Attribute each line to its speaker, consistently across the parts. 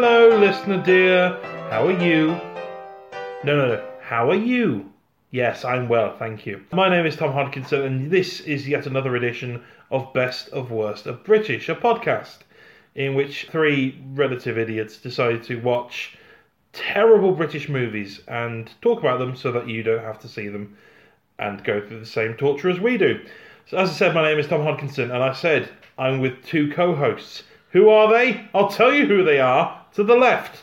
Speaker 1: listener dear. How are you? No, no, no. How are you? Yes, I'm well, thank you. My name is Tom Hodkinson, and this is yet another edition of Best of Worst of British, a podcast in which three relative idiots decide to watch terrible British movies and talk about them so that you don't have to see them and go through the same torture as we do. So, as I said, my name is Tom Hodkinson, and I said I'm with two co hosts. Who are they? I'll tell you who they are to the left.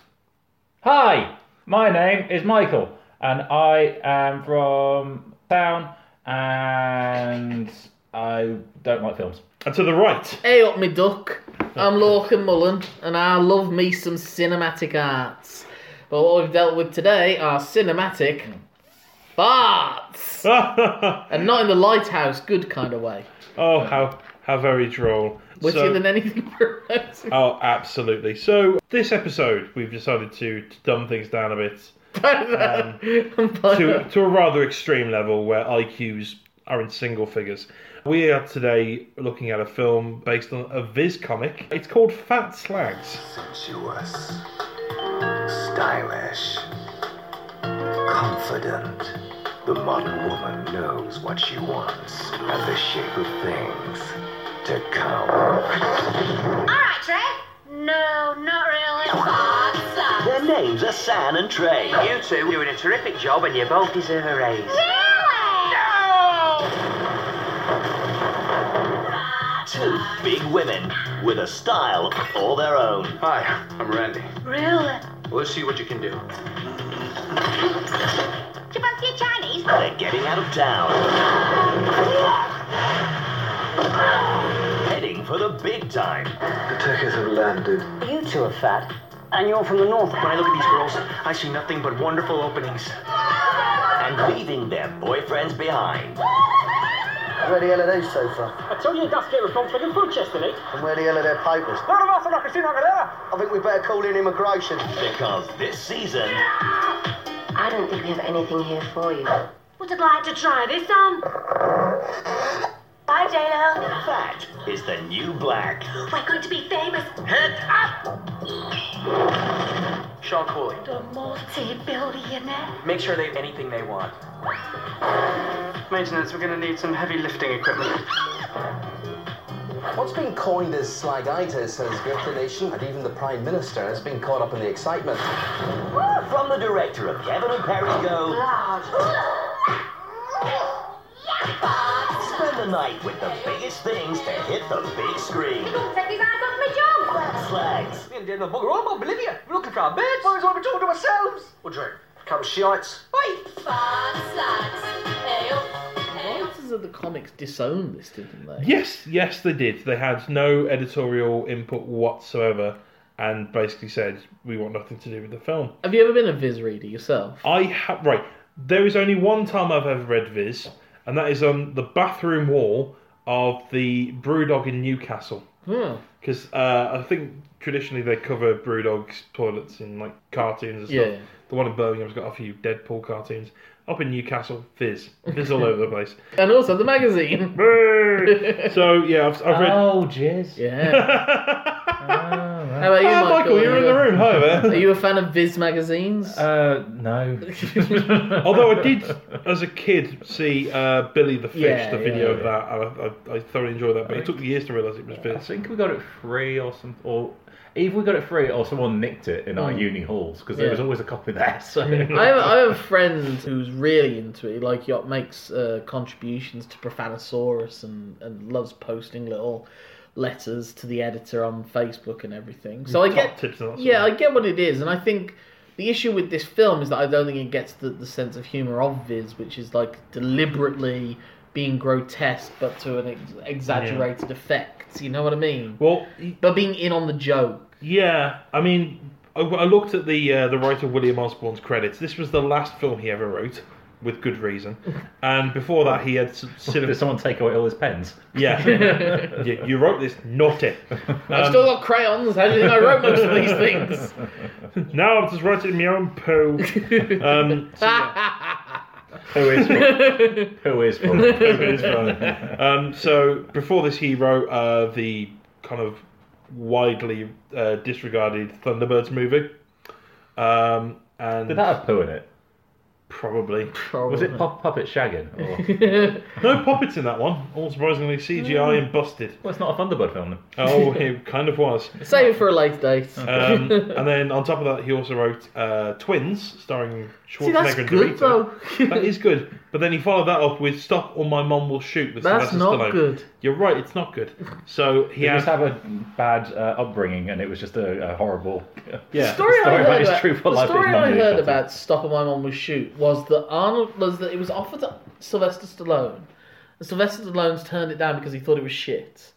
Speaker 2: Hi, my name is Michael, and I am from town, and I don't like films.
Speaker 1: And to the right.
Speaker 3: Hey up me duck, I'm Lorcan Mullen and I love me some cinematic arts. But what we've dealt with today are cinematic farts.
Speaker 1: Hmm. oh,
Speaker 3: And not in the lighthouse good kind of way.
Speaker 1: how how very droll.
Speaker 3: Wittier
Speaker 1: So-
Speaker 3: than anything else.
Speaker 1: oh, absolutely. So, this episode, we've decided to, to dumb things down a bit um, Uh, to, to a rather extreme level where IQs are in single figures. We are today looking at a film based on a Viz comic. It's called Fat Slags.
Speaker 4: sensuous, stylish, confident. The modern woman knows what she wants and the shape of things to come.
Speaker 5: All right, Trey. No, not really. Bob sucks.
Speaker 6: Their names are San and Trey. You two, you're in a terrific job and you both deserve a raise.
Speaker 5: Really?
Speaker 6: Two big women with a style all their own.
Speaker 4: Hi, I'm Randy.
Speaker 5: Really?
Speaker 4: Let's see what you can do.
Speaker 5: Did you both get Chinese?
Speaker 6: They're getting out of town. Heading for the big time.
Speaker 4: The Tekkers have landed.
Speaker 6: You two are fat. And you're from the north. When I look at these girls, I see nothing but wonderful openings. And leaving their boyfriends behind.
Speaker 7: Where the hell are they so from?
Speaker 6: I told you that's gave a conflict in Colchester, Nick.
Speaker 7: And where the hell are their papers?
Speaker 6: None of us are not over there.
Speaker 7: I think we better call in immigration.
Speaker 6: Because this season,
Speaker 8: I don't think we have anything here for you.
Speaker 5: Would you like to try this on? Bye, J-Lo.
Speaker 6: fat is the new black.
Speaker 5: We're going to be famous.
Speaker 6: Head up! Sean Cooley,
Speaker 5: The multi-billionaire.
Speaker 6: make sure they have anything they want.
Speaker 9: Maintenance, we're going to need some heavy lifting equipment.
Speaker 7: What's been coined as slagitis has gripped the nation, and even the Prime Minister has been caught up in the excitement.
Speaker 6: From the director of Kevin and Perry Go, spend the night with the biggest things to hit the big screen.
Speaker 5: Take his eyes off me, John.
Speaker 6: Flags.
Speaker 9: Me and Daniel Bugger, I'm on Bolivia. We're looking for our beds.
Speaker 7: Might as well be talking to ourselves. We'll drink. Couple of shiites.
Speaker 3: Writers of the comics disowned this, didn't they?
Speaker 1: Yes, yes, they did. They had no editorial input whatsoever and basically said, we want nothing to do with the film.
Speaker 3: Have you ever been a Viz reader yourself?
Speaker 1: I have. Right. There is only one time I've ever read Viz, and that is on the bathroom wall of the Brewdog in Newcastle.
Speaker 3: Hmm.
Speaker 1: Because uh, I think traditionally they cover Brewdog's toilets in like cartoons and stuff.
Speaker 3: Yeah.
Speaker 1: The one in Birmingham's got a few Deadpool cartoons. Up in Newcastle, Fizz. Fizz all over the place.
Speaker 3: And also the magazine.
Speaker 1: Boo! so yeah, I've, I've read.
Speaker 2: Oh, jizz.
Speaker 3: Yeah.
Speaker 2: Oh.
Speaker 3: How about you,
Speaker 1: Ah, Michael, you're in the room. Hi
Speaker 3: Are
Speaker 1: there.
Speaker 3: you a fan of Viz magazines?
Speaker 2: Uh, no.
Speaker 1: Although I did, as a kid, see uh, Billy the Fish,
Speaker 3: Yeah,
Speaker 1: the
Speaker 3: yeah,
Speaker 1: video of
Speaker 2: yeah.
Speaker 1: that, and I, I, I thoroughly enjoyed that. But it took years to realise it was
Speaker 2: I
Speaker 1: Fizz.
Speaker 2: think we got it free or something, or either we got it free or someone nicked it in our
Speaker 3: Mm.
Speaker 2: uni halls because
Speaker 3: Yeah.
Speaker 2: there was always a copy there. So
Speaker 1: Mm.
Speaker 3: I have, I have a friend who's really into it. Like, he makes uh, contributions to Profanosaurus and, and loves posting little letters to the editor on Facebook and everything. So I
Speaker 1: Top
Speaker 3: get,
Speaker 1: tips and that sort
Speaker 3: yeah,
Speaker 1: of
Speaker 3: I get what it is, and I think the issue with this film is that I don't think it gets the, the sense of humor of Viz, which is like deliberately being grotesque but to an ex- exaggerated effect. You know what I mean?
Speaker 1: Well,
Speaker 3: But being in on the joke.
Speaker 1: yeah, I mean, I, I looked at the uh, the writer William Osborne's credits. This was the last film he ever wrote, with good reason. And before that, he had s-
Speaker 2: Did
Speaker 1: cinema.
Speaker 2: someone take away all his pens?
Speaker 1: yeah, you, you wrote this, not it. um,
Speaker 3: I've still got crayons. How do you think I wrote most of these things?
Speaker 1: Now I'm just writing my own poo. Um, so, yeah. Who is wrong?
Speaker 2: Who is from?
Speaker 1: Who is wrong? Um, so before this, he wrote uh, the kind of widely uh, disregarded Thunderbirds movie. Um, and
Speaker 2: Did that have poo in it?
Speaker 1: probably
Speaker 3: Probably.
Speaker 2: Was it pop, puppet shagging? Or...
Speaker 1: no puppets in that one. All surprisingly,
Speaker 3: Mm.
Speaker 1: CGI and busted.
Speaker 2: well, it's not a Thunderbird film. Then.
Speaker 1: Oh, it kind of was.
Speaker 3: Save it for a later date.
Speaker 1: Um, and then on top of that, he also wrote uh, Twins, starring
Speaker 3: See,
Speaker 1: Schwarzenegger
Speaker 3: that's
Speaker 1: and
Speaker 3: good
Speaker 1: DeVito.
Speaker 3: though.
Speaker 1: that is good. But then he followed that up with "Stop or My Mom Will Shoot." With
Speaker 3: That's
Speaker 1: Sylvester
Speaker 3: not
Speaker 1: Stallone.
Speaker 3: good.
Speaker 1: You're right. It's not good. So he
Speaker 2: He
Speaker 1: had
Speaker 2: just have a bad uh, upbringing, and it was just a, a horrible.
Speaker 1: yeah.
Speaker 3: story
Speaker 2: story
Speaker 3: I
Speaker 2: about
Speaker 3: heard
Speaker 2: his
Speaker 3: about,
Speaker 2: truthful
Speaker 3: the
Speaker 2: life that
Speaker 3: story
Speaker 2: his mum
Speaker 3: I
Speaker 2: knew
Speaker 3: heard
Speaker 2: shot
Speaker 3: about Stop and My Mom Will Shoot was that Arnold was that it was offered to Sylvester Stallone, and Sylvester Stallone's turned it down because he thought it was shit,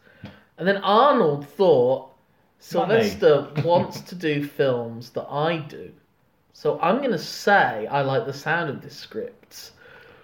Speaker 3: and then Arnold thought Sylvester wants to do films that I do, so I'm gonna say I like the sound of this script,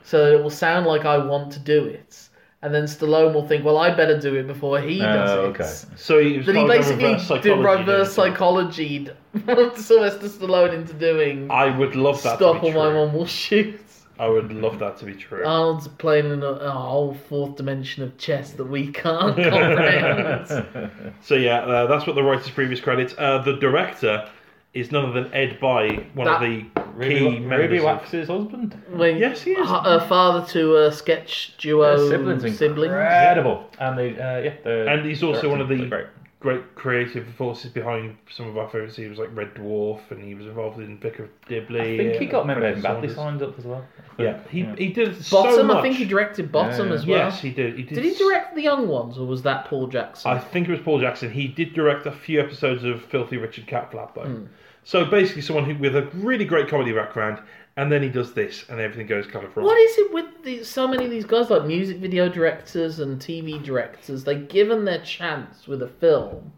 Speaker 3: so that it will sound like I want to do it, and then Stallone will think, well, I better do it before he does
Speaker 2: Oh,
Speaker 3: it.
Speaker 2: okay.
Speaker 1: So he was
Speaker 3: That he
Speaker 1: kind of
Speaker 3: basically
Speaker 1: reverse psychology.
Speaker 3: did reverse
Speaker 1: didn't he?
Speaker 3: psychology Sylvester Stallone into doing
Speaker 1: I would love that. to
Speaker 3: Stop or
Speaker 1: be true.
Speaker 3: My Mom Uh. Will Shoot.
Speaker 1: I would love that to be true.
Speaker 3: Arnold's playing in a, a whole fourth dimension of chess that we can't comprehend.
Speaker 1: so yeah, uh, that's what the writer's previous credits. Uh, the director is none other than Ed By, one of
Speaker 3: That-
Speaker 1: the key
Speaker 2: Ruby,
Speaker 1: members.
Speaker 2: Ruby
Speaker 1: of-
Speaker 2: Wax's husband.
Speaker 3: when
Speaker 1: Yes, he is.
Speaker 3: a, a father to a sketch duo
Speaker 2: Their
Speaker 3: siblings.
Speaker 2: siblings, incredible, and they, uh, yeah, the
Speaker 1: And he's also one of the-
Speaker 2: directors are great.
Speaker 1: Great creative forces behind some of our favourites. He was like Red Dwarf, and he was involved in Vicar of Dibley.
Speaker 2: I think he
Speaker 1: uh,
Speaker 2: got member
Speaker 1: Frankenstein's
Speaker 2: badly
Speaker 1: Saunders.
Speaker 2: signed up as well.
Speaker 1: Yeah, he
Speaker 2: Yeah.
Speaker 1: he did so
Speaker 3: Bottom,
Speaker 1: much.
Speaker 3: I think he directed Bottom
Speaker 2: Yeah, yeah.
Speaker 3: as well.
Speaker 1: Yes, he did. He did.
Speaker 3: Did he direct The Young Ones, or was that Paul Jackson?
Speaker 1: I think it was Paul Jackson. He did direct a few episodes of Filthy Richard Catflap, though.
Speaker 3: Hmm.
Speaker 1: So basically, someone who, with a really great comedy background, and then he does this, and everything goes kind of wrong.
Speaker 3: What is it with the, so many of these guys, like music video directors and TV directors? They given their chance with a film,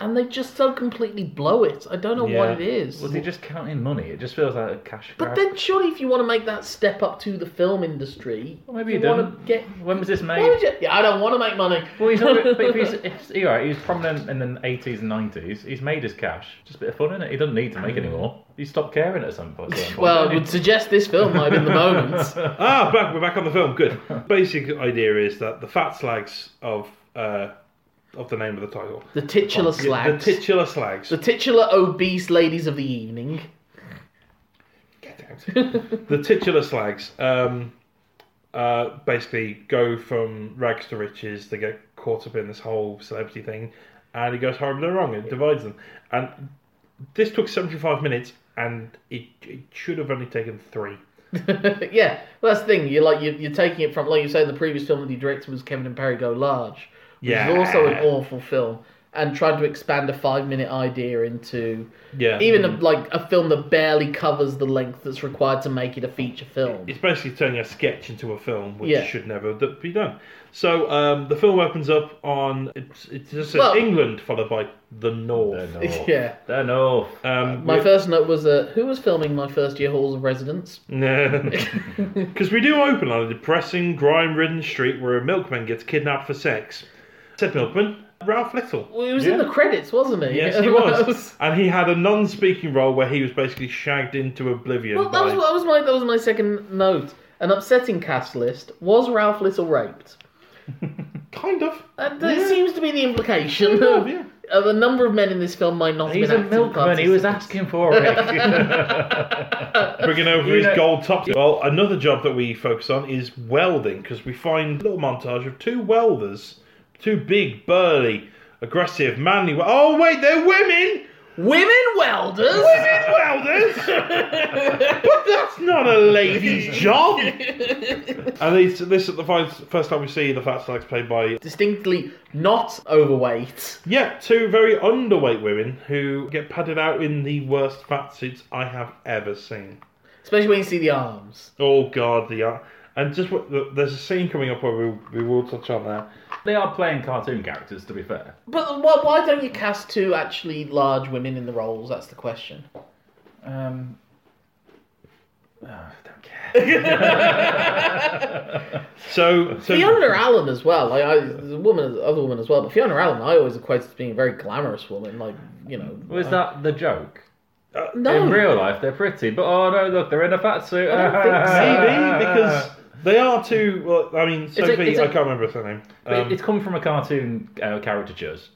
Speaker 3: and they just so completely blow it. I don't know
Speaker 1: Yeah.
Speaker 3: what it is.
Speaker 2: Was he just counting money? It just feels like a cash
Speaker 3: but
Speaker 2: grab.
Speaker 3: then, surely, if you want to make that step up to the film industry,
Speaker 2: Well, maybe he
Speaker 3: want
Speaker 2: didn't.
Speaker 3: to get.
Speaker 2: when was this made?
Speaker 3: Why would you? Yeah, I don't want to make money.
Speaker 2: Well, he's not. but if he's, if, he's- you're right, he was prominent in the 80s and 90s. He's made his cash. Just a bit of fun, isn't it? He doesn't need to make any more. He stopped caring at some point. at some point,
Speaker 3: well, I
Speaker 2: didn't
Speaker 3: would suggest this film might have been the moment.
Speaker 1: Ah, back we're back on the film. Good. Basic idea is that the fat slags of uh, of the name of the title,
Speaker 3: The titular
Speaker 1: the
Speaker 3: slags.
Speaker 1: titular slags,
Speaker 3: the titular obese ladies of the evening.
Speaker 1: the titular slags um, uh, basically go from rags to riches. They get caught up in this whole celebrity thing, and it goes horribly wrong. It divides them, and this took seventy-five minutes, and it, it should have only taken three.
Speaker 3: yeah, well, that's the thing. You're like you're, you're taking it from like you say the previous film that you directed was Kevin and Perry Go Large, which
Speaker 1: Yeah.
Speaker 3: is also an awful film, and tried to expand a five minute idea into
Speaker 1: Yeah,
Speaker 3: even a, like a film that barely covers the length that's required to make it a feature film.
Speaker 1: It's basically turning a sketch into a film, which
Speaker 3: Yeah.
Speaker 1: should never d- be done. So um, the film opens up on it's, it just says
Speaker 3: Well-
Speaker 1: England, followed by the
Speaker 2: it?
Speaker 1: North.
Speaker 2: They're north.
Speaker 3: yeah.
Speaker 2: They're north.
Speaker 1: Um,
Speaker 3: My
Speaker 1: we-
Speaker 3: first note was uh, who was filming my first year halls of residence?
Speaker 1: Because we do open on a depressing, grime ridden street where a milkman gets kidnapped for sex. Said milkman, Ralph Little.
Speaker 3: Well, he was in
Speaker 1: Yeah.
Speaker 3: the credits, wasn't he?
Speaker 1: Yes, he
Speaker 3: That
Speaker 1: was. And he had a non speaking role where he was basically shagged into oblivion.
Speaker 3: Well, that
Speaker 1: by-
Speaker 3: was, that was my that was my second note. An upsetting cast list. Was Ralph Little raped?
Speaker 1: Kind of.
Speaker 3: That, that seems to be the implication.
Speaker 1: Kind of, yeah.
Speaker 3: Uh, the number of men in this film might not have
Speaker 2: He's
Speaker 3: been
Speaker 2: a
Speaker 3: active
Speaker 2: milkman. He was asking for it.
Speaker 1: Bringing over
Speaker 2: You
Speaker 1: his
Speaker 2: know-
Speaker 1: gold top. Well, another job that we focus on is welding because we find a little montage of two welders, two big, burly, aggressive, manly. wel- Oh, wait, they're women!
Speaker 3: Women welders?
Speaker 1: Women welders! but that's not a lady's job! and this, this is the first, first time we see the fat slags played by,
Speaker 3: Distinctly not overweight.
Speaker 1: yeah, two very underweight women who get padded out in the worst fat suits I have ever seen.
Speaker 3: Especially when you see the arms.
Speaker 1: Oh god, the art. And just what- the- there's a scene coming up where we we will touch on that.
Speaker 2: they are playing cartoon characters, to be fair.
Speaker 3: But why, why don't you cast two actually large women in the roles? That's the question.
Speaker 2: Um, oh, I don't care.
Speaker 1: So, so
Speaker 3: Fiona Allen as well. Like I, the woman, the other woman as well. But Fiona Allen, I always equated to being a very glamorous woman. Like you know.
Speaker 2: Was that the joke?
Speaker 3: No.
Speaker 2: In real life, they're pretty, but oh no, look, they're in a fat suit.
Speaker 3: I don't think so.
Speaker 1: maybe because they are two. Well, I mean,
Speaker 2: a-
Speaker 1: Sophie, I
Speaker 2: it's a-
Speaker 1: I can't remember her name.
Speaker 2: But it-
Speaker 1: Um,
Speaker 2: it's come from a cartoon uh, caricatures.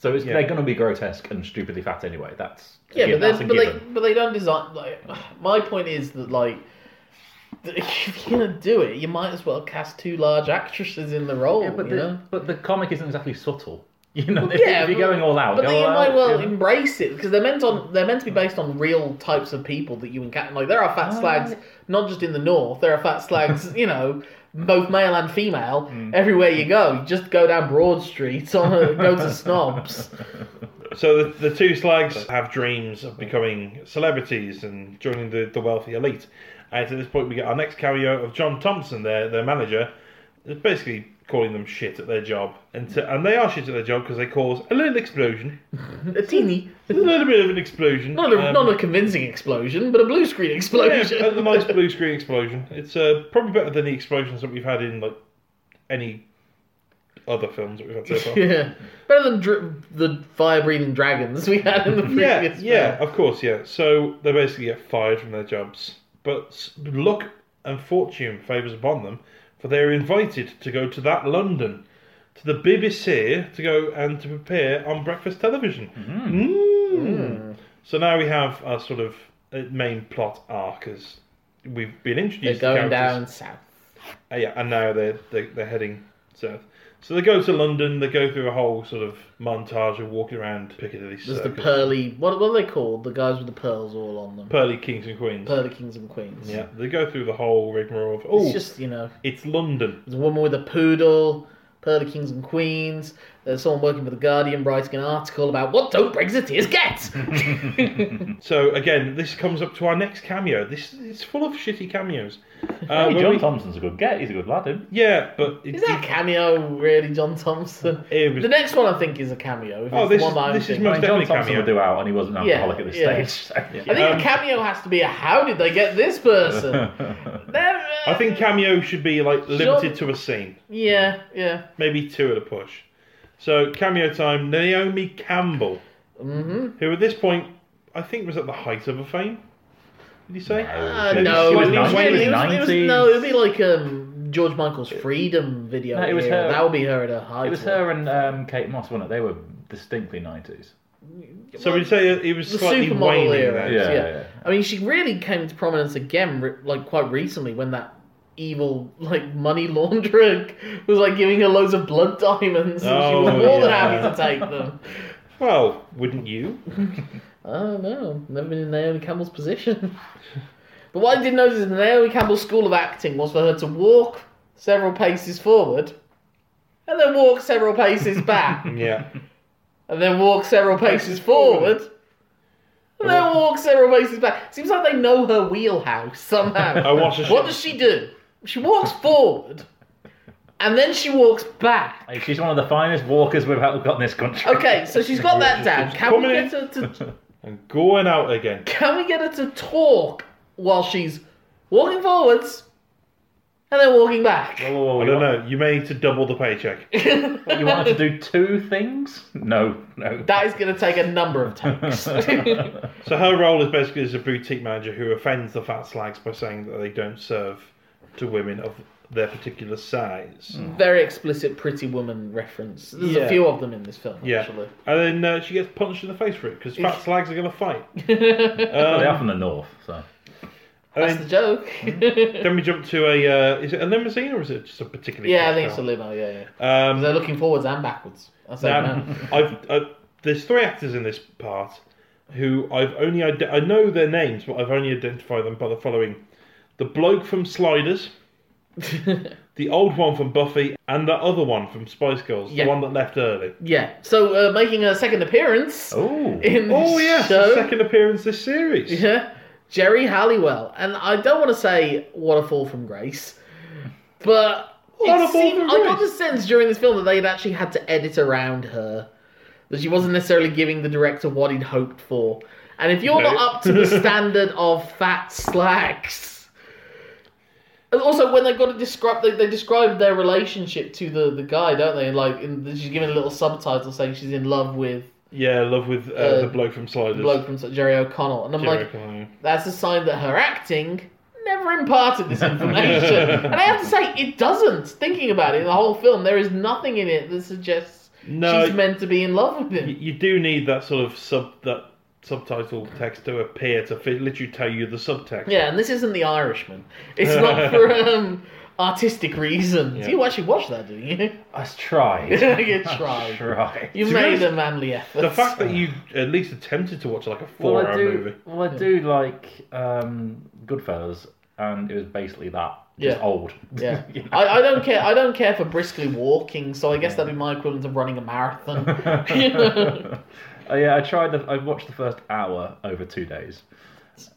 Speaker 2: So it's,
Speaker 1: Yeah.
Speaker 2: they're going to be grotesque and stupidly fat anyway. That's
Speaker 3: Yeah,
Speaker 2: again,
Speaker 3: but, then-
Speaker 2: that's a
Speaker 3: but
Speaker 2: given.
Speaker 3: they but they don't design. Like, my point is that like, that if you're gonna do it, you might as well cast two large actresses in the role.
Speaker 2: Yeah, but
Speaker 3: you
Speaker 2: the,
Speaker 3: know.
Speaker 2: but the comic isn't exactly subtle. You know, if,
Speaker 3: yeah,
Speaker 2: if you're
Speaker 3: but-
Speaker 2: going all out,
Speaker 3: But
Speaker 2: go
Speaker 3: then you
Speaker 2: all
Speaker 3: might
Speaker 2: out,
Speaker 3: well
Speaker 2: yeah.
Speaker 3: embrace it because they're meant on they're meant to be based on real types of people that you encounter. Like there are fat
Speaker 2: Ah.
Speaker 3: slags, not just in the north. There are fat slags, you know, both male and female.
Speaker 2: Mm.
Speaker 3: Everywhere you go, you just go down Broad Street, on a, go to snobs.
Speaker 1: So the, the two slags have dreams of becoming celebrities and joining the, the wealthy elite. And at this point, we get our next cameo of John Thompson, their their manager, basically calling them shit at their job. And to, and they are shit at their job because they cause a little explosion,
Speaker 3: A teeny,
Speaker 1: a little bit of an explosion.
Speaker 3: not a,
Speaker 1: Um,
Speaker 3: not a convincing explosion, but a blue screen
Speaker 1: yeah,
Speaker 3: explosion.
Speaker 1: a nice blue screen explosion. It's uh, probably better than the explosions that we've had in like any other films that we've had so far.
Speaker 3: Yeah, better than dr- the fire-breathing dragons we had in the
Speaker 1: Yeah,
Speaker 3: previous.
Speaker 1: yeah, of course, yeah. So they basically get fired from their jobs. But s- luck and fortune favours upon them, for they are invited to go to that London, to the BBC, to go and to prepare on breakfast television.
Speaker 3: Mm-hmm.
Speaker 1: Mm. So now we have our sort of uh, main plot arc as we've been
Speaker 3: they're
Speaker 1: introduced
Speaker 3: going
Speaker 1: to characters.
Speaker 3: down south.
Speaker 1: Uh, yeah, and now they're, they're they're heading south. So they go to London. They go through a whole sort of montage of walking around Piccadilly
Speaker 3: There's the
Speaker 1: Circus.
Speaker 3: pearly. What, what are they called? The guys with the pearls all on them.
Speaker 1: pearly kings and queens.
Speaker 3: Pearly kings and queens.
Speaker 1: Yeah, they go through the whole rigmarole of oh,
Speaker 3: It's
Speaker 1: it's,
Speaker 3: just, you know,
Speaker 1: London.
Speaker 3: there's a woman with a poodle, Pearly Kings and Queens. There's someone working for The Guardian writing an article about what don't Brexiteers get?
Speaker 1: So again, this comes up to our next cameo. This it's full of shitty cameos. Uh,
Speaker 2: Hey,
Speaker 1: when
Speaker 2: John
Speaker 1: we-
Speaker 2: Thompson's a good get. He's a good lad. Isn't?
Speaker 1: yeah, but it,
Speaker 3: is that a cameo, really, John Thompson?
Speaker 1: it, it was
Speaker 3: The next one I think is a cameo. If
Speaker 1: Oh,
Speaker 3: it's
Speaker 1: this
Speaker 3: the
Speaker 1: is-
Speaker 3: one that I'm
Speaker 1: this is
Speaker 3: thinking.
Speaker 2: I
Speaker 1: most-
Speaker 2: mean,
Speaker 1: definitely
Speaker 2: John Thompson
Speaker 1: cameo.
Speaker 2: would do out, and he wasn't an
Speaker 3: Yeah,
Speaker 2: alcoholic at this
Speaker 3: yeah.
Speaker 2: stage.
Speaker 3: I
Speaker 2: so-
Speaker 3: think
Speaker 1: um,
Speaker 3: a cameo has to be a how did they get this person? They're, uh,
Speaker 1: I think cameo should be like limited to a scene,
Speaker 3: Yeah, yeah.
Speaker 1: maybe two at a push. So cameo time. Naomi Campbell,
Speaker 3: Mm-hmm.
Speaker 1: who at this point I think was at the height of her fame. Did you say?
Speaker 3: Uh,
Speaker 1: She was
Speaker 3: no, it was,
Speaker 1: nineties,
Speaker 3: it was- it was- it was- no, it'd
Speaker 2: nineties.
Speaker 3: be like um, George Michael's Freedom video.
Speaker 2: No, it was
Speaker 3: era.
Speaker 2: her-
Speaker 3: That would be her at her height.
Speaker 2: It was her and um, Kate Moss, wasn't it? They were distinctly nineties.
Speaker 1: So would you say it was
Speaker 3: the
Speaker 1: slightly waning
Speaker 3: supermodel era.
Speaker 1: then?
Speaker 2: Yeah,
Speaker 3: Yeah,
Speaker 2: yeah.
Speaker 3: I mean, she really came to prominence again, re- like quite recently, when that evil like money launderer was like giving her loads of blood diamonds, and
Speaker 1: Oh,
Speaker 3: she was more than
Speaker 1: yeah.
Speaker 3: happy to take them.
Speaker 1: Well, wouldn't you?
Speaker 3: I don't know. Never been in Naomi Campbell's position. but what I did notice in the Naomi Campbell School of Acting was for her to walk several paces forward, and then walk several paces back.
Speaker 1: Yeah.
Speaker 3: and then walk several paces
Speaker 1: Paces forward.
Speaker 3: forward, and then walk several paces back. Seems like they know her wheelhouse somehow.
Speaker 1: I watched a
Speaker 3: what does she do? She walks forward, and then she walks back.
Speaker 2: Hey, she's one of the finest walkers we've had- got in this country.
Speaker 3: Okay, so she's got that down. Can we
Speaker 1: Coming
Speaker 3: get her to
Speaker 1: and going out again.
Speaker 3: Can we get her to talk while she's walking forwards and then walking back?
Speaker 2: Whoa, whoa, whoa,
Speaker 1: I
Speaker 2: Oh, you
Speaker 1: don't
Speaker 2: want-
Speaker 1: know. You may need to double the paycheck.
Speaker 2: You want her to do two things? No, no.
Speaker 3: That is going to take a number of takes.
Speaker 1: So her role is basically as a boutique manager who offends the fat slags by saying that they don't serve to women of their particular size.
Speaker 3: Very explicit Pretty Woman reference. There's
Speaker 1: Yeah.
Speaker 3: a few of them in this film,
Speaker 1: Yeah.
Speaker 3: actually.
Speaker 1: And then uh, she gets punched in the face for it because fat slags are going to fight.
Speaker 2: Well, they are
Speaker 1: Um,
Speaker 2: from the north, so
Speaker 1: and
Speaker 3: That's
Speaker 1: then,
Speaker 3: the joke.
Speaker 1: then we jump to a. Uh, is it a limousine or is it just a particular?
Speaker 3: yeah, I think it's a limo, yeah, yeah.
Speaker 1: Um,
Speaker 3: They're looking forwards and backwards. I say
Speaker 1: Now,
Speaker 3: no.
Speaker 1: I've, i there's three actors in this part who I've only ide- I know their names, but I've only identified them by the following: the bloke from Sliders, the old one from Buffy, and the other one from Spice Girls,
Speaker 3: Yeah.
Speaker 1: the one that left early.
Speaker 3: Yeah, so uh, making a second appearance
Speaker 2: oh,
Speaker 3: in this
Speaker 1: Oh yes,
Speaker 3: show.
Speaker 1: the second appearance this series.
Speaker 3: Yeah, Jerry Halliwell, and I don't want to say what a fall from grace, but
Speaker 1: What
Speaker 3: it
Speaker 1: a fall
Speaker 3: seemed-
Speaker 1: from
Speaker 3: I got the
Speaker 1: grace.
Speaker 3: sense during this film that they had actually had to edit around her, that she wasn't necessarily giving the director what he'd hoped for. And if you're
Speaker 1: No.
Speaker 3: not up to the standard of fat slacks, and also when they got to describe, they, they describe their relationship to the, the guy, don't they? Like in, she's given a little subtitle saying she's in love with
Speaker 1: Yeah, love with uh,
Speaker 3: Uh,
Speaker 1: the bloke from
Speaker 3: the
Speaker 1: Sliders.
Speaker 3: bloke from Jerry O'Connell, and I'm
Speaker 1: Jerry
Speaker 3: like.
Speaker 1: O'Connell.
Speaker 3: That's a sign that her acting never imparted this information. and I have to say, it doesn't. Thinking about it, the whole film, there is nothing in it that suggests
Speaker 1: No.
Speaker 3: She's meant to be in love with
Speaker 1: You,
Speaker 3: him.
Speaker 1: you do need that sort of sub that subtitle text to appear to fit, literally tell you the subtext.
Speaker 3: Yeah, and this isn't The Irishman. It's not for um, artistic reasons.
Speaker 2: Yeah.
Speaker 3: You actually watched that, didn't you?
Speaker 2: I tried.
Speaker 3: you
Speaker 2: I
Speaker 3: tried.
Speaker 2: tried.
Speaker 3: You
Speaker 1: To be
Speaker 3: made
Speaker 1: honest,
Speaker 3: a manly effort.
Speaker 1: The fact that you at least attempted to watch like a
Speaker 2: Well,
Speaker 1: four-hour
Speaker 2: I do.
Speaker 1: movie.
Speaker 2: Well, I do like um, Goodfellas, and it was basically that. Just
Speaker 3: Yeah.
Speaker 2: old.
Speaker 3: Yeah,
Speaker 2: You know?
Speaker 3: I, I don't care. I don't care for briskly walking. So I guess that'd be my equivalent of running a marathon. You know?
Speaker 2: Uh, yeah, I tried. The, I watched the first hour over two days,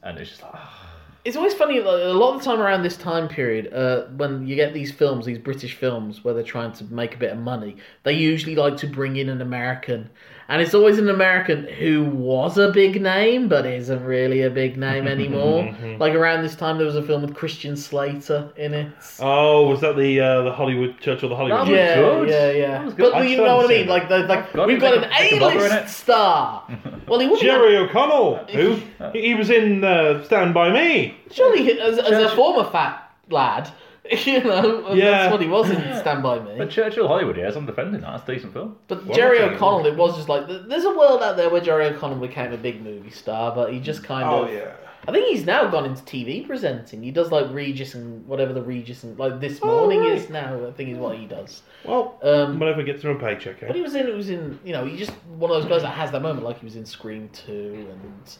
Speaker 2: and it's just like, ah,
Speaker 3: It's always funny. like, A lot of the time around this time period, uh, when you get these films, these British films, where they're trying to make a bit of money, they usually like to bring in an American, and it's always an American who was a big name but isn't really a big name anymore.
Speaker 2: Mm-hmm.
Speaker 3: like around this time, there was a film with Christian Slater in it.
Speaker 1: Oh, was that the uh, the Hollywood Church or the Hollywood?
Speaker 2: That
Speaker 1: Church?
Speaker 2: was-
Speaker 3: yeah,
Speaker 2: good.
Speaker 3: yeah, yeah,
Speaker 2: That was good.
Speaker 3: But
Speaker 1: I
Speaker 3: you
Speaker 1: still
Speaker 3: know what I
Speaker 1: haven't
Speaker 3: mean?
Speaker 1: seen
Speaker 3: Like, they, like
Speaker 2: God,
Speaker 3: we've
Speaker 2: they
Speaker 3: got
Speaker 2: make
Speaker 3: an
Speaker 2: a- make a bother in it.
Speaker 3: A-list star. Well, he wouldn't.
Speaker 1: Jerry O'Connell, who he was in uh, Stand by Me.
Speaker 3: Surely, as, as a
Speaker 2: Church-
Speaker 3: former fat lad, you know,
Speaker 1: Yeah.
Speaker 3: that's what he was in Stand By Me.
Speaker 2: but Churchill Hollywood. Yes, I'm defending that. It's a decent film.
Speaker 3: But
Speaker 1: Well,
Speaker 3: Jerry
Speaker 1: okay.
Speaker 3: O'Connell, it was just like th- there's a world out there where Jerry O'Connell became a big movie star, but he just kind
Speaker 1: Oh,
Speaker 3: of. I think he's now gone into TV presenting. He does like Regis and whatever the Regis and like this morning
Speaker 1: Oh, right. uh,
Speaker 3: is now. I think is what he does.
Speaker 1: Well,
Speaker 3: Um,
Speaker 1: whenever gets to a paycheck,
Speaker 3: but
Speaker 1: eh?
Speaker 3: he was in. It was in. You know, he just one of those guys that has that moment, like he was in Scream Two and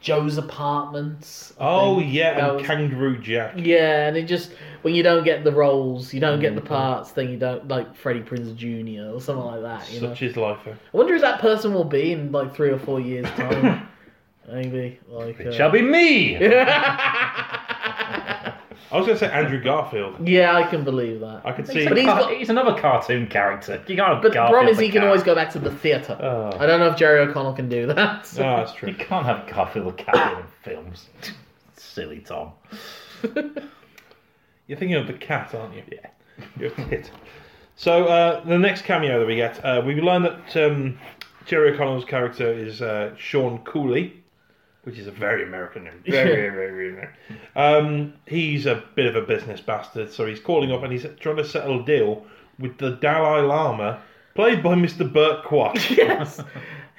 Speaker 3: Joe's Apartments. I
Speaker 1: Oh
Speaker 3: think.
Speaker 1: yeah,
Speaker 3: That
Speaker 1: and
Speaker 3: was-
Speaker 1: Kangaroo Jack.
Speaker 3: yeah, and it just when you don't get the roles, you don't get the parts, then you don't like Freddie Prinze Jr. or something like that. You know?
Speaker 1: Such is life. eh?
Speaker 3: I wonder who that person will be in like three or four years' time. Maybe like.
Speaker 2: It
Speaker 3: uh,
Speaker 2: shall be me.
Speaker 1: I was going to say Andrew Garfield.
Speaker 3: yeah, I can believe that.
Speaker 1: I could see.
Speaker 3: But he's
Speaker 2: Car-
Speaker 3: got-
Speaker 2: he's another cartoon character. You can't.
Speaker 3: But the
Speaker 2: Garfield
Speaker 3: problem is,
Speaker 2: the
Speaker 3: he can
Speaker 2: cat.
Speaker 3: always go back to the theatre.
Speaker 2: Oh.
Speaker 3: I don't know if Jerry O'Connell can do that.
Speaker 1: Ah, that's true.
Speaker 2: You can't have Garfield the cat in films. Silly Tom.
Speaker 1: You're thinking of the cat, aren't you?
Speaker 2: Yeah.
Speaker 1: You're a tit. So uh, the next cameo that we get, uh, we learn that um, Jerry O'Connell's character is uh, Sean Cooley, which is a very American name. Very, very, very American. Um, he's a bit of a business bastard, so he's calling up and he's trying to settle a deal with the Dalai Lama, played by Mr. Burt Quash.
Speaker 3: yes.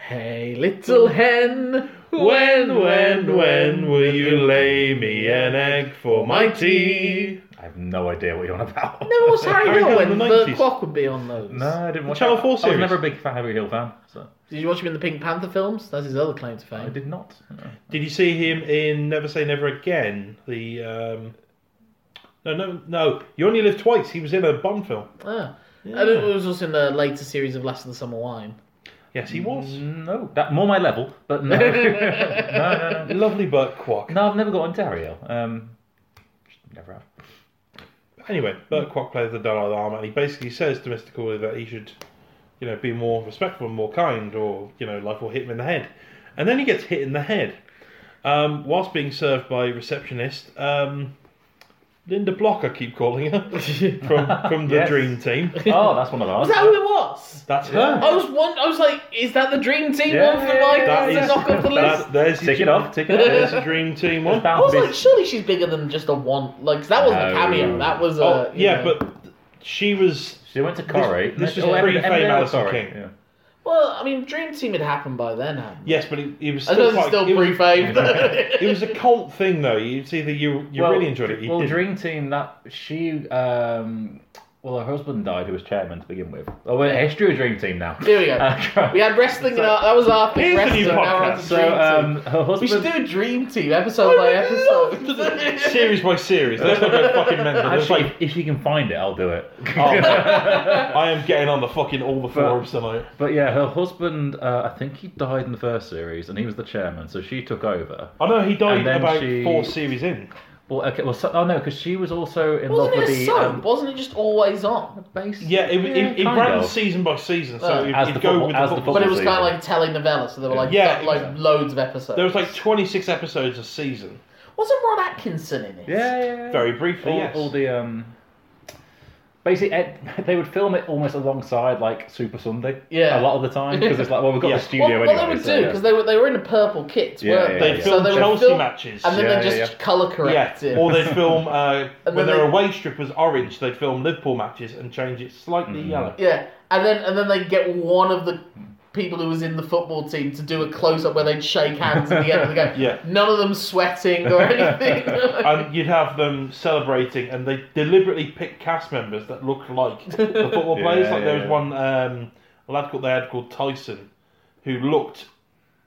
Speaker 3: Hey, little hen,
Speaker 1: when, when, when will you lay me an egg for my tea?
Speaker 2: I have no idea what you're on about.
Speaker 3: Never was Harry
Speaker 1: Harry
Speaker 3: Hill
Speaker 1: Hill in
Speaker 3: when
Speaker 1: the
Speaker 3: the
Speaker 1: 90s.
Speaker 3: clock would be on those.
Speaker 2: No, I didn't watch
Speaker 1: Channel
Speaker 2: that.
Speaker 1: four
Speaker 2: I
Speaker 1: series.
Speaker 2: was never a big Harry Hill fan, so
Speaker 3: Did you watch him in the Pink Panther films? That's his other claim to
Speaker 2: I
Speaker 3: fame.
Speaker 2: did not. No.
Speaker 1: Did you see him in Never Say Never Again? The um, no, no, no. You only live twice. He was in a Bond film.
Speaker 3: Ah. I don't, it was also in the later series of Last of the Summer Wine.
Speaker 1: Yes, he was.
Speaker 2: No, that more my level, but no, no, no, no.
Speaker 1: Lovely Burt Quack.
Speaker 2: No, I've never got into Harry Hill. Um, never have.
Speaker 1: Anyway, Burt Quack plays the Dalai Lama, and he basically says to Mister Cooley that he should, you know, be more respectful and more kind, or you know, life will hit him in the head. And then he gets hit in the head, um, whilst being served by receptionist um, Linda Block. I keep calling her from from the
Speaker 2: Yes.
Speaker 1: Dream Team.
Speaker 2: Oh, that's one of those.
Speaker 3: Was that who it was?
Speaker 1: That's her.
Speaker 3: I was one. I was like, is that the dream team
Speaker 2: Yeah,
Speaker 3: one for
Speaker 2: yeah,
Speaker 3: Michael
Speaker 1: That
Speaker 3: to
Speaker 1: is-
Speaker 3: knock off the
Speaker 1: that-
Speaker 3: list?
Speaker 1: there's your
Speaker 2: Tick it
Speaker 1: dream-
Speaker 2: off, tick it off.
Speaker 1: There's a dream team
Speaker 2: It's
Speaker 1: one.
Speaker 3: I
Speaker 2: bound
Speaker 3: was
Speaker 2: to be-
Speaker 3: like, surely she's bigger than just a one. Like 'cause that wasn't a
Speaker 2: No.
Speaker 3: cameo. That was a
Speaker 1: Oh,
Speaker 3: you
Speaker 1: yeah,
Speaker 3: know.
Speaker 1: but she was.
Speaker 2: She went to Corrie.
Speaker 1: this was
Speaker 2: Oh, Eminem-
Speaker 1: pre-fame
Speaker 2: Eminem,
Speaker 1: Alison
Speaker 2: sorry.
Speaker 1: King.
Speaker 2: Yeah.
Speaker 3: well, I mean, dream team had happened by then. Hadn't it?
Speaker 1: Yes, but it, it was
Speaker 3: I
Speaker 1: still,
Speaker 3: suppose
Speaker 1: quite,
Speaker 3: it's still
Speaker 1: it, was,
Speaker 3: pre-fame.
Speaker 1: it was a cult thing, though. It's either you you
Speaker 2: Well,
Speaker 1: really enjoyed it. You
Speaker 2: well,
Speaker 1: didn't.
Speaker 2: Dream Team. That she. Um, well, her husband died, who was chairman to begin with. Oh, we're history of Dream Team now.
Speaker 3: Here we go.
Speaker 2: Uh,
Speaker 3: we had wrestling. in our, that was our
Speaker 1: Here's
Speaker 3: big
Speaker 1: the new
Speaker 3: wrestling. Now we're on
Speaker 1: podcast.
Speaker 3: to dream
Speaker 2: so
Speaker 3: team.
Speaker 2: um, her
Speaker 3: We should
Speaker 2: husband.
Speaker 3: do a dream team episode by episode.
Speaker 1: series by series. Let's not go fucking mental. Let's
Speaker 2: Actually,
Speaker 1: like, oh,
Speaker 2: if you can find it, I'll do it. Oh,
Speaker 1: I am getting on the fucking all the forums tonight.
Speaker 2: But yeah, her husband, uh, I think he died in the first series, and he was the chairman, so she took over.
Speaker 1: I know he died
Speaker 2: And then
Speaker 1: about
Speaker 2: she-
Speaker 1: four series in.
Speaker 2: Well, okay, well, so, oh no, because she was also in love
Speaker 3: Wasn't
Speaker 2: with
Speaker 3: it a
Speaker 2: the
Speaker 3: soap?
Speaker 2: um,
Speaker 3: Wasn't it just always on?
Speaker 2: base.
Speaker 1: Yeah, it,
Speaker 2: Yeah,
Speaker 1: it, it
Speaker 2: kind
Speaker 1: ran
Speaker 2: of.
Speaker 1: season by season, so
Speaker 3: Uh,
Speaker 1: it,
Speaker 2: as
Speaker 1: would
Speaker 2: the
Speaker 1: go
Speaker 2: football-
Speaker 1: with the
Speaker 2: as the
Speaker 1: football.
Speaker 3: But it was kind
Speaker 2: season.
Speaker 3: of like a telenovela, so there were like
Speaker 1: Yeah,
Speaker 3: lo- like
Speaker 1: exactly.
Speaker 3: loads of episodes.
Speaker 1: There was like twenty six episodes a season,
Speaker 3: Wasn't Rod Atkinson in it?
Speaker 2: yeah, yeah, yeah.
Speaker 1: very briefly.
Speaker 2: all,
Speaker 1: yes.
Speaker 2: all the um. basically eh, they would film it almost alongside like Super Sunday.
Speaker 3: Yeah.
Speaker 2: a lot of the time because it's like well we've got
Speaker 1: Yeah.
Speaker 2: the studio
Speaker 3: well,
Speaker 2: anyway.
Speaker 3: well, they would
Speaker 2: so,
Speaker 3: do
Speaker 2: yeah.
Speaker 3: because they were they were in the purple kits,
Speaker 2: Yeah,
Speaker 3: weren't
Speaker 2: yeah,
Speaker 3: they?
Speaker 1: They'd
Speaker 2: yeah.
Speaker 1: film
Speaker 3: they would
Speaker 1: Chelsea
Speaker 3: film-
Speaker 1: matches.
Speaker 3: and then
Speaker 2: Yeah,
Speaker 3: they just
Speaker 2: yeah,
Speaker 3: color
Speaker 1: Yeah,
Speaker 3: correct it.
Speaker 1: or they'd film uh,
Speaker 3: And
Speaker 1: when
Speaker 3: then
Speaker 1: their
Speaker 3: they-
Speaker 1: away strip was orange. They'd film Liverpool matches and change it slightly
Speaker 2: Mm-hmm.
Speaker 1: yellow.
Speaker 3: Yeah, and then and then they get one of the people who was in the football team to do a close up where they'd shake hands at the end of the game.
Speaker 1: Yeah.
Speaker 3: None of them sweating or anything.
Speaker 1: And you'd have them celebrating, and they deliberately pick cast members that looked like the football
Speaker 2: Yeah,
Speaker 1: players. Like there was
Speaker 2: yeah, yeah.
Speaker 1: one um, a lad called they had called Tyson, who looked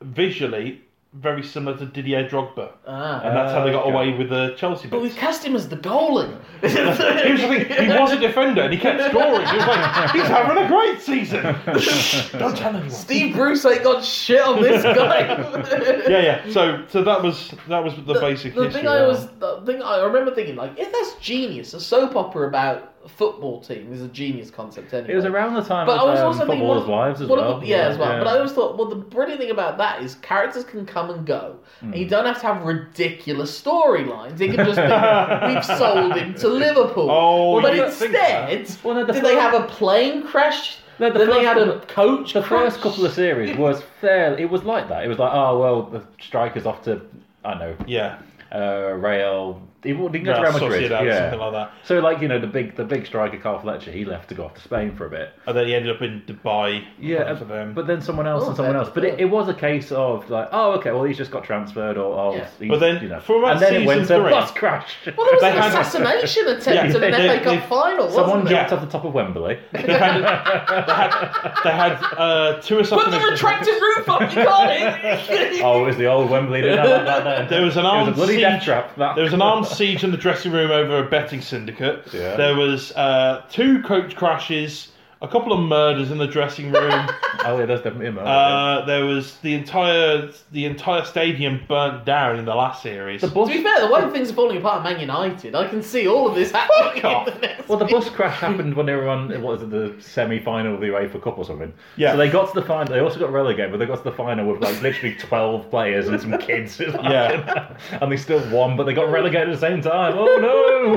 Speaker 1: visually very similar to Didier Drogba,
Speaker 3: ah.
Speaker 1: and that's how they got
Speaker 2: Okay.
Speaker 1: away with the Chelsea.
Speaker 3: But we
Speaker 1: Bits.
Speaker 3: cast him as the goalie.
Speaker 1: Here's the thing: he was a defender, and he kept scoring. He was like, he's having a great season. Shh, Don't tell anyone.
Speaker 3: Steve Bruce ain't got shit on this guy.
Speaker 1: yeah, yeah. So, so that was that was the, basic
Speaker 3: the
Speaker 1: history.
Speaker 3: thing I
Speaker 1: of
Speaker 3: was
Speaker 1: that.
Speaker 3: the thing I remember thinking like if that's genius a soap opera about a football team is a genius concept anyway
Speaker 2: It was around the time.
Speaker 3: But
Speaker 2: of,
Speaker 3: I was
Speaker 2: um,
Speaker 3: also thinking,
Speaker 2: Footballers'
Speaker 3: what-
Speaker 2: Wives as
Speaker 3: Well,
Speaker 2: well.
Speaker 3: yeah, as well. But I always thought, well, the brilliant thing about that is characters can come and go, and
Speaker 2: Hmm.
Speaker 3: you don't have to have ridiculous storylines. It can just be, we've sold him to Liverpool.
Speaker 1: Oh,
Speaker 3: but
Speaker 1: you didn't think
Speaker 3: instead,
Speaker 2: Well, no, the
Speaker 3: did they
Speaker 2: first-
Speaker 3: have a plane crash?
Speaker 2: No, the
Speaker 3: then they
Speaker 2: first
Speaker 3: had a
Speaker 2: couple-
Speaker 3: coach.
Speaker 2: the
Speaker 3: crash?
Speaker 2: first couple of series was fair. It was like that. It was like, oh well, the strikers off to I don't know
Speaker 1: yeah,
Speaker 2: uh, Real. He didn't go
Speaker 1: yeah,
Speaker 2: to Real Madrid.
Speaker 1: Sociedad,
Speaker 2: yeah.
Speaker 1: something like that.
Speaker 2: So like you know the big the big striker Carl Fletcher he left to go off to Spain for a bit.
Speaker 1: And then he ended up in Dubai.
Speaker 2: Yeah, uh,
Speaker 1: playing for them.
Speaker 2: but then someone else
Speaker 3: Oh,
Speaker 2: and someone
Speaker 3: fair,
Speaker 2: else. But it,
Speaker 3: fair.
Speaker 2: it was a case of like, oh okay, well he's just got transferred or oh,
Speaker 3: Yeah.
Speaker 2: he's,
Speaker 1: But then
Speaker 2: you know,
Speaker 1: for about
Speaker 2: and then it went
Speaker 1: season
Speaker 2: to
Speaker 1: three-
Speaker 2: bus crash.
Speaker 3: Well, there was
Speaker 1: They
Speaker 3: an
Speaker 1: had-
Speaker 3: assassination
Speaker 1: Yeah,
Speaker 3: attempt in
Speaker 1: they-
Speaker 3: an FA
Speaker 1: they-
Speaker 3: Cup final.
Speaker 2: someone
Speaker 3: wasn't
Speaker 2: jumped
Speaker 1: Yeah.
Speaker 2: off the top of Wembley.
Speaker 1: they had, they had, they had uh, two
Speaker 3: Put the
Speaker 1: assassinations.
Speaker 3: retracted roof up, you can't hit.
Speaker 2: oh, it was the old Wembley. Didn't have that then.
Speaker 1: There was an
Speaker 2: it was a
Speaker 1: armed
Speaker 2: bloody
Speaker 1: siege.
Speaker 2: death trap. That.
Speaker 1: There was an armed siege in the dressing room over a betting syndicate.
Speaker 2: Yeah.
Speaker 1: There was uh, two coach crashes, a couple of murders in the dressing room.
Speaker 2: Oh yeah, that's definitely a murder.
Speaker 1: uh, there was the entire the entire stadium burnt down in the last series.
Speaker 2: the bus.
Speaker 3: To be fair, the way things are falling apart at Man United, I can see all of this happening
Speaker 1: off.
Speaker 3: in the next
Speaker 2: Well, the bus crash happened when they were on what was it, the semi-final of the UEFA Cup or something.
Speaker 1: Yeah.
Speaker 2: So they got to the final. They also got relegated, but they got to the final with like literally twelve players and some kids.
Speaker 1: Yeah.
Speaker 2: and they still won, but they got relegated at the same time. Oh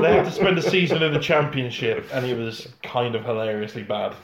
Speaker 1: they had
Speaker 2: no!
Speaker 1: to spend a season in the championship, and it was kind of hilariously bad.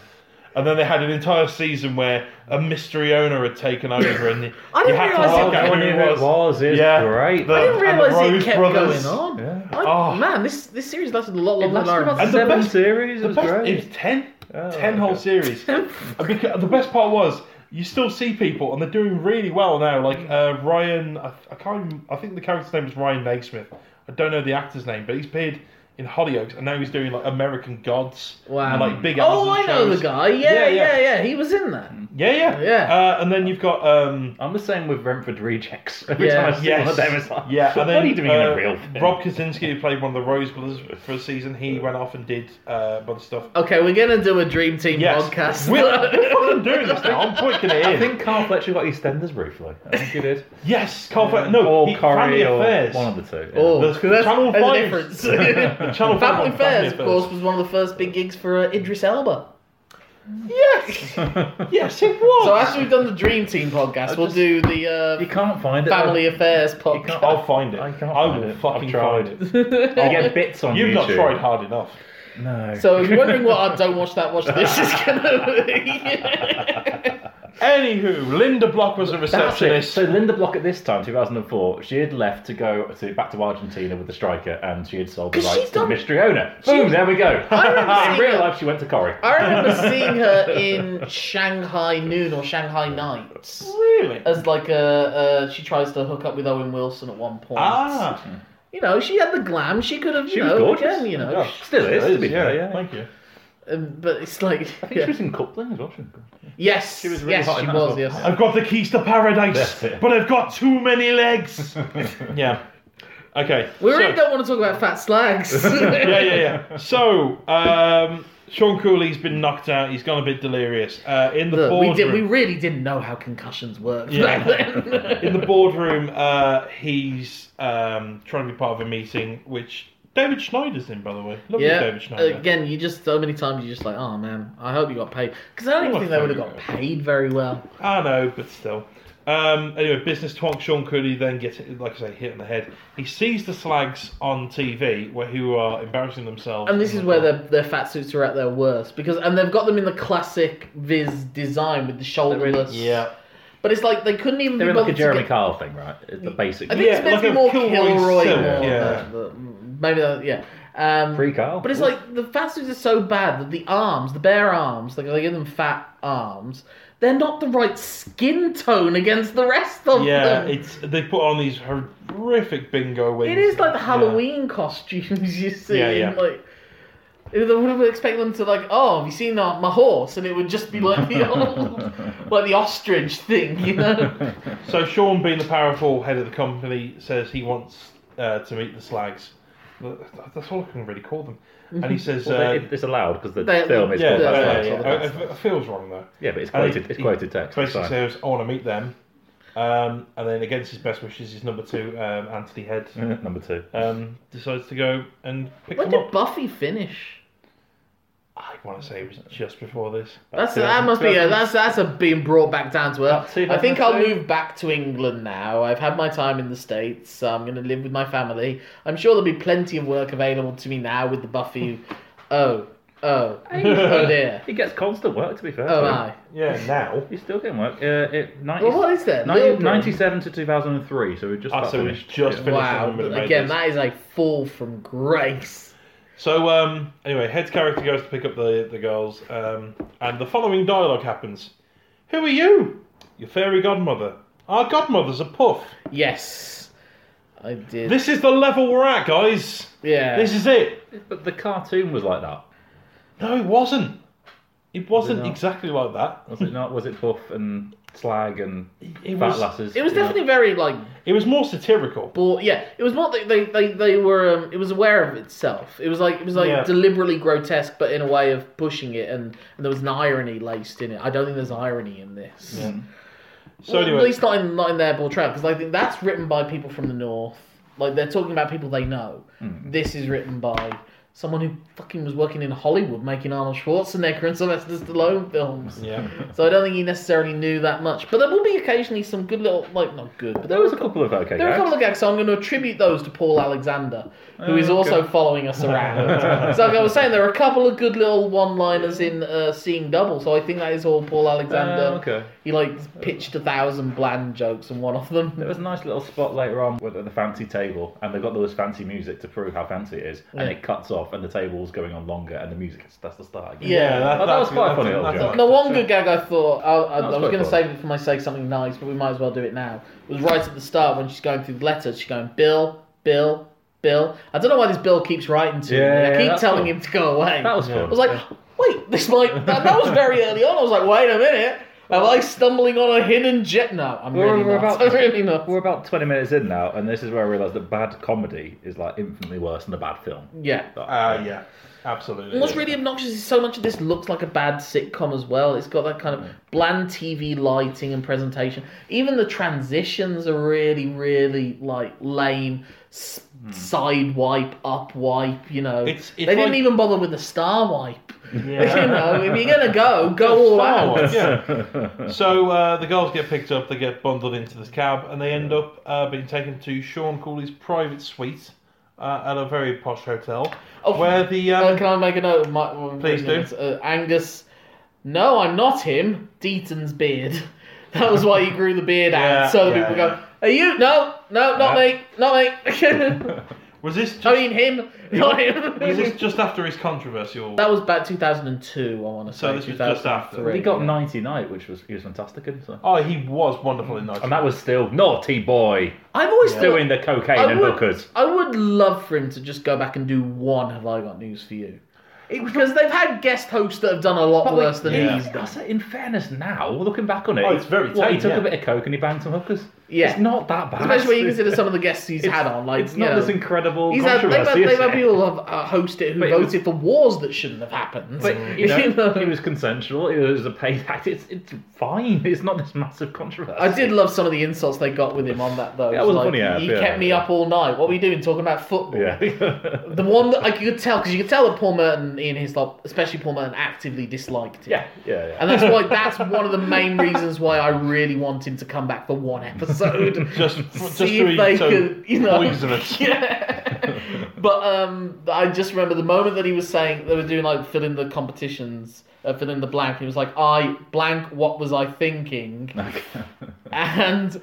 Speaker 1: And then they had an entire season where a mystery owner had taken over, and you
Speaker 3: I didn't
Speaker 1: had to
Speaker 3: realise it-
Speaker 2: Oh,
Speaker 1: work
Speaker 2: no
Speaker 1: out
Speaker 2: one
Speaker 1: who
Speaker 2: knew
Speaker 1: it
Speaker 2: who it
Speaker 1: was.
Speaker 2: was. It's
Speaker 1: Yeah.
Speaker 2: great.
Speaker 1: The-
Speaker 3: I didn't
Speaker 1: and the
Speaker 3: realise it
Speaker 1: Rhodes
Speaker 3: kept
Speaker 1: brothers.
Speaker 3: going on.
Speaker 2: Yeah.
Speaker 3: I,
Speaker 1: Oh.
Speaker 3: Man, this this series lasted a lot
Speaker 2: It
Speaker 3: longer than I
Speaker 2: lasted about
Speaker 1: And
Speaker 3: remember.
Speaker 1: the
Speaker 2: seven
Speaker 1: best-
Speaker 2: series. It
Speaker 1: The
Speaker 2: was
Speaker 1: best-
Speaker 2: great.
Speaker 1: It was ten.
Speaker 2: Oh,
Speaker 1: ten whole
Speaker 2: okay.
Speaker 1: series. and beca- the best part was you still see people, and they're doing really well now. Like uh, Ryan, I, I can't. Even, I think the character's name is Ryan Naismith. I don't know the actor's name, but he's appeared in Hollyoaks, and now he's doing like American Gods.
Speaker 3: Wow.
Speaker 1: And, like big.
Speaker 3: Oh,
Speaker 1: Amazon
Speaker 3: I know
Speaker 1: shows.
Speaker 3: the guy. Yeah,
Speaker 1: Yeah,
Speaker 3: yeah,
Speaker 1: yeah. Mm.
Speaker 3: yeah. He was in that.
Speaker 1: Yeah, yeah,
Speaker 3: Yeah.
Speaker 1: Uh, and then you've got um,
Speaker 2: I'm the same with Brentford rejects. Every
Speaker 3: Yeah.
Speaker 2: time I see
Speaker 1: Yes.
Speaker 2: one of them, it's like,
Speaker 1: yeah. And then,
Speaker 2: what are you doing in
Speaker 1: uh,
Speaker 2: a real thing?
Speaker 1: Rob Kaczynski, who played one of the Rose Brothers for a season, he went off and did uh, a bunch of stuff.
Speaker 3: Okay, we're gonna do a Dream Team
Speaker 1: Yes.
Speaker 3: podcast.
Speaker 1: We're, we're fucking doing this now. I'm pointing it in.
Speaker 2: I think Carl Fletcher got EastEnders briefly. I think he did.
Speaker 1: yes, Carl. Fe- no,
Speaker 2: or
Speaker 1: he-
Speaker 2: Corrie
Speaker 1: Family
Speaker 2: or
Speaker 1: Affairs.
Speaker 2: one of the two. yeah.
Speaker 3: Oh,
Speaker 1: The
Speaker 3: 'cause that's,
Speaker 1: Channel
Speaker 3: that's
Speaker 1: five.
Speaker 3: the difference.
Speaker 1: Channel Five
Speaker 3: Family
Speaker 1: one,
Speaker 3: Affairs, of
Speaker 1: Family
Speaker 3: course, was one of the first big gigs for uh, Idris Elba.
Speaker 1: Yes, yes, it was.
Speaker 3: So after we've done the Dream Team podcast, we'll do the
Speaker 2: you
Speaker 3: uh,
Speaker 2: can't find it.
Speaker 3: Family Affairs
Speaker 2: You can't-
Speaker 3: podcast.
Speaker 1: I'll find it.
Speaker 2: I can't
Speaker 1: I
Speaker 2: find
Speaker 1: will
Speaker 2: it.
Speaker 1: fucking
Speaker 2: I've tried.
Speaker 1: find it.
Speaker 2: You get bits on
Speaker 1: You've
Speaker 2: YouTube.
Speaker 1: not tried hard enough.
Speaker 2: No.
Speaker 3: So if you're wondering what I don't watch that, watch this is gonna be.
Speaker 1: Anywho, Linda Block was a
Speaker 2: That's it.
Speaker 1: receptionist.
Speaker 2: So Linda Block at this time, 2004, she had left to go to, back to Argentina with the striker, and she had sold the
Speaker 3: 'Cause she's
Speaker 2: rights to the
Speaker 3: done-
Speaker 2: mystery owner. Boom! There we go.
Speaker 3: I remember
Speaker 2: in
Speaker 3: seeing
Speaker 2: real
Speaker 3: her-
Speaker 2: life, she went to Corrie.
Speaker 3: I remember seeing her in Shanghai Noon or Shanghai Nights
Speaker 1: Really?
Speaker 3: as like a, a she tries to hook up with Owen Wilson at one point.
Speaker 1: Ah,
Speaker 3: You know, she had the glam. She could have, you
Speaker 2: She was
Speaker 3: know,
Speaker 2: gorgeous. Oh,
Speaker 3: again, you know.
Speaker 1: Yeah.
Speaker 2: Still is. to be
Speaker 1: yeah,
Speaker 2: fair, yeah.
Speaker 1: Thank you.
Speaker 3: Um, but it's like,
Speaker 2: I think
Speaker 3: yeah.
Speaker 2: she was in Coupling as well. wasn't she?
Speaker 3: yes,
Speaker 2: she was really
Speaker 3: yes,
Speaker 2: hot
Speaker 3: she
Speaker 2: in that as
Speaker 3: was,
Speaker 2: well.
Speaker 3: yes.
Speaker 1: I've got the keys to paradise,
Speaker 2: That's it.
Speaker 1: but I've got too many legs. yeah. Okay.
Speaker 3: We
Speaker 1: so-
Speaker 3: really don't want to talk about fat slags.
Speaker 1: yeah, yeah, yeah. So, um, Sean Cooley's been knocked out. He's gone a bit delirious. Uh, in the
Speaker 3: Look, we
Speaker 1: boardroom,
Speaker 3: did. We really didn't know how concussions worked back
Speaker 1: Yeah.
Speaker 3: then.
Speaker 1: in the boardroom, uh, he's um, trying to be part of a meeting, which David Schneider's in, by the way. Lovely
Speaker 3: Yeah.
Speaker 1: David Schneider.
Speaker 3: Again, you just so many times you're just like, oh man, I hope you got paid because I don't even
Speaker 1: Oh,
Speaker 3: think they
Speaker 1: I
Speaker 3: would have
Speaker 1: hope
Speaker 3: got
Speaker 1: you
Speaker 3: paid very well.
Speaker 1: I know, but still. Um, anyway, business twonk Sean Cooley then gets, like I say, hit on the head. He sees the slags on TV where who are embarrassing themselves.
Speaker 3: And this
Speaker 1: in
Speaker 3: is
Speaker 1: the
Speaker 3: where
Speaker 1: club.
Speaker 3: their their fat suits are at their worst because and they've got them in the classic Viz design with the shoulderless.
Speaker 2: Yeah.
Speaker 3: But it's like they couldn't even.
Speaker 2: They're
Speaker 3: be
Speaker 2: in like a
Speaker 3: bothered to
Speaker 2: Jeremy
Speaker 3: get-
Speaker 2: Kyle thing, right? It's the basic.
Speaker 3: I think
Speaker 1: Yeah,
Speaker 3: it's meant
Speaker 1: like
Speaker 3: to
Speaker 1: a
Speaker 3: be more
Speaker 1: Kilroy
Speaker 3: Kilroy.
Speaker 1: silk,
Speaker 3: more
Speaker 1: yeah.
Speaker 3: than- than- maybe that. Yeah. Um,
Speaker 2: Free Kyle.
Speaker 3: But it's like the fat suits are so bad that the arms, the bare arms, like they give them fat arms. They're not the right skin tone against the rest of
Speaker 1: Yeah,
Speaker 3: them.
Speaker 1: it's they put on these horrific bingo wings.
Speaker 3: It is like the
Speaker 1: Yeah.
Speaker 3: Halloween costumes you see.
Speaker 1: Yeah, yeah.
Speaker 3: Like they would have expected them to like, oh, have you seen uh, my horse? And it would just be like the old, like the ostrich thing, you know?
Speaker 1: So Sean, being the powerful head of the company, says he wants uh, to meet the slags. That's all I can really call them. And he says,
Speaker 2: Well,
Speaker 1: uh,
Speaker 2: it- it's allowed because the
Speaker 3: They-
Speaker 2: film is
Speaker 1: yeah,
Speaker 2: called
Speaker 1: yeah,
Speaker 2: that.
Speaker 1: yeah,
Speaker 2: so it's
Speaker 1: yeah.
Speaker 2: all-
Speaker 1: It- It feels wrong though.
Speaker 2: yeah, but it's
Speaker 1: And
Speaker 2: quoted.
Speaker 1: he-
Speaker 2: It's
Speaker 1: he
Speaker 2: quoted text. it's
Speaker 1: Basically
Speaker 2: fine.
Speaker 1: says, I want to meet them. Um, and then against his best wishes, his number two, um, Anthony Head,
Speaker 2: Number two.
Speaker 1: um, decides to go and pick
Speaker 3: when
Speaker 1: them
Speaker 3: did
Speaker 1: up.
Speaker 3: Buffy finish?
Speaker 1: I want to say it was just before this.
Speaker 2: Uh,
Speaker 3: That's that must be a, that's that's a being brought back down to
Speaker 2: Up
Speaker 3: earth.
Speaker 2: to
Speaker 3: I think I'll
Speaker 2: 2002.
Speaker 3: move back to England now. I've had my time in the states. So I'm going to live with my family. I'm sure there'll be plenty of work available to me now with the Buffy. oh, oh, oh dear.
Speaker 2: He gets constant work. To be fair,
Speaker 3: Oh
Speaker 2: to him.
Speaker 3: my.
Speaker 1: Yeah, now.
Speaker 2: he's still getting work. Uh, it, 90,
Speaker 3: Well, what is that?
Speaker 2: 90
Speaker 3: Little Britain?
Speaker 2: 97 to two thousand and three. So we just
Speaker 1: Ah,
Speaker 2: about
Speaker 1: so we
Speaker 2: finished.
Speaker 1: just
Speaker 2: Yeah.
Speaker 1: finished.
Speaker 3: Wow,
Speaker 1: Finish the number
Speaker 3: again,
Speaker 1: of
Speaker 3: that is a fall from grace.
Speaker 1: So, um, anyway, Head's character goes to pick up the, the girls, um, and the following dialogue happens Who are you? Your fairy godmother. Our godmother's a puff.
Speaker 3: Yes, I did.
Speaker 1: This is the level we're at, guys.
Speaker 3: yeah,
Speaker 1: This is it.
Speaker 2: But the cartoon was like that.
Speaker 1: No, it wasn't. It wasn't
Speaker 2: not?
Speaker 1: exactly like that.
Speaker 2: Was it not? Was it Puff and Slag and
Speaker 1: It
Speaker 2: Fat
Speaker 1: was,
Speaker 2: Lasses?
Speaker 3: it was
Speaker 2: You know?
Speaker 3: definitely very like.
Speaker 1: it was more satirical.
Speaker 3: Bought, yeah, it was not that they, they they were. Um, it was aware of itself. It was like it was like
Speaker 1: Yeah.
Speaker 3: deliberately grotesque, but in a way of pushing it, and, and there was an irony laced in it. I don't think there's irony in this.
Speaker 1: So,
Speaker 3: Well, at
Speaker 1: anyway,
Speaker 3: least not in not in their portrayal, because I think that's written by people from the north. Like they're talking about people they know.
Speaker 1: Hmm.
Speaker 3: This is written by someone who fucking was working in Hollywood, making Arnold Schwarzenegger and Sylvester Stallone films.
Speaker 1: yeah.
Speaker 3: So I don't think he necessarily knew that much. But there will be occasionally some good little, like not good, but
Speaker 2: There was a couple of okay.
Speaker 3: there are a
Speaker 2: gags.
Speaker 3: couple of gags, so I'm going to attribute those to Paul Alexander, who is
Speaker 2: Oh,
Speaker 3: also
Speaker 2: good.
Speaker 3: following us around. so like I was saying, there are a couple of good little one-liners in uh, Seeing Double, so I think that is all Paul Alexander.
Speaker 2: Uh, okay.
Speaker 3: He like pitched a thousand bland jokes, and one of them.
Speaker 2: There was a nice little spot later on with the fancy table, and they've got all this fancy music to prove how fancy it is, and
Speaker 3: Yeah.
Speaker 2: it cuts off, and the table's going on longer, and the music that's the start again.
Speaker 3: Yeah,
Speaker 1: that,
Speaker 2: Oh, that
Speaker 1: that's-
Speaker 2: was quite
Speaker 1: that's-
Speaker 2: funny,
Speaker 1: that's-
Speaker 2: Elgin.
Speaker 3: The one good gag I thought I, I,
Speaker 2: That
Speaker 3: I
Speaker 2: was
Speaker 3: was,
Speaker 2: quite
Speaker 3: going
Speaker 2: fun.
Speaker 3: to save it for my sake something nice, but we might as well do it now. It was right at the start when she's going through the letters. She's going Bill, Bill, Bill. I don't know why this Bill keeps writing to
Speaker 2: Yeah,
Speaker 3: me.
Speaker 2: yeah,
Speaker 3: I keep
Speaker 2: that's
Speaker 3: telling
Speaker 2: cool.
Speaker 3: him to go away.
Speaker 2: That was
Speaker 1: Yeah.
Speaker 2: fun.
Speaker 3: I was like, wait, this might that, that was very early on. I was like, wait a minute, am I stumbling on a hidden jet? No, I'm
Speaker 2: We're-
Speaker 3: really
Speaker 2: we're
Speaker 3: not.
Speaker 2: about-
Speaker 3: I'm really not.
Speaker 2: we're about 20 minutes in now, and this is where I realised that bad comedy is like infinitely worse than a bad film.
Speaker 3: Yeah.
Speaker 1: Ah, yeah, absolutely.
Speaker 3: And What's really obnoxious is so much of this looks like a bad sitcom as well. It's got that kind of bland TV lighting and presentation. Even the transitions are really, really like lame. S- Side wipe, up wipe. You know,
Speaker 1: Hmm. It's- it's
Speaker 3: they didn't
Speaker 1: like-
Speaker 3: even bother with the star wipe.
Speaker 1: Yeah.
Speaker 3: you know, if you're gonna go, go all
Speaker 1: Star
Speaker 3: out.
Speaker 1: Wars, yeah. so uh, the girls get picked up, they get bundled into this cab, and they end up uh, being taken to Sean Cooley's private suite uh, at a very posh hotel,
Speaker 3: Oh,
Speaker 1: where the
Speaker 3: Uh,
Speaker 1: um,
Speaker 3: can I make a note of my? well,
Speaker 1: Please do.
Speaker 3: Uh, Angus, no, I'm not him. Deaton's beard. That was why he grew the beard
Speaker 1: Yeah,
Speaker 3: out. So
Speaker 1: yeah,
Speaker 3: people
Speaker 1: yeah.
Speaker 3: go, "Are you? No, no, not
Speaker 2: Yeah.
Speaker 3: me, not me."
Speaker 1: was this just,
Speaker 3: I mean him, not him.
Speaker 1: was this just after his controversial?
Speaker 3: that was back 2002. I want to say.
Speaker 1: So this was just after.
Speaker 3: 2003.
Speaker 2: He got 90 night, which was he was fantastic in. So.
Speaker 1: Oh, he was wonderful in
Speaker 2: And
Speaker 1: that.
Speaker 2: that was still naughty boy
Speaker 3: I've always thought-
Speaker 2: doing the cocaine
Speaker 3: I
Speaker 2: and
Speaker 3: would-
Speaker 2: hookers.
Speaker 3: I would love for him to just go back and do one. Have I got news for you?
Speaker 2: It was
Speaker 3: Because they've had guest hosts that have done a lot
Speaker 2: but
Speaker 3: worse
Speaker 2: we-
Speaker 3: than
Speaker 2: yeah.
Speaker 3: he's done.
Speaker 2: I say, in fairness, now looking back on it,
Speaker 1: Oh, it's very
Speaker 2: what, he
Speaker 1: tame,
Speaker 2: took
Speaker 1: yeah.
Speaker 2: a bit of coke and he banged some hookers.
Speaker 3: Yeah.
Speaker 2: it's not that bad.
Speaker 3: Especially when you consider some of the guests he's
Speaker 2: It's-
Speaker 3: had on. Like,
Speaker 2: it's
Speaker 3: you
Speaker 2: not
Speaker 3: know,
Speaker 2: this incredible
Speaker 3: He's had,
Speaker 2: controversy.
Speaker 3: they've had, they've
Speaker 2: is
Speaker 3: had
Speaker 2: it?
Speaker 3: people have uh, hosted who
Speaker 2: But it was-
Speaker 3: voted for wars that shouldn't have happened.
Speaker 2: But you know, it was consensual. It was a paid act. It's it's fine. It's not this massive controversy.
Speaker 3: I did love some of the insults they got with him on that though.
Speaker 2: That was a
Speaker 3: like,
Speaker 2: funny ad,
Speaker 3: He
Speaker 2: yeah,
Speaker 3: kept me
Speaker 2: yeah.
Speaker 3: up all night. What were you doing talking about football?
Speaker 2: Yeah.
Speaker 3: The one that like, you could tell because you could tell that Paul Merton, Ian Hislop, especially Paul Merton, actively disliked him.
Speaker 2: yeah. Yeah. Yeah.
Speaker 3: And that's why that's one of the main reasons why I really want him to come back for one episode.
Speaker 1: Just, just
Speaker 3: See
Speaker 1: to
Speaker 3: if they
Speaker 1: eat so
Speaker 3: could, you know.
Speaker 1: poisonous.
Speaker 3: yeah. but um, I just remember the moment that he was saying they were doing like fill in the competitions, uh, fill in the blank. He was like, "I blank, what was I thinking?" and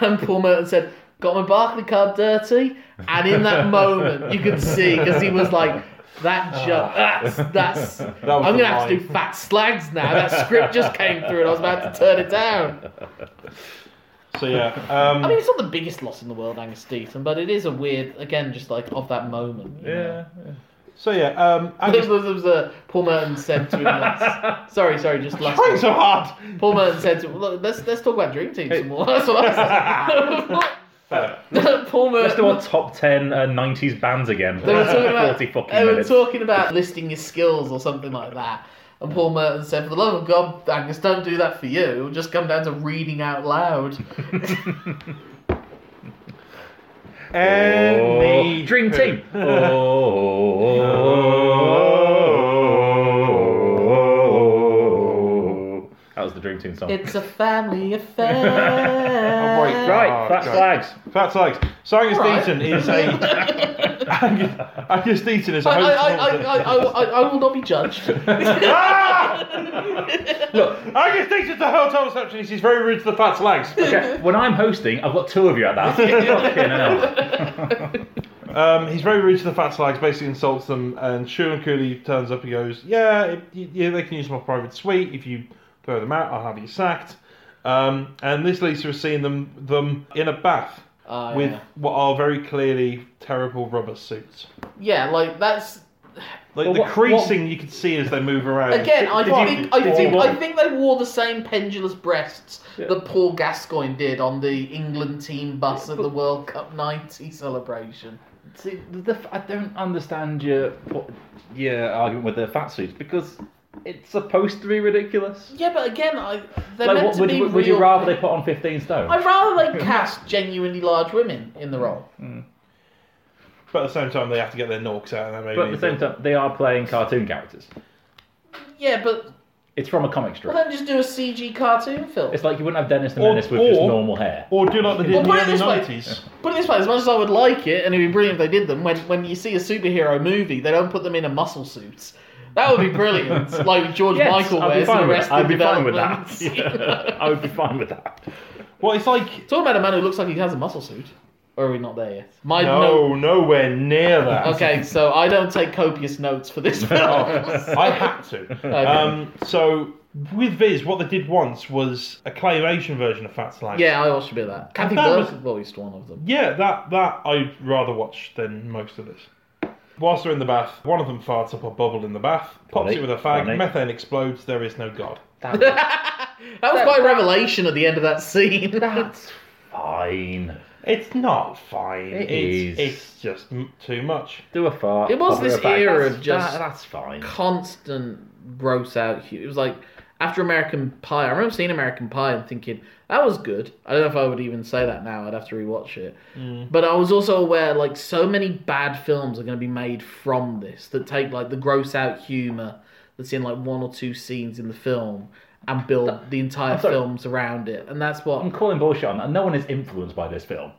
Speaker 3: and Paul Merton said, "Got my Barclay card dirty," and in that moment you could see because he was like. That joke. That's that's.
Speaker 1: Ah. was
Speaker 3: I'm
Speaker 1: the
Speaker 3: gonna have to do
Speaker 1: line.
Speaker 3: fat slags now. That script just came through, and I was about to turn it down.
Speaker 1: So yeah, um,
Speaker 3: I mean, it's not the biggest loss in the world, Angus Deaton, but it is a weird, again, just like of that moment. you know?
Speaker 2: yeah.
Speaker 1: so yeah, um,
Speaker 3: I think
Speaker 1: Angus,
Speaker 3: there was a Paul Merton said to him. Last, sorry, sorry, just last.
Speaker 1: trying so
Speaker 3: week.
Speaker 1: hard.
Speaker 3: Paul Merton said to him, "Look, let's let's talk about Dream Team some more." That's what I said. Paul
Speaker 2: Let's do our
Speaker 3: Merton.
Speaker 2: top ten uh, '90s bands again.
Speaker 3: They were talking about
Speaker 2: forty fucking
Speaker 3: they were
Speaker 2: minutes.
Speaker 3: talking about listing your skills or something like that. And Paul Merton said, "For the love of God, Angus, don't do that for you. It'll just come down to reading out loud."
Speaker 1: Any
Speaker 2: Oh. Dream Team. oh, That was the Dream Team song.
Speaker 3: It's a family affair.
Speaker 1: Oh, boy.
Speaker 2: right, that's
Speaker 1: Oh,
Speaker 2: flags.
Speaker 1: Fat slags. So Angus
Speaker 3: Alright.
Speaker 1: Deaton is a Angus, Angus Deaton is a
Speaker 3: I,
Speaker 1: host.
Speaker 3: I, I, I, I, I, I will not be judged.
Speaker 1: Ah!
Speaker 2: Look,
Speaker 1: Angus Deaton's a hotel receptionist. He's very rude to the fat slags.
Speaker 2: okay, when I'm hosting, I've got two of you at that. Fucking hell.
Speaker 1: Um, he's very rude to the fat slags, basically insults them, and Shu and Cooley turns up and goes, yeah, if you- yeah, they can use my private suite. If you throw them out, I'll have you sacked. Um, and this leads to us seeing them, them in a bath
Speaker 3: Ah,
Speaker 1: with
Speaker 3: yeah.
Speaker 1: what are very clearly terrible rubber suits.
Speaker 3: yeah, like that's
Speaker 1: Like
Speaker 2: Well,
Speaker 1: the
Speaker 2: what-
Speaker 1: creasing you can see as they move around.
Speaker 3: again. I
Speaker 1: Did you-
Speaker 3: think I
Speaker 1: did you
Speaker 3: think
Speaker 1: want-
Speaker 3: I think they wore the same pendulous breasts that Paul Gascoigne did on the England team bus at the World Cup '90 celebration.
Speaker 2: See, the, the, I don't understand your po- your argument with the fat suits because it's supposed to be ridiculous.
Speaker 3: Yeah, but again, I they're
Speaker 2: Like,
Speaker 3: meant
Speaker 2: what,
Speaker 3: to
Speaker 2: would,
Speaker 3: be
Speaker 2: you- would you
Speaker 3: real-
Speaker 2: rather they put on 15 stone?
Speaker 3: I'd rather they cast genuinely large women in the role.
Speaker 1: But at the same time, they have to get their norks out, and that maybe.
Speaker 2: But at the same time, they are playing cartoon characters.
Speaker 3: Yeah, but
Speaker 2: It's from a comic strip.
Speaker 3: well, then just do a CG cartoon film.
Speaker 2: It's like you wouldn't have Dennis the
Speaker 1: Or-
Speaker 2: Menace with just
Speaker 1: or-
Speaker 2: normal hair.
Speaker 1: Or do like they did
Speaker 3: Well,
Speaker 1: in the
Speaker 3: put it
Speaker 1: early
Speaker 3: this way.
Speaker 1: nineties.
Speaker 3: Put it this way: as much as I would like it, and it'd be brilliant if they did them, when when you see a superhero movie, they don't put them in a muscle suit. That would be brilliant, like George
Speaker 2: Yes,
Speaker 3: Michael
Speaker 2: I'd be
Speaker 3: wears in
Speaker 2: fine with
Speaker 3: Arrested
Speaker 2: that. I'd be fine with
Speaker 3: Development.
Speaker 2: that. Yeah, I would be fine with that.
Speaker 1: Well, it's like
Speaker 3: Talking about a man who looks like he has a muscle suit, or are we not there yet? My
Speaker 1: no, nowhere near that.
Speaker 3: Okay, so I don't take copious notes for this film.
Speaker 1: I had to. Um, so with Viz, what they did once was a claymation version of Fat Slap.
Speaker 3: yeah, I watched a bit of that. Kathy
Speaker 1: That
Speaker 3: Burke
Speaker 1: was-
Speaker 3: voiced one of them.
Speaker 1: Yeah, that that I'd rather watch than most of this. Whilst they're in the bath, one of them farts up a bubble in the bath, pops
Speaker 2: Funny,
Speaker 1: it with a fag,
Speaker 2: funny.
Speaker 1: methane explodes. There is no god.
Speaker 3: That was quite a revelation at the end of that scene.
Speaker 2: That's fine.
Speaker 1: It's not fine.
Speaker 2: It
Speaker 1: it's,
Speaker 2: is.
Speaker 1: It's just m- too much.
Speaker 2: Do a fart.
Speaker 3: It was
Speaker 2: pop in
Speaker 3: this
Speaker 2: a bag.
Speaker 3: era
Speaker 2: That's-
Speaker 3: of just-
Speaker 2: that- that's fine.
Speaker 3: constant gross out hu It was like after American Pie. I remember seeing American Pie and thinking that was good. I don't know if I would even say that now. I'd have to rewatch it.
Speaker 1: Mm.
Speaker 3: But I was also aware like so many bad films are going to be made from this that take like the gross out humor that's in like one or two scenes in the film and build the entire
Speaker 2: sorry.
Speaker 3: films around it. And that's what
Speaker 2: I'm calling bullshit on that. No one is influenced by this film.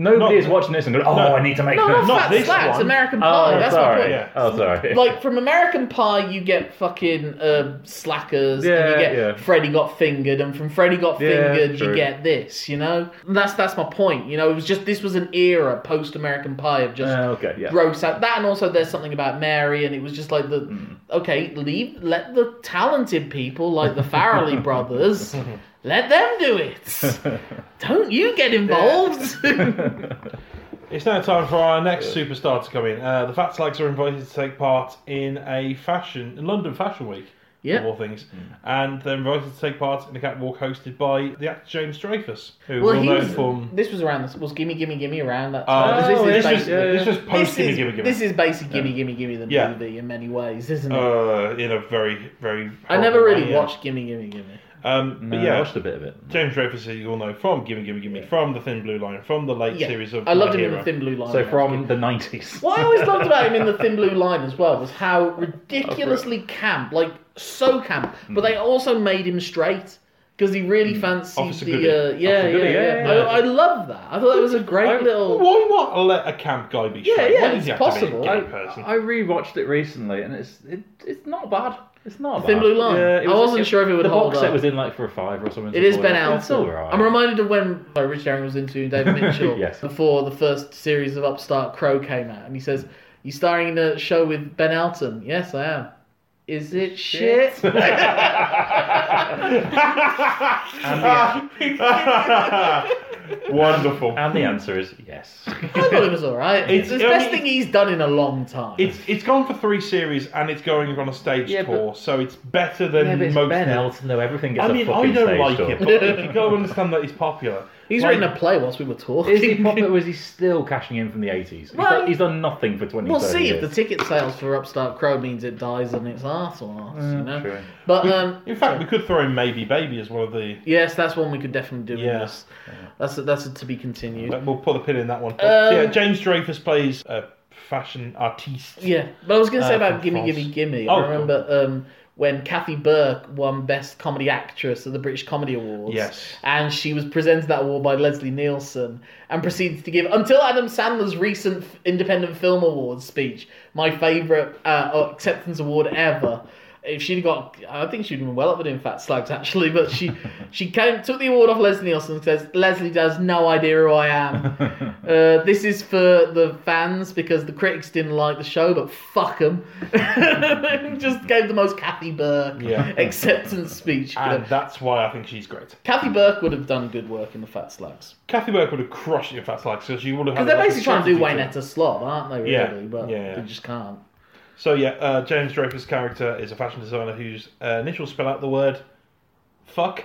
Speaker 2: Nobody
Speaker 1: No.
Speaker 2: is watching this and going, oh,
Speaker 1: No.
Speaker 2: I need to make
Speaker 3: No,
Speaker 2: this.
Speaker 3: no,
Speaker 1: Not
Speaker 3: Fat
Speaker 1: this
Speaker 3: Slats,
Speaker 1: one.
Speaker 3: American Pie.
Speaker 2: Oh,
Speaker 3: that's my
Speaker 2: sorry.
Speaker 3: point.
Speaker 1: Yeah.
Speaker 2: Oh, sorry.
Speaker 3: Like from American Pie, you get fucking uh, slackers, and you
Speaker 2: Yeah,
Speaker 3: get
Speaker 2: yeah.
Speaker 3: Freddy got fingered, and from Freddy got
Speaker 2: Yeah,
Speaker 3: fingered, you
Speaker 2: true.
Speaker 3: get this. You know, and that's that's my point. You know, it was just this was an era post American Pie of just
Speaker 2: Uh, okay, yeah.
Speaker 3: gross out that, and also there's something about Mary, and it was just like the
Speaker 2: Hmm.
Speaker 3: okay, leave let the talented people like the Farrelly brothers. Let them do it. Don't you get involved?
Speaker 1: It's now time for our next superstar to come in. Uh, the Fat Slags are invited to take part in a fashion in London Fashion Week, of
Speaker 3: Yeah.
Speaker 1: all things, and they're invited to take part in a catwalk hosted by the actor James Dreyfus, who
Speaker 3: Well,
Speaker 1: we'll
Speaker 3: he
Speaker 1: know
Speaker 3: was,
Speaker 1: from.
Speaker 3: this was around this was gimme gimme gimme around that
Speaker 1: Uh,
Speaker 3: time.
Speaker 1: this,
Speaker 3: is
Speaker 1: is this, was,
Speaker 3: basically-
Speaker 1: this was post
Speaker 3: this
Speaker 1: Gimme
Speaker 3: is,
Speaker 1: Gimme Gimme.
Speaker 3: This is basic Gimme Gimme Gimme the
Speaker 1: Yeah.
Speaker 3: movie in many ways, isn't it?
Speaker 1: uh, in a very, very.
Speaker 3: I
Speaker 1: horrible
Speaker 3: never really
Speaker 1: way, yeah.
Speaker 3: watched Gimme Gimme Gimme.
Speaker 1: Um, but
Speaker 2: No, I
Speaker 1: yeah,
Speaker 2: watched a bit of it.
Speaker 1: James Dreyfus, who you all know from Gimme Gimme Gimme, from The Thin Blue Line, from the late
Speaker 3: Yeah.
Speaker 1: series of
Speaker 3: I loved
Speaker 1: My
Speaker 3: him in
Speaker 1: Hero.
Speaker 3: the Thin Blue Line.
Speaker 2: So
Speaker 3: actually.
Speaker 2: from the nineties.
Speaker 3: What I always loved about him in the Thin Blue Line as well was how ridiculously camp, like so camp, but
Speaker 1: Mm.
Speaker 3: they also made him straight because he really fancied
Speaker 1: Officer
Speaker 3: the
Speaker 1: Goody.
Speaker 3: uh, yeah,
Speaker 2: Officer
Speaker 3: yeah,
Speaker 2: Goody,
Speaker 3: yeah
Speaker 2: yeah, yeah.
Speaker 3: I, I love that. I thought that was a great
Speaker 2: I-
Speaker 3: little
Speaker 1: Why not let a camp guy be
Speaker 3: yeah,
Speaker 1: straight? Why
Speaker 3: yeah,
Speaker 1: does
Speaker 3: it's
Speaker 1: he have
Speaker 3: possible.
Speaker 1: To be a gay person?
Speaker 2: I rewatched it recently, and it's it, it's not bad. It's not
Speaker 3: Thin
Speaker 2: bad.
Speaker 3: Blue Line?
Speaker 2: Yeah, it
Speaker 3: I wasn't sure if it would
Speaker 2: the
Speaker 3: hold
Speaker 2: box set
Speaker 3: up.
Speaker 2: was in like for a five or something.
Speaker 3: It is Ben Affleck.
Speaker 2: It's alright.
Speaker 3: I'm reminded of when sorry, Rich Herring was into David Mitchell
Speaker 2: Yes.
Speaker 3: before the first series of Upstart Crow came out, and he says, "You starring in a show with Ben Elton? Yes, I am. Is it shit?
Speaker 1: Wonderful.
Speaker 2: and the answer is yes.
Speaker 3: I thought it was all right.
Speaker 1: It's-
Speaker 3: It's, the
Speaker 1: I
Speaker 3: best
Speaker 1: mean-
Speaker 3: thing he's done in a long time.
Speaker 1: It's it's gone for three series and it's going on a stage
Speaker 2: Yeah, but-
Speaker 1: tour, so it's better than
Speaker 2: yeah, but it's
Speaker 1: most.
Speaker 2: Ben Elton though. Everything gets
Speaker 1: I mean,
Speaker 2: a
Speaker 1: I
Speaker 2: fucking
Speaker 1: don't
Speaker 2: stage
Speaker 1: like
Speaker 2: door.
Speaker 1: it, but you gotta understand that he's popular.
Speaker 3: he's
Speaker 1: like-
Speaker 3: written a play whilst we were talking.
Speaker 2: Is he popular? Or is he still cashing in from the eighties? He's,
Speaker 3: Well,
Speaker 2: done- he's done nothing for twenty.
Speaker 3: We'll
Speaker 2: 30
Speaker 3: see if
Speaker 2: years.
Speaker 3: the ticket sales for Upstart Crow means it dies on its arse or not.
Speaker 1: Mm,
Speaker 3: you know?
Speaker 2: true.
Speaker 3: But um,
Speaker 1: In fact, we could throw in Maybe Baby as one of the.
Speaker 3: yes, that's one we could definitely do.
Speaker 1: Yeah.
Speaker 3: in this. that's a, that's a, to be continued.
Speaker 1: We'll put a pin in that one.
Speaker 3: Um,
Speaker 1: yeah, James Dreyfus plays a fashion artiste.
Speaker 3: Yeah, but I was going to say
Speaker 1: Uh,
Speaker 3: about
Speaker 1: from
Speaker 3: Gimme
Speaker 1: France.
Speaker 3: Gimme Gimme.
Speaker 1: Oh,
Speaker 3: I remember um, when Kathy Burke won Best Comedy Actress at the British Comedy Awards.
Speaker 1: Yes.
Speaker 3: And she was presented that award by Leslie Nielsen and proceeds to give, until Adam Sandler's recent F- Independent Film Awards speech, my favourite uh, acceptance award ever. If she'd got, I think she'd been well up with in Fat Slags actually, but she she came took the award off Leslie Nielsen and says Leslie has no idea who I am. Uh, this is for the fans because the critics didn't like the show, but fuck them. Just gave the most Kathy Burke
Speaker 1: Yeah.
Speaker 3: acceptance speech. you
Speaker 1: And
Speaker 3: know.
Speaker 1: that's why I think she's great.
Speaker 3: Kathy Burke would have done good work in the Fat Slags.
Speaker 1: Kathy Burke would have crushed it if that's like, because she would have had.
Speaker 3: Because they're
Speaker 1: like a
Speaker 3: basically trying to do
Speaker 1: strategy
Speaker 3: Wayne Etta Slob, aren't they, really?
Speaker 1: Yeah.
Speaker 3: But
Speaker 1: Yeah.
Speaker 3: they just can't.
Speaker 1: So yeah, uh, James Draper's character is a fashion designer whose uh, initials spell out the word "fuck"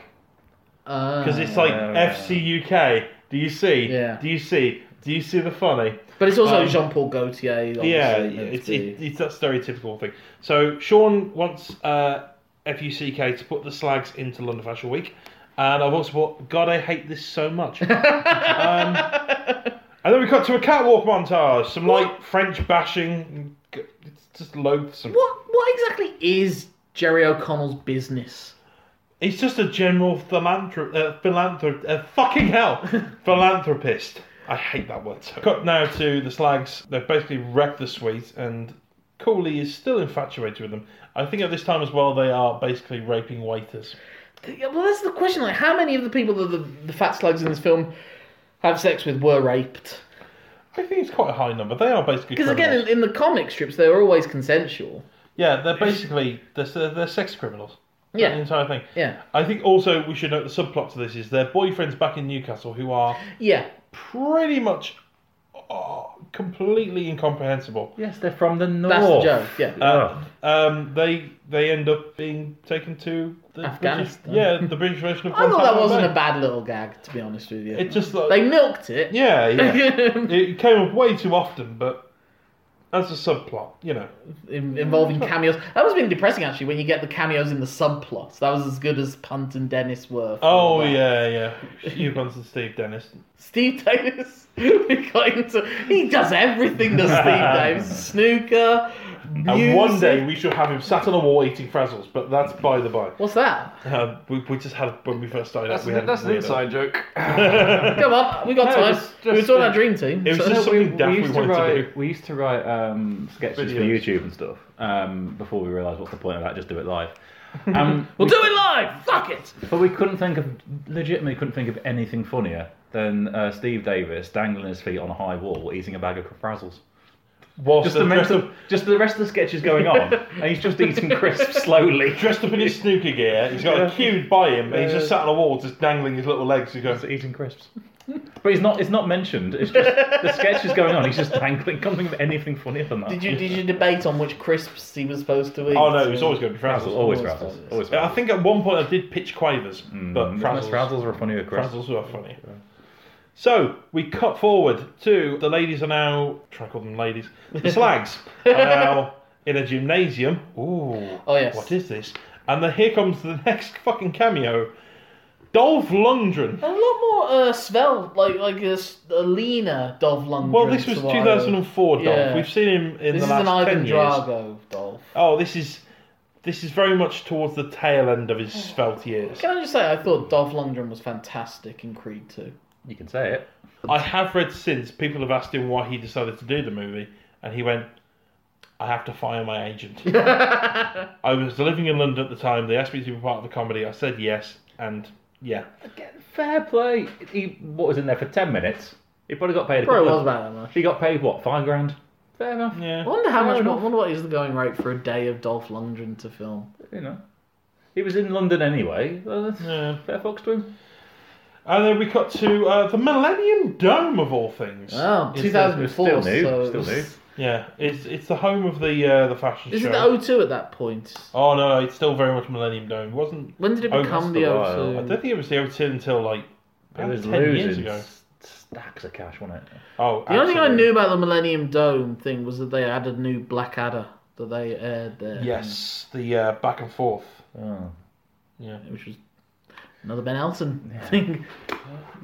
Speaker 3: Uh,
Speaker 1: because it's like
Speaker 2: Ah.
Speaker 1: FC UK. Do you see?
Speaker 3: Yeah.
Speaker 1: Do you see? Do you see the funny?
Speaker 3: But it's also
Speaker 1: um,
Speaker 3: Jean Paul Gaultier. Obviously,
Speaker 1: yeah,
Speaker 3: meant
Speaker 1: it's
Speaker 3: to be.
Speaker 1: it, it's that stereotypical thing. So Sean wants uh, FUCK to put the slags into London Fashion Week, and I've also bought God I hate this so much. um, and then we cut to a catwalk montage, some like French bashing. It's just loathsome.
Speaker 3: What, what exactly is Jerry O'Connell's business?
Speaker 1: He's just a general philanthrop, uh, philanthrop, uh, fucking hell, philanthropist. I hate that word. So. Cut now to the slags. They've basically wrecked the suite, and Cooley is still infatuated with them. I think at this time as well, they are basically raping waiters.
Speaker 3: Yeah, Well, that's the question. Like, how many of the people that the, the fat slugs in this film have sex with were raped?
Speaker 1: I think it's quite a high number. They are basically
Speaker 3: Because again,
Speaker 1: criminals.
Speaker 3: in, in the comic strips, they were always consensual.
Speaker 1: yeah, they're basically they're, they're sex criminals. the
Speaker 3: Yeah,
Speaker 1: entire thing.
Speaker 3: yeah,
Speaker 1: I think also we should note the subplot to this is their boyfriends back in Newcastle who are
Speaker 3: yeah.
Speaker 1: pretty much oh, completely incomprehensible.
Speaker 2: Yes, they're from the north.
Speaker 1: Oh.
Speaker 3: That's the joke. Yeah.
Speaker 1: Uh, um, they they end up being taken to the
Speaker 3: Afghanistan.
Speaker 1: British, yeah, the British version of.
Speaker 3: I thought that
Speaker 1: Guantanamo
Speaker 3: wasn't
Speaker 1: Bay.
Speaker 3: a bad little gag, to be honest with you.
Speaker 1: It just like
Speaker 3: They milked it.
Speaker 1: yeah, yeah. it came up way too often, but as a subplot, you know.
Speaker 3: In- Involving cameos. That was being depressing, actually, when you get the cameos in the subplots. That was as good as Punt and Dennis were. for
Speaker 1: Oh
Speaker 3: that.
Speaker 1: yeah, yeah. Hugh Bunce and Steve Dennis.
Speaker 3: Steve Davis. we got into, he does everything, does Steve Davis. Snooker.
Speaker 1: And
Speaker 3: music.
Speaker 1: one day we shall have him sat on a wall eating frazzles, but that's by the by.
Speaker 3: What's that?
Speaker 1: Um, we, we just had when we first started out.
Speaker 10: That's,
Speaker 1: We
Speaker 10: an,
Speaker 1: had
Speaker 10: that's an
Speaker 1: weirdo.
Speaker 10: inside joke.
Speaker 3: Come on, we got
Speaker 10: No,
Speaker 3: time.
Speaker 10: just-
Speaker 3: we were
Speaker 10: just-
Speaker 3: talking about Dream Team.
Speaker 1: It was
Speaker 3: so-
Speaker 1: just something daft we,
Speaker 2: used to
Speaker 1: wanted
Speaker 2: write,
Speaker 1: to do.
Speaker 2: We used to write um, sketches
Speaker 1: Videos.
Speaker 2: for YouTube and stuff um, before we realised what's the point of that, just do it live. Um,
Speaker 3: we'll do it live! Fuck it!
Speaker 2: but we couldn't think of, legitimately couldn't think of anything funnier than uh, Steve Davis dangling his feet on a high wall eating a bag of frazzles.
Speaker 1: Whilst
Speaker 2: Just
Speaker 1: they're
Speaker 2: the,
Speaker 1: dressed
Speaker 2: mental,
Speaker 1: up,
Speaker 2: just the rest of the sketch is going on, and he's just eating crisps slowly.
Speaker 1: dressed up in his snooker gear, he's got a
Speaker 2: Yeah.
Speaker 1: queued by him, and he's
Speaker 2: Yeah.
Speaker 1: just sat on a wall, just dangling his little legs. He's going,
Speaker 2: eating crisps. But he's not. It's not mentioned. It's just the sketch is going on. He's just dangling. Can't think of anything funnier than that.
Speaker 3: Did you did you debate on which crisps he was supposed to eat?
Speaker 1: Oh no, it's always going to be
Speaker 2: Frazzles,
Speaker 1: Frazzles.
Speaker 2: always
Speaker 3: Always
Speaker 2: Frazzles.
Speaker 3: Frazzles. Mm.
Speaker 2: Always Mm,
Speaker 1: I
Speaker 2: Frazzles.
Speaker 1: think at one point I did pitch Quavers, but
Speaker 2: Frazzles.
Speaker 1: Frazzles,
Speaker 2: Frazzles were funnier. Chris.
Speaker 1: Frazzles were funny. So we cut forward to the ladies are now. Try to call them ladies. The slags are now in a gymnasium. Ooh.
Speaker 3: Oh, yes.
Speaker 1: What is this? And then here comes the next fucking cameo. Dolph Lundgren.
Speaker 3: a lot more uh, svelte, like like a, s- a leaner Dolph Lundgren.
Speaker 1: Well, this was
Speaker 3: to what I-
Speaker 1: 2004 Dolph.
Speaker 3: Yeah.
Speaker 1: We've seen him in
Speaker 3: This
Speaker 1: the
Speaker 3: is
Speaker 1: last
Speaker 3: an Ivan
Speaker 1: 10 years.
Speaker 3: Drago Dolph.
Speaker 1: Oh, this is this is very much towards the tail end of his svelte years.
Speaker 3: Can I just say I thought Dolph Lundgren was fantastic in Creed 2.
Speaker 2: You can say it.
Speaker 1: I have read since people have asked him why he decided to do the movie, and he went, "I have to fire my agent." I was living in London at the time. They asked me to be part of the comedy. I said yes, and yeah,
Speaker 2: Fair play. He what was in there for ten minutes. He probably got paid. A
Speaker 3: Probably
Speaker 2: couple of-
Speaker 3: was about that much.
Speaker 2: He got paid what five grand. Fair enough.
Speaker 1: yeah.
Speaker 3: I wonder how
Speaker 2: Fair
Speaker 3: much.
Speaker 2: enough.
Speaker 3: I wonder what is the going rate for a day of Dolph Lundgren to film.
Speaker 2: You know, he was in London anyway. Well, that's
Speaker 1: Yeah.
Speaker 2: Fair fucks to him.
Speaker 1: And then we cut to uh, the Millennium Dome of all things.
Speaker 3: Oh,
Speaker 2: It's
Speaker 3: 2004.
Speaker 2: still new,
Speaker 3: so it
Speaker 2: still
Speaker 3: was-
Speaker 2: new.
Speaker 1: Yeah, it's it's the home of the uh, the fashion
Speaker 3: Is
Speaker 1: show.
Speaker 3: it the O2 at that point?
Speaker 1: oh no, it's still very much Millennium Dome. It wasn't.
Speaker 3: When did it
Speaker 1: Oh,
Speaker 3: become
Speaker 2: that's
Speaker 3: the
Speaker 2: a while.
Speaker 1: I don't
Speaker 3: O2?
Speaker 1: think it was the O2 until like
Speaker 2: He
Speaker 1: about
Speaker 2: was
Speaker 1: ten years
Speaker 2: losing
Speaker 1: ago.
Speaker 2: s- stacks of cash, wasn't it?
Speaker 1: Oh,
Speaker 3: The only thing I
Speaker 1: absolutely.
Speaker 3: knew about the Millennium Dome thing was that they had a new Blackadder that they aired there.
Speaker 1: Yes, the uh, back and forth.
Speaker 2: Oh.
Speaker 1: Yeah.
Speaker 3: Which was another Ben Elton thing.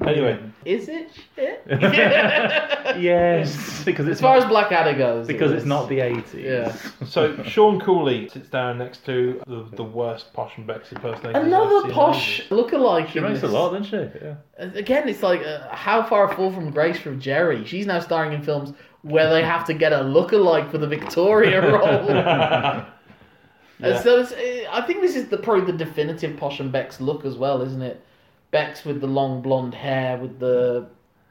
Speaker 1: Anyway,
Speaker 3: Is it shit?
Speaker 2: Yes, because it's
Speaker 3: As far
Speaker 2: not-
Speaker 3: as Blackadder goes. it
Speaker 2: because
Speaker 3: was-
Speaker 2: it's not the 80s.
Speaker 3: Yeah.
Speaker 1: so Sean Cooley sits down next to the, the worst posh and Bexy impersonator. I've seen
Speaker 3: Another
Speaker 1: in
Speaker 3: posh
Speaker 1: ages.
Speaker 3: lookalike.
Speaker 2: She
Speaker 3: in
Speaker 2: makes a
Speaker 3: this.
Speaker 2: lot, doesn't she? Yeah.
Speaker 3: Again, it's like uh, how far a fall from grace from Jerry. She's now starring in films where they have to get a lookalike for the Victoria role. And so it's, uh, I think this is the probably the definitive Posh and Bex look as well, isn't it? Bex with the long blonde hair with the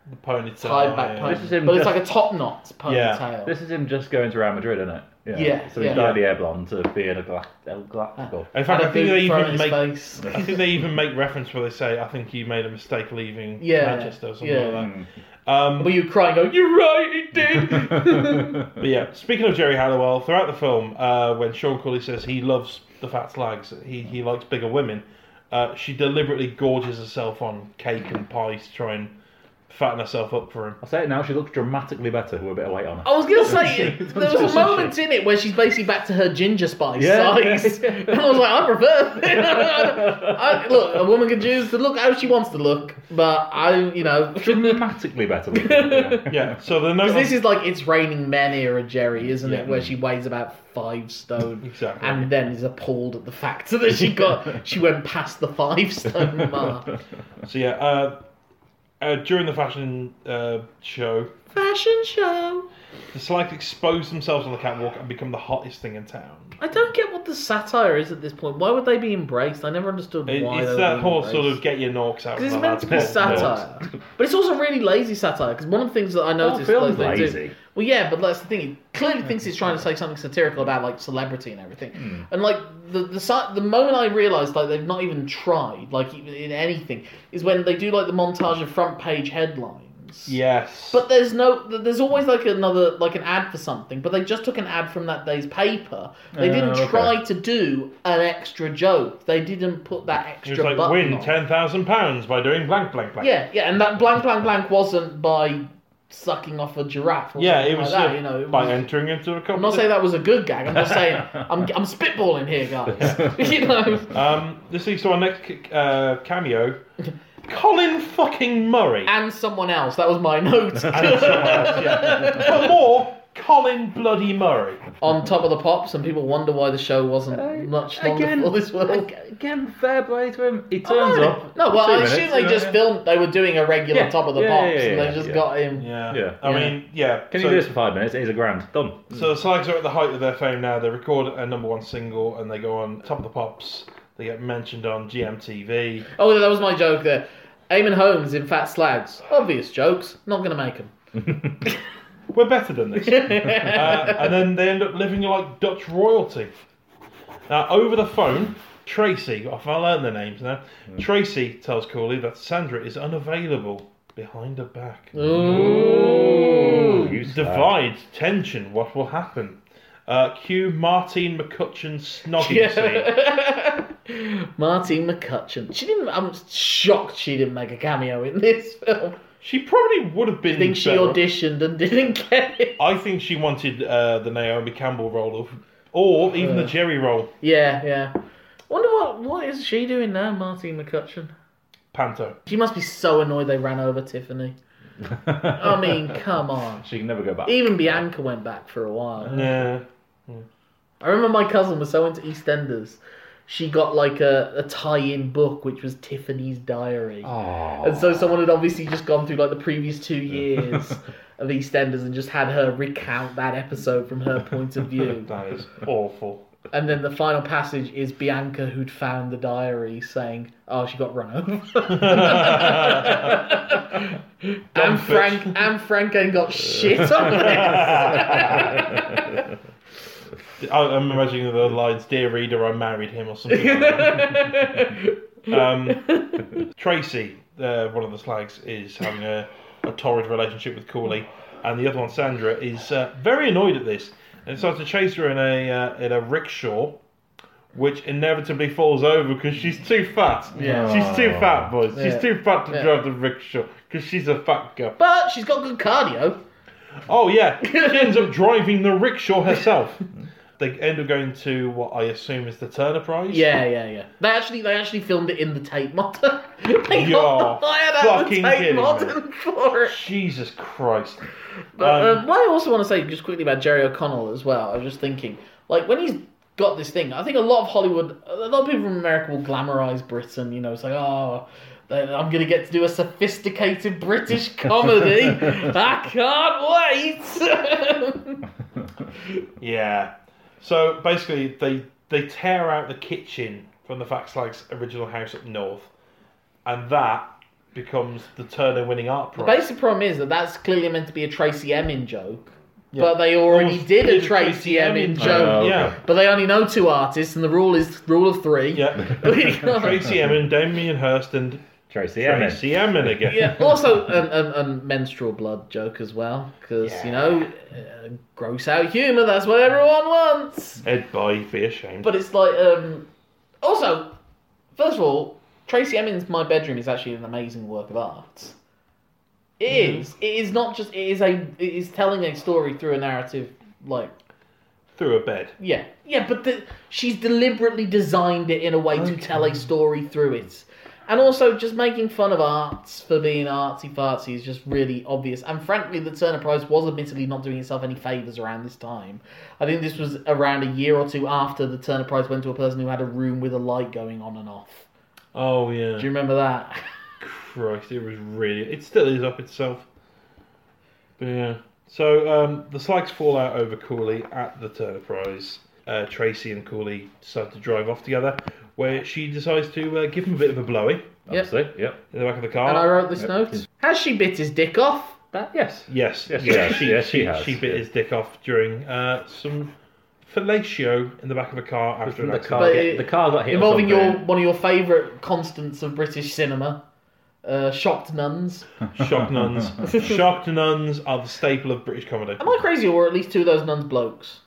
Speaker 1: the ponytail.
Speaker 3: tied back
Speaker 1: yeah.
Speaker 2: This
Speaker 3: ponytail,
Speaker 2: is him
Speaker 3: but it's
Speaker 2: just-
Speaker 3: like a top knot
Speaker 1: Yeah.
Speaker 3: ponytail.
Speaker 2: This is him just going to Real Madrid, isn't it?
Speaker 3: Yeah,
Speaker 2: So he's
Speaker 3: yeah.
Speaker 2: dyed the hair blonde to be in a gla- El Galactico.
Speaker 1: In fact,
Speaker 3: And
Speaker 1: I
Speaker 3: a
Speaker 1: think
Speaker 3: boot
Speaker 1: they
Speaker 3: thrown
Speaker 1: even
Speaker 3: in
Speaker 1: make.
Speaker 3: his face.
Speaker 1: I think they even make reference where they say, "I think you made a mistake leaving
Speaker 3: Yeah,
Speaker 1: Manchester or something
Speaker 3: yeah.
Speaker 1: like that." Um,
Speaker 3: But you crying, go, you're right, it did.
Speaker 1: but yeah, speaking of Jerry Halliwell, throughout the film, uh, when Sean Cooley says he loves the fat slags, he he likes bigger women. Uh, she deliberately gorges herself on cake and pie to try and fatten herself up for him.
Speaker 2: I'll say it now, she looks dramatically better with a bit of weight on her.
Speaker 3: I was gonna say there was
Speaker 2: Doesn't
Speaker 3: a
Speaker 2: she?
Speaker 3: moment in it where she's basically back to her ginger spice
Speaker 2: Yeah,
Speaker 3: size.
Speaker 2: yeah.
Speaker 3: And I was like, I prefer. I, look, a woman can choose to look how she wants to look, but I, you know,
Speaker 2: Dramatically better looking. Yeah.
Speaker 1: Yeah, so the no
Speaker 3: because this is like it's raining men era Jerry, isn't
Speaker 1: Yeah.
Speaker 3: it? Where she weighs about five stone.
Speaker 1: exactly.
Speaker 3: And then is appalled at the fact that she got she went past the five stone mark.
Speaker 1: So yeah, uh, uh, during the fashion uh, show,
Speaker 3: Fashion show.
Speaker 1: the slags expose themselves on the catwalk and become the hottest thing in town.
Speaker 3: I don't get what the satire is at this point. Why would they be embraced? I never understood
Speaker 1: It,
Speaker 3: why. they
Speaker 1: it's
Speaker 3: were
Speaker 1: that
Speaker 3: being
Speaker 1: whole
Speaker 3: embraced.
Speaker 1: sort of get your norks out.
Speaker 3: Because
Speaker 1: of
Speaker 3: it's
Speaker 1: my
Speaker 3: meant to be
Speaker 1: lads' pop
Speaker 3: satire, but it's also really lazy satire. Because one of the things that I noticed,
Speaker 2: film's
Speaker 3: that they
Speaker 2: Oh, lazy.
Speaker 3: Do, well, yeah, but that's the thing. He clearly thinks he's trying to say something satirical about like celebrity and everything. And like the the si- the moment I realised like they've not even tried like even in anything is when they do like the montage of front page headlines.
Speaker 1: Yes.
Speaker 3: But there's no, there's always like another, like an ad for something. But they just took an ad from that day's paper. They
Speaker 2: Oh,
Speaker 3: didn't
Speaker 2: okay.
Speaker 3: try to do an extra joke. They didn't put that
Speaker 1: it
Speaker 3: extra.
Speaker 1: was like
Speaker 3: button
Speaker 1: win
Speaker 3: on.
Speaker 1: ten thousand pounds by doing blank blank blank.
Speaker 3: Yeah, yeah, and that blank, blank, blank wasn't by sucking off a giraffe. Or
Speaker 1: Yeah,
Speaker 3: something
Speaker 1: it was
Speaker 3: like that,
Speaker 1: uh,
Speaker 3: you know. It
Speaker 1: by
Speaker 3: was-
Speaker 1: entering into a competition.
Speaker 3: I'm not saying that was a good gag. I'm just saying I'm, I'm spitballing here, guys. you know,
Speaker 1: Um, this leads to our next c- uh, cameo, Colin fucking Murray,
Speaker 3: and someone else. That was my note.
Speaker 1: but more Colin bloody Murray.
Speaker 3: On top of the pops, and people wonder why the show wasn't much
Speaker 2: Uh,
Speaker 3: longer
Speaker 2: again,
Speaker 3: for this world.
Speaker 2: ag- again, fair play to him. He turns
Speaker 3: Oh,
Speaker 2: up.
Speaker 3: No, well,
Speaker 2: two
Speaker 3: I
Speaker 2: minutes,
Speaker 3: assume they
Speaker 2: yeah,
Speaker 3: just
Speaker 2: yeah.
Speaker 3: filmed. They were doing a regular
Speaker 2: Yeah,
Speaker 3: top of the
Speaker 2: yeah,
Speaker 3: pops,
Speaker 2: yeah,
Speaker 3: and they
Speaker 2: yeah,
Speaker 3: just
Speaker 2: yeah.
Speaker 3: got him.
Speaker 1: Yeah.
Speaker 2: Yeah.
Speaker 1: I
Speaker 3: Yeah.
Speaker 1: mean, yeah.
Speaker 2: Can
Speaker 1: so-
Speaker 2: you do this for five minutes? It is a grand. Done.
Speaker 1: So the Slags are at the height of their fame now. They record a number one single and they go on Top of the Pops. They get mentioned on GMTV.
Speaker 3: Oh, that was my joke there. Eamon Holmes in Fat Slags. Obvious jokes. Not gonna make them.
Speaker 1: We're better than this. uh, and then they end up living like Dutch royalty. Now, over the phone, Tracy, if I learn the names now, Tracy tells Cooley that Sandra is unavailable behind her back.
Speaker 3: Ooh.
Speaker 2: You slag.
Speaker 1: Divides, tension, what will happen? Uh, cue Martine McCutcheon snogging scene.
Speaker 3: Marty McCutcheon. She didn't. I'm shocked she didn't make a cameo in this film.
Speaker 1: She probably would have been.
Speaker 3: I think she
Speaker 1: better.
Speaker 3: auditioned and didn't get it.
Speaker 1: I think she wanted uh, the Naomi Campbell role of, or even the Jerry role,
Speaker 3: Yeah, yeah. Wonder what what is she doing now, Marty McCutcheon?
Speaker 1: Panto.
Speaker 3: She must be so annoyed they ran over Tiffany. I mean, come on.
Speaker 2: She can never go back.
Speaker 3: Even Bianca went back for a while.
Speaker 1: Yeah.
Speaker 3: I remember my cousin was so into EastEnders, she got like a, a tie-in book which was Tiffany's diary.
Speaker 2: Oh.
Speaker 3: And so someone had obviously just gone through like the previous two years of EastEnders and just had her recount that episode from her point of view.
Speaker 1: That is awful.
Speaker 3: And then the final passage is Bianca who'd found the diary saying, "Oh, she got run over."
Speaker 1: Dumb
Speaker 3: and
Speaker 1: bitch.
Speaker 3: Frank and Frank ain't got shit on this.
Speaker 1: I, I'm imagining the lines, "Dear reader, I married him" or something. Like that. Um, Tracy, uh, one of the slags, is having a, a torrid relationship with Cooley, and the other one, Sandra, is uh, very annoyed at this and decides to chase her in a uh, in a rickshaw, which inevitably falls over because she's too fat.
Speaker 3: Yeah. Oh.
Speaker 1: she's too fat, boys.
Speaker 3: Yeah.
Speaker 1: She's too fat to
Speaker 3: Yeah.
Speaker 1: drive the rickshaw because she's a fat girl.
Speaker 3: but she's got good cardio.
Speaker 1: Oh yeah, she ends up driving the rickshaw herself. They end up going to what I assume is the Turner Prize.
Speaker 3: Yeah, yeah, yeah. They actually they actually filmed it in the Tate Modern. they
Speaker 1: You're
Speaker 3: got the fire out of the
Speaker 1: fucking
Speaker 3: Tate
Speaker 1: kidding me.
Speaker 3: Modern for it.
Speaker 1: Jesus Christ.
Speaker 3: But
Speaker 1: Um,
Speaker 3: um, what I also want to say just quickly about Jerry O'Connell as well. I was just thinking, like when he's got this thing, I think a lot of Hollywood, a lot of people from America will glamorize Britain. You know, it's like, oh, I'm gonna get to do a sophisticated British comedy. I can't wait.
Speaker 1: Yeah. So basically, they they tear out the kitchen from the Faxlag's original house up north, and that becomes the Turner winning art prize.
Speaker 3: Basic problem is that that's clearly meant to be a Tracy Emin joke,
Speaker 1: Yeah.
Speaker 3: but they already
Speaker 1: Well,
Speaker 3: did a
Speaker 1: it's
Speaker 3: Tracy Emin
Speaker 1: Emin
Speaker 3: joke.
Speaker 2: joke.
Speaker 1: Yeah.
Speaker 3: But they only know two artists, and the rule is rule of three.
Speaker 1: Yeah. Tracy Emin, Damien Hirst, and
Speaker 2: Tracy Emin.
Speaker 1: Tracy Emin again.
Speaker 3: yeah. Also, um, um, um, menstrual blood joke as well, because you know, uh, gross out humor. That's what everyone wants.
Speaker 1: Ed By, be ashamed.
Speaker 3: But it's like, um, also, first of all, Tracy Emin's "My Bedroom" is actually an amazing work of art. It is. It is not just. It is a. It is telling a story through a narrative. Like,
Speaker 1: Through a bed.
Speaker 3: yeah, yeah. But the, she's deliberately designed it in a way to tell a story through it. And also, just making fun of arts for being artsy fartsy is just really obvious. And frankly, the Turner Prize was admittedly not doing itself any favours around this time. I think this was around a year or two after the Turner Prize went to a person who had a room with a light going on and off.
Speaker 1: Oh yeah.
Speaker 3: Do you remember that?
Speaker 1: Christ, it was really. It still is up itself. But yeah. So um, the slags fall out over Cooley at the Turner Prize. Uh, Tracy and Cooley decide to drive off together, where she decides to uh, give him a bit of a blowy
Speaker 2: Obviously, yep.
Speaker 1: in the back of the
Speaker 3: and I
Speaker 1: car.
Speaker 3: wrote this note. Has she bit his dick off?
Speaker 2: That, yes.
Speaker 1: Yes,
Speaker 2: Yes, she has. Yes, she has.
Speaker 1: She bit
Speaker 2: Yeah.
Speaker 1: his dick off during uh, some fellatio in the back of a car after an
Speaker 2: The
Speaker 1: accident.
Speaker 2: car,
Speaker 3: But
Speaker 2: get,
Speaker 3: it-
Speaker 2: the car got hit. or
Speaker 3: Involving your
Speaker 2: something.
Speaker 3: one of your favourite constants of British cinema, uh, shocked nuns.
Speaker 1: Shock nuns. Shock nuns are the staple of British comedy.
Speaker 3: Am I crazy, or at least two of those nuns blokes?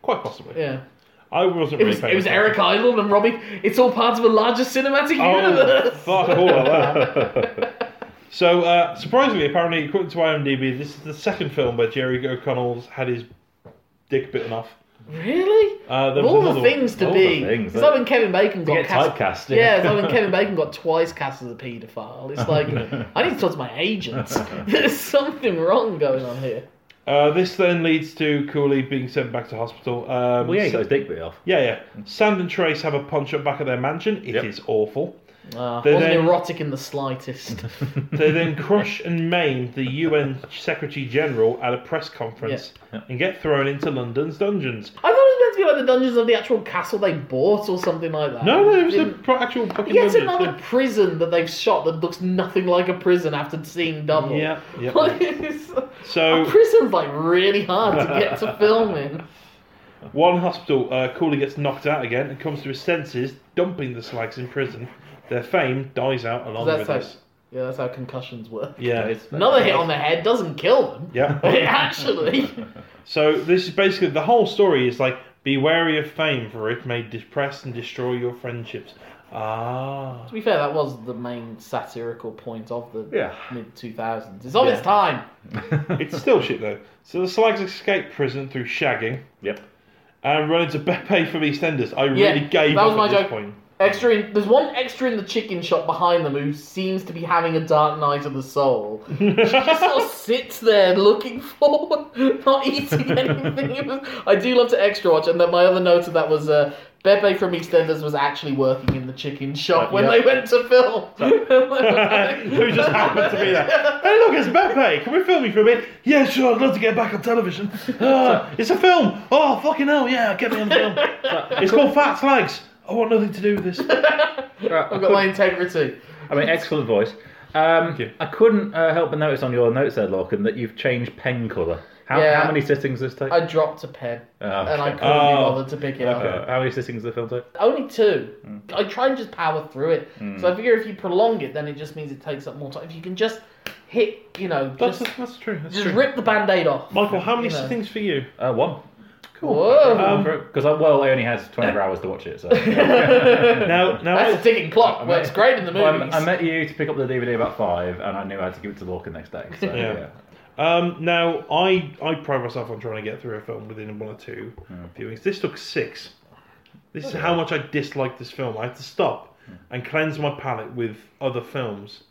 Speaker 1: Quite possibly.
Speaker 3: Yeah.
Speaker 1: I wasn't
Speaker 3: It
Speaker 1: really.
Speaker 3: was,
Speaker 1: paying
Speaker 3: it was
Speaker 1: attention.
Speaker 3: Eric Idle and Robbie. It's all part of a larger cinematic
Speaker 1: Oh,
Speaker 3: universe.
Speaker 1: fuck all of that. so, uh, surprisingly, apparently, according to IMDb, this is the second film where Jerry O'Connell's had his dick bitten off.
Speaker 3: Really?
Speaker 1: Uh, there
Speaker 3: Of
Speaker 1: was
Speaker 3: all
Speaker 1: another
Speaker 3: the things to
Speaker 2: All
Speaker 3: be.
Speaker 2: the things,
Speaker 3: it's
Speaker 2: eh?
Speaker 3: like when Kevin Bacon got
Speaker 2: get
Speaker 3: cast.
Speaker 2: typecast, yeah.
Speaker 3: Yeah, it's like when Kevin Bacon got twice cast as a paedophile. It's like I need to talk to my agents. There's something wrong going on here.
Speaker 1: One. Uh, this then leads to Cooley being sent back to hospital. Um,
Speaker 2: Well, yeah, he
Speaker 1: Sa-
Speaker 2: got his dick bit off.
Speaker 1: yeah, yeah. Sand and Trace have a punch up back at their mansion. It is
Speaker 2: Yep.
Speaker 1: awful.
Speaker 3: Uh,
Speaker 1: They
Speaker 3: wasn't
Speaker 1: then-
Speaker 3: erotic in the slightest.
Speaker 1: They then crush and maim the UN Secretary General at a press conference and get thrown into London's dungeons.
Speaker 3: I thought it was meant to be like the dungeons of the actual castle they bought or something like that.
Speaker 1: No, no, it was a
Speaker 3: Didn't-
Speaker 1: pro- actual fucking
Speaker 3: Yet
Speaker 1: dungeon.
Speaker 3: another prison that they've shot that looks nothing like a prison after seeing double.
Speaker 1: Yeah, yeah.
Speaker 3: Like, it's-
Speaker 1: So
Speaker 3: a prison's like really hard to get to film in.
Speaker 1: While in hospital, uh, Cooley gets knocked out again and comes to his senses, dumping the slags in prison. Their fame dies out along
Speaker 3: That's
Speaker 1: with
Speaker 3: like-
Speaker 1: this.
Speaker 3: Yeah, that's how concussions work.
Speaker 1: Yeah.
Speaker 2: It's-
Speaker 3: Another hit on the head doesn't kill them.
Speaker 1: yeah.
Speaker 3: It actually.
Speaker 1: So this is basically the whole story is like be wary of fame, for it may depress and destroy your friendships. Ah.
Speaker 3: To be fair, that was the main satirical point of the
Speaker 2: Yeah.
Speaker 3: mid 2000s. It's of its
Speaker 2: Yeah.
Speaker 3: time.
Speaker 1: It's still shit though. So the slags escape prison through shagging
Speaker 2: Yep.
Speaker 1: and run into Beppe from EastEnders. I
Speaker 3: Yeah,
Speaker 1: really gave
Speaker 3: that was
Speaker 1: up
Speaker 3: my
Speaker 1: at this
Speaker 3: joke.
Speaker 1: point.
Speaker 3: Extra in, there's one extra in the chicken shop behind them who seems to be having a dark night of the soul. She just sort of sits there looking forward, not eating anything. It was- I do love to extra watch, and then my other note of that was uh, Beppe from EastEnders was actually working in the chicken shop when
Speaker 2: yeah.
Speaker 3: they went to film.
Speaker 1: Uh, Who just happened to be there? Hey, look, it's Beppe. Can we film you for a bit? Yeah, sure. I'd love to get back on television. Ah, it's a film. Oh, fucking hell. Yeah, get me on the film. It's called Fat Slags. I want nothing to do with this.
Speaker 2: Right, I
Speaker 3: I've got my
Speaker 2: couldn't-
Speaker 3: integrity.
Speaker 2: I mean, excellent voice. Um,
Speaker 1: you.
Speaker 2: I couldn't uh, help but notice on your notes there, Lorcan, that you've changed pen colour. How,
Speaker 3: Yeah.
Speaker 2: how many sittings does this take?
Speaker 3: I dropped a pen,
Speaker 2: Oh, okay.
Speaker 3: and I couldn't be
Speaker 1: Oh.
Speaker 3: bothered to pick it up.
Speaker 2: Uh, how many sittings does the film take?
Speaker 3: Only two.
Speaker 1: Hmm.
Speaker 3: I try and just power through it. So I figure if you prolong it, then it just means it takes up more time. If you can just hit, you know,
Speaker 1: That's,
Speaker 3: just,
Speaker 1: that's true. That's
Speaker 3: just
Speaker 1: true.
Speaker 3: rip the band aid off.
Speaker 1: Michael, how many
Speaker 3: You know.
Speaker 1: things for you?
Speaker 2: Uh, one. Um,
Speaker 3: Whoa.
Speaker 2: Because I uh, well, I only had 24 hours to watch it. So.
Speaker 1: Um, Now, now
Speaker 3: That's a ticking clock.
Speaker 2: I
Speaker 3: Works
Speaker 2: met-
Speaker 3: great in the
Speaker 2: Well, I-
Speaker 3: movies.
Speaker 2: I met you to pick up the DVD about five, and I knew I had to give it to Lorcan next day. So,
Speaker 1: Yeah.
Speaker 2: yeah.
Speaker 1: Um, now, I, I pride myself on trying to get through a film within one or two viewings. This took six. This is how much I disliked this film. I had to stop and cleanse my palate with other films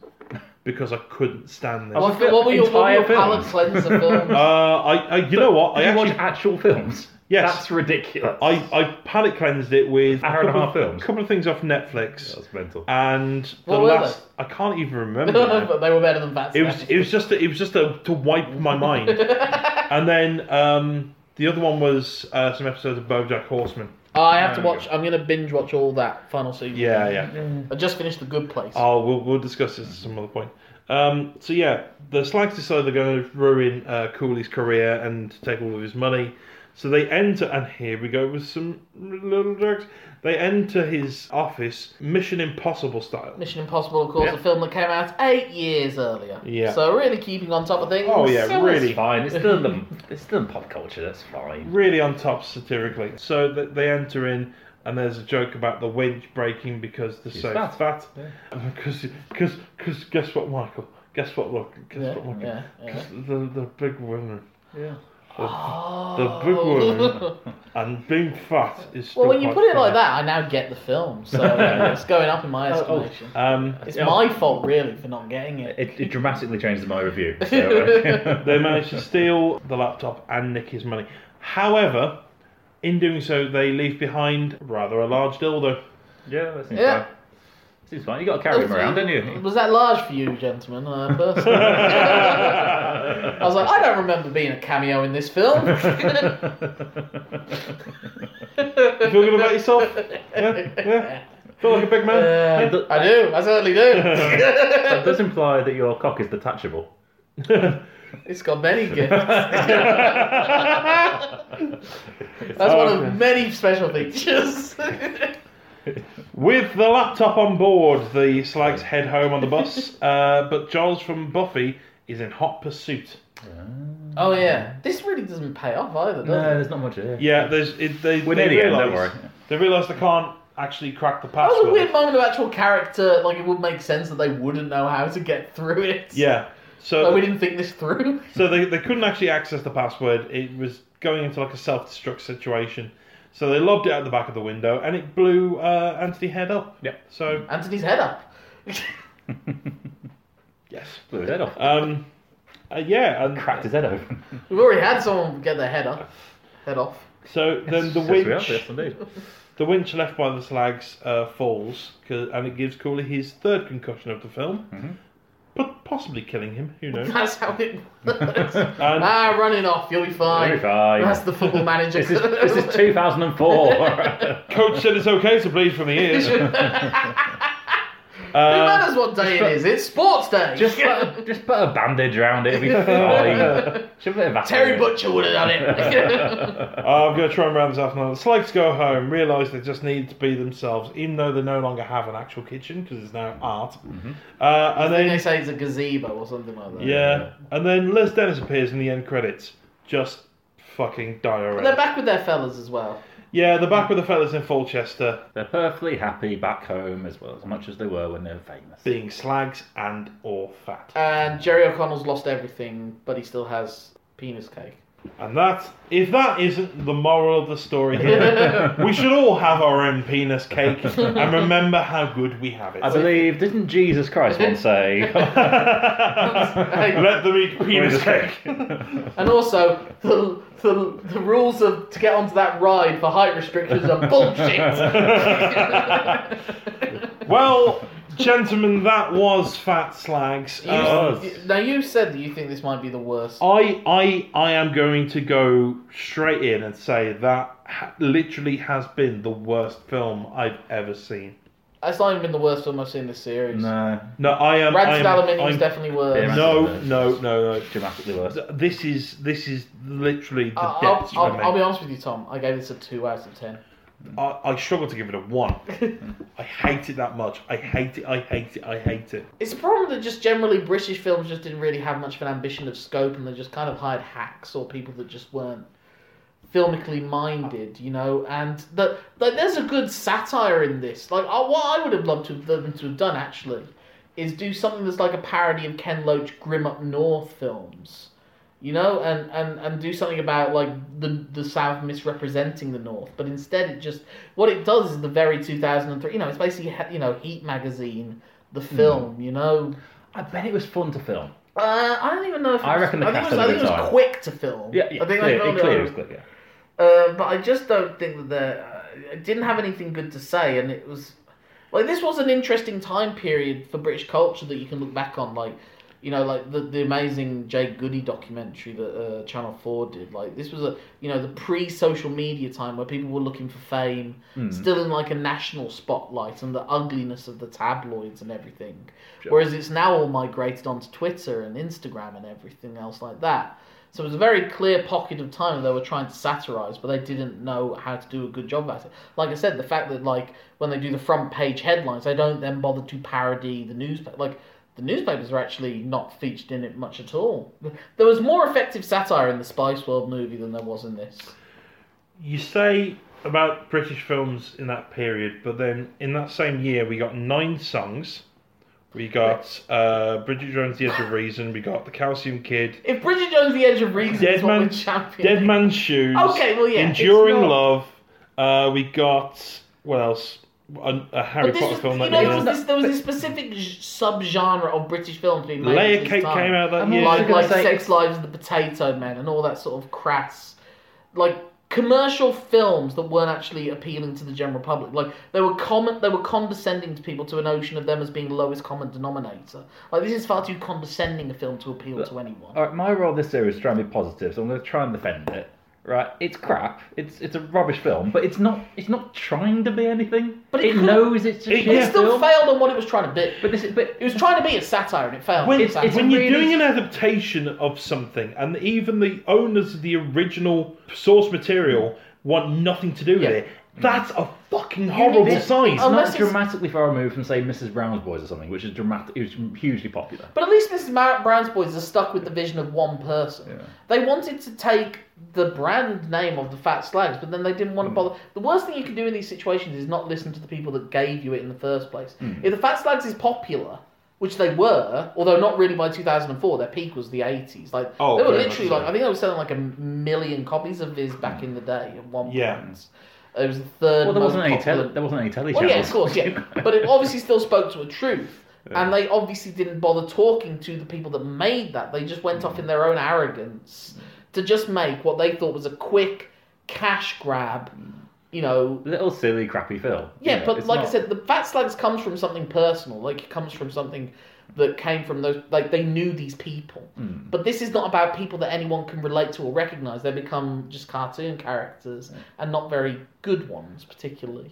Speaker 1: because I couldn't stand this.
Speaker 3: what, what were your, what were your
Speaker 2: Entire
Speaker 3: palate
Speaker 2: films.
Speaker 3: cleanser films?
Speaker 1: Uh, I, I, you know what? I
Speaker 2: you watch
Speaker 1: actually,
Speaker 2: actual films?
Speaker 1: Yes.
Speaker 2: That's ridiculous.
Speaker 1: I, I palate cleansed it with
Speaker 2: Hour and a
Speaker 1: couple,
Speaker 2: half films.
Speaker 1: couple of things off Netflix,
Speaker 2: That's mental.
Speaker 1: and the
Speaker 3: What were
Speaker 1: last I can't even remember. now.
Speaker 3: but they were better than Fat
Speaker 1: It was it was just to, it was just to, to wipe my mind. and then um, the other one was uh, some episodes of BoJack Horseman.
Speaker 3: Oh, I have to watch. I'm gonna binge watch all that final season.
Speaker 1: Yeah, yeah.
Speaker 3: I just finished The Good Place.
Speaker 1: Oh, we'll we'll discuss this at some other point. Um, so yeah, the slags decide they're going to ruin uh, Cooley's career and take all of his money. So they enter, and here we go with some little jokes. They enter his office, Mission Impossible style.
Speaker 3: Mission Impossible, of course,
Speaker 2: Yeah.
Speaker 3: a film that came out eight years earlier.
Speaker 1: Yeah.
Speaker 3: So really keeping on top of things.
Speaker 1: Oh yeah,
Speaker 2: So
Speaker 1: really.
Speaker 2: It's fine. It's still in the, it's still in pop culture. That's fine.
Speaker 1: really on top satirically. So that they enter in, and there's a joke about the winch breaking because they're so
Speaker 2: fat.
Speaker 1: fat. Because, because, because, guess what, Michael? Guess what, look? Guess
Speaker 3: Yeah,
Speaker 1: what, Michael?
Speaker 3: yeah, yeah.
Speaker 1: The, the big women.
Speaker 3: Yeah.
Speaker 1: The big women and being fat is still
Speaker 3: Oh. well, when you
Speaker 1: quite
Speaker 3: put it
Speaker 1: funny.
Speaker 3: like that, I now get the film, so it's going up in my estimation.
Speaker 1: Um,
Speaker 3: It's
Speaker 2: yeah.
Speaker 3: my fault, really, for not getting it.
Speaker 2: It, it dramatically changes my review. So, uh,
Speaker 1: they manage to steal the laptop and nick his money. However, in doing so, they leave behind rather a large dildo.
Speaker 2: yeah, that seems
Speaker 3: Yeah.
Speaker 2: fine. Seems fine. You got to carry them around, don't you?
Speaker 3: Was that large for you, gentlemen? Uh, personally? I was like, I don't remember being a cameo in this film.
Speaker 1: Feel good about yourself? Yeah, yeah. Feel like a big man?
Speaker 3: Uh, I do. I certainly do.
Speaker 2: That does imply that your cock is detachable.
Speaker 3: it's got many gifts. That's one of many special features.
Speaker 1: With the laptop on board, the slags head home on the bus, uh, but Giles from Buffy is in hot pursuit.
Speaker 3: oh yeah, this really doesn't pay off either, does
Speaker 2: No,
Speaker 3: it?
Speaker 2: there's not much here.
Speaker 1: Yeah, there's, it, they,
Speaker 2: We're
Speaker 1: they
Speaker 2: near the end,
Speaker 1: realize,
Speaker 2: don't worry.
Speaker 1: They realise they can't actually crack the
Speaker 3: That was a
Speaker 1: password.
Speaker 3: weird moment of actual character. Like it would make sense that they wouldn't know how to get through it.
Speaker 1: Yeah,
Speaker 3: Like,
Speaker 1: so
Speaker 3: we didn't think this through.
Speaker 1: so they, they couldn't actually access the password. It was going into like a self-destruct situation. So they lobbed it out the back of the window, and it blew uh, Anthony head up.
Speaker 2: Yep.
Speaker 1: So
Speaker 3: Anthony's head up.
Speaker 1: yes.
Speaker 2: Blew his head off.
Speaker 1: Um. uh, yeah, and
Speaker 2: Cracked his head open.
Speaker 3: We've already had someone get their head up. Head off.
Speaker 1: so then the
Speaker 2: Yes, we have,
Speaker 1: winch.
Speaker 2: Yes, indeed.
Speaker 1: The winch left by the slags uh, falls, 'cause- and it gives Cooley his third concussion of the film, but possibly killing him. Who knows?
Speaker 3: That's how it works.
Speaker 1: And
Speaker 3: ah, running off. You'll be fine.
Speaker 2: You'll be fine.
Speaker 3: That's the football manager.
Speaker 2: This is, this is 2004.
Speaker 1: coach said it's okay to bleed from the ears.
Speaker 3: It
Speaker 1: Uh,
Speaker 3: matters what day
Speaker 2: put-
Speaker 3: it is. It's sports day.
Speaker 2: Um, Just put, a, just put a bandage around it. It'll be fine. Should put a Vaseline.
Speaker 3: Terry Butcher would have done it.
Speaker 1: Uh, I'm going to try and round this off now. The slags go home, realise they just need to be themselves, even though they no longer have an actual kitchen because it's now art.
Speaker 2: Mm-hmm.
Speaker 1: Uh, and
Speaker 3: then they
Speaker 1: then,
Speaker 3: say it's a gazebo or something like that.
Speaker 1: yeah, and then Les Dennis appears in the end credits, just fucking diarrhea.
Speaker 3: But they're back with their fellas as well.
Speaker 1: Yeah, the back with the fellas in Folchester
Speaker 2: They're perfectly happy back home as well, as much as they were when they were famous.
Speaker 1: being slags and or fat.
Speaker 3: And Jerry O'Connell's lost everything, but he still has penis cake.
Speaker 1: And that's if that isn't the moral of the story here, we should all have our own penis cake and remember how good we have it.
Speaker 2: I believe, didn't Jesus Christ once say?
Speaker 1: Let them eat penis
Speaker 2: Penis
Speaker 1: cake.
Speaker 3: And also, the, the, the rules of to get onto that ride for height restrictions are bullshit.
Speaker 1: well, gentlemen, that was fat slags.
Speaker 3: You-
Speaker 1: Uh,
Speaker 2: us.
Speaker 3: now you said that you think this might be the worst.
Speaker 1: I, I, I am going to go straight in and say that ha- literally has been the worst film I've ever seen.
Speaker 3: That's not even been the worst film I've seen this series.
Speaker 2: no,
Speaker 1: No, I am. I am-
Speaker 3: Rats and Aluminium is
Speaker 1: I'm-
Speaker 3: definitely worse.
Speaker 2: Yeah, Rats-
Speaker 1: No, no, no, no.
Speaker 2: dramatically worse.
Speaker 1: Th- This is this is literally the
Speaker 3: I- Uh, I'll,
Speaker 1: depths
Speaker 3: I'll,
Speaker 1: for me.
Speaker 3: I'll be honest with you, Tom. I gave this a 2 out of 10.
Speaker 1: I, I struggle to give it a one. I hate it that much. I hate it. I hate it. I hate it.
Speaker 3: It's a problem that just generally British films just didn't really have much of an ambition of scope, and they just kind of hired hacks or people that just weren't filmically minded, you know. And that like, there's a good satire in this. Like I, what I would have loved to have, them to have done actually is do something that's like a parody of Ken Loach Grim Up North films. You know, and, and, and do something about like the the South misrepresenting the North, but instead it just what it does is the very two thousand and three. You know, it's basically you know Heat magazine, the film.
Speaker 2: Mm.
Speaker 3: You know,
Speaker 2: I bet it was fun to film.
Speaker 3: uh, I don't even know if
Speaker 2: I
Speaker 3: it was-
Speaker 2: reckon the
Speaker 3: I think
Speaker 2: cast
Speaker 3: it was,
Speaker 2: had a
Speaker 3: I think
Speaker 2: good
Speaker 3: it was
Speaker 2: time.
Speaker 3: quick to film.
Speaker 2: Yeah, yeah
Speaker 3: I um, think
Speaker 2: clear,
Speaker 3: they
Speaker 2: it
Speaker 3: filmed it
Speaker 2: clear
Speaker 3: on-
Speaker 2: was quick, yeah.
Speaker 3: Uh, but I just don't think that they uh, it didn't have anything good to say, and it was like this was an interesting time period for British culture that you can look back on, like you know, like the, the amazing Jay Goody documentary that uh, Channel Four did. Like this was a you know the pre social media time where people were looking for fame, still in like a national spotlight, and the ugliness of the tabloids and everything. Whereas it's now all migrated onto Twitter and Instagram and everything else like that. So it was a very clear pocket of time they were trying to satirize, but they didn't know how to do a good job at it. Like I said, the fact that like when they do the front page headlines, they don't then bother to parody the newspaper. Like the newspapers are actually not featured in it much at all. There was more effective satire in the Spice World movie than there was in this.
Speaker 1: You say about British films in that period, but then in that same year we got nine songs. We got uh, Bridget Jones, The Edge of Reason. We got The Calcium Kid.
Speaker 3: If Bridget Jones: The Edge of Reason
Speaker 1: Dead
Speaker 3: is what
Speaker 1: Man-
Speaker 3: we're championing,
Speaker 1: Dead Man's Shoes.
Speaker 3: Okay, well, yeah, it's
Speaker 1: Enduring
Speaker 3: not-
Speaker 1: Love. Uh, we got what else? A, a Harry
Speaker 3: But this
Speaker 1: Potter
Speaker 3: was,
Speaker 1: film
Speaker 3: you
Speaker 1: that
Speaker 3: know,
Speaker 1: year.
Speaker 3: there was, this, there was this specific j- subgenre of British films being made.
Speaker 1: Layer
Speaker 3: at this
Speaker 1: Cake
Speaker 3: time.
Speaker 1: came out that
Speaker 2: I'm
Speaker 1: year.
Speaker 2: also
Speaker 3: like,
Speaker 2: gonna
Speaker 3: like
Speaker 2: say-
Speaker 3: Sex Lives of the Potato Men and all that sort of crass, like commercial films that weren't actually appealing to the general public. Like they were common, they were condescending to people to a notion of them as being the lowest common denominator. Like this is far too condescending a film to appeal to anyone.
Speaker 2: All right, my role this series is trying to be positive, so I'm going to try and defend it. Right, it's crap. It's it's a rubbish film, but it's not it's not trying to be anything.
Speaker 3: But
Speaker 2: But
Speaker 3: it
Speaker 2: it,
Speaker 3: could-
Speaker 2: knows it's a
Speaker 1: it-
Speaker 2: shit
Speaker 1: yeah.
Speaker 3: It still
Speaker 2: film.
Speaker 3: failed on what it was trying to be.
Speaker 2: But this is but
Speaker 3: It was trying to be a satire and it failed.
Speaker 1: When,
Speaker 3: It's satire.
Speaker 1: when you're
Speaker 2: really-
Speaker 1: doing an adaptation of something, and even the owners of the original source material want nothing to do with
Speaker 3: Yeah. Mm.
Speaker 1: it, that's a fucking horrible
Speaker 2: this-
Speaker 1: sign.
Speaker 2: It's
Speaker 3: Unless
Speaker 2: not
Speaker 3: it's-
Speaker 2: dramatically far removed from, say, Mrs. Brown's Boys or something, which is dramatic. It was hugely popular.
Speaker 3: But at least Mrs. Mar- Brown's Boys are stuck with the vision of one person. They wanted to take the brand name of the Fat Slags, but then they didn't
Speaker 1: Hmm.
Speaker 3: want to bother. The worst thing you can do in these situations is not listen to the people that gave you it in the first place.
Speaker 1: Hmm.
Speaker 3: If the Fat Slags is popular, which they were, although not really by 2004, their peak was the 80s. Like
Speaker 1: Oh,
Speaker 3: they were
Speaker 1: very much
Speaker 3: literally
Speaker 1: so.
Speaker 3: like I think they were selling like a million copies of Viz back in the day at one
Speaker 1: Hmm. Yeah.
Speaker 3: point. It was the third.
Speaker 2: Well, there wasn't
Speaker 3: most
Speaker 2: any
Speaker 3: popular-
Speaker 2: tele, there wasn't any telly
Speaker 3: well, yeah,
Speaker 2: channels.
Speaker 3: of course, yeah. But it obviously still spoke to a truth. And they obviously didn't bother talking to the people that made that. They just went off in their own arrogance to just make what they thought was a quick cash grab, you know.
Speaker 2: Little silly, crappy film.
Speaker 3: Yeah,
Speaker 2: You know,
Speaker 3: but
Speaker 2: it's
Speaker 3: like I
Speaker 2: not-
Speaker 3: said, the fat slags comes from something personal. Like it comes from something that came from those, like they knew these people.
Speaker 2: Hmm.
Speaker 3: But this is not about people that anyone can relate to or recognize. They become just cartoon characters and not very good ones, particularly.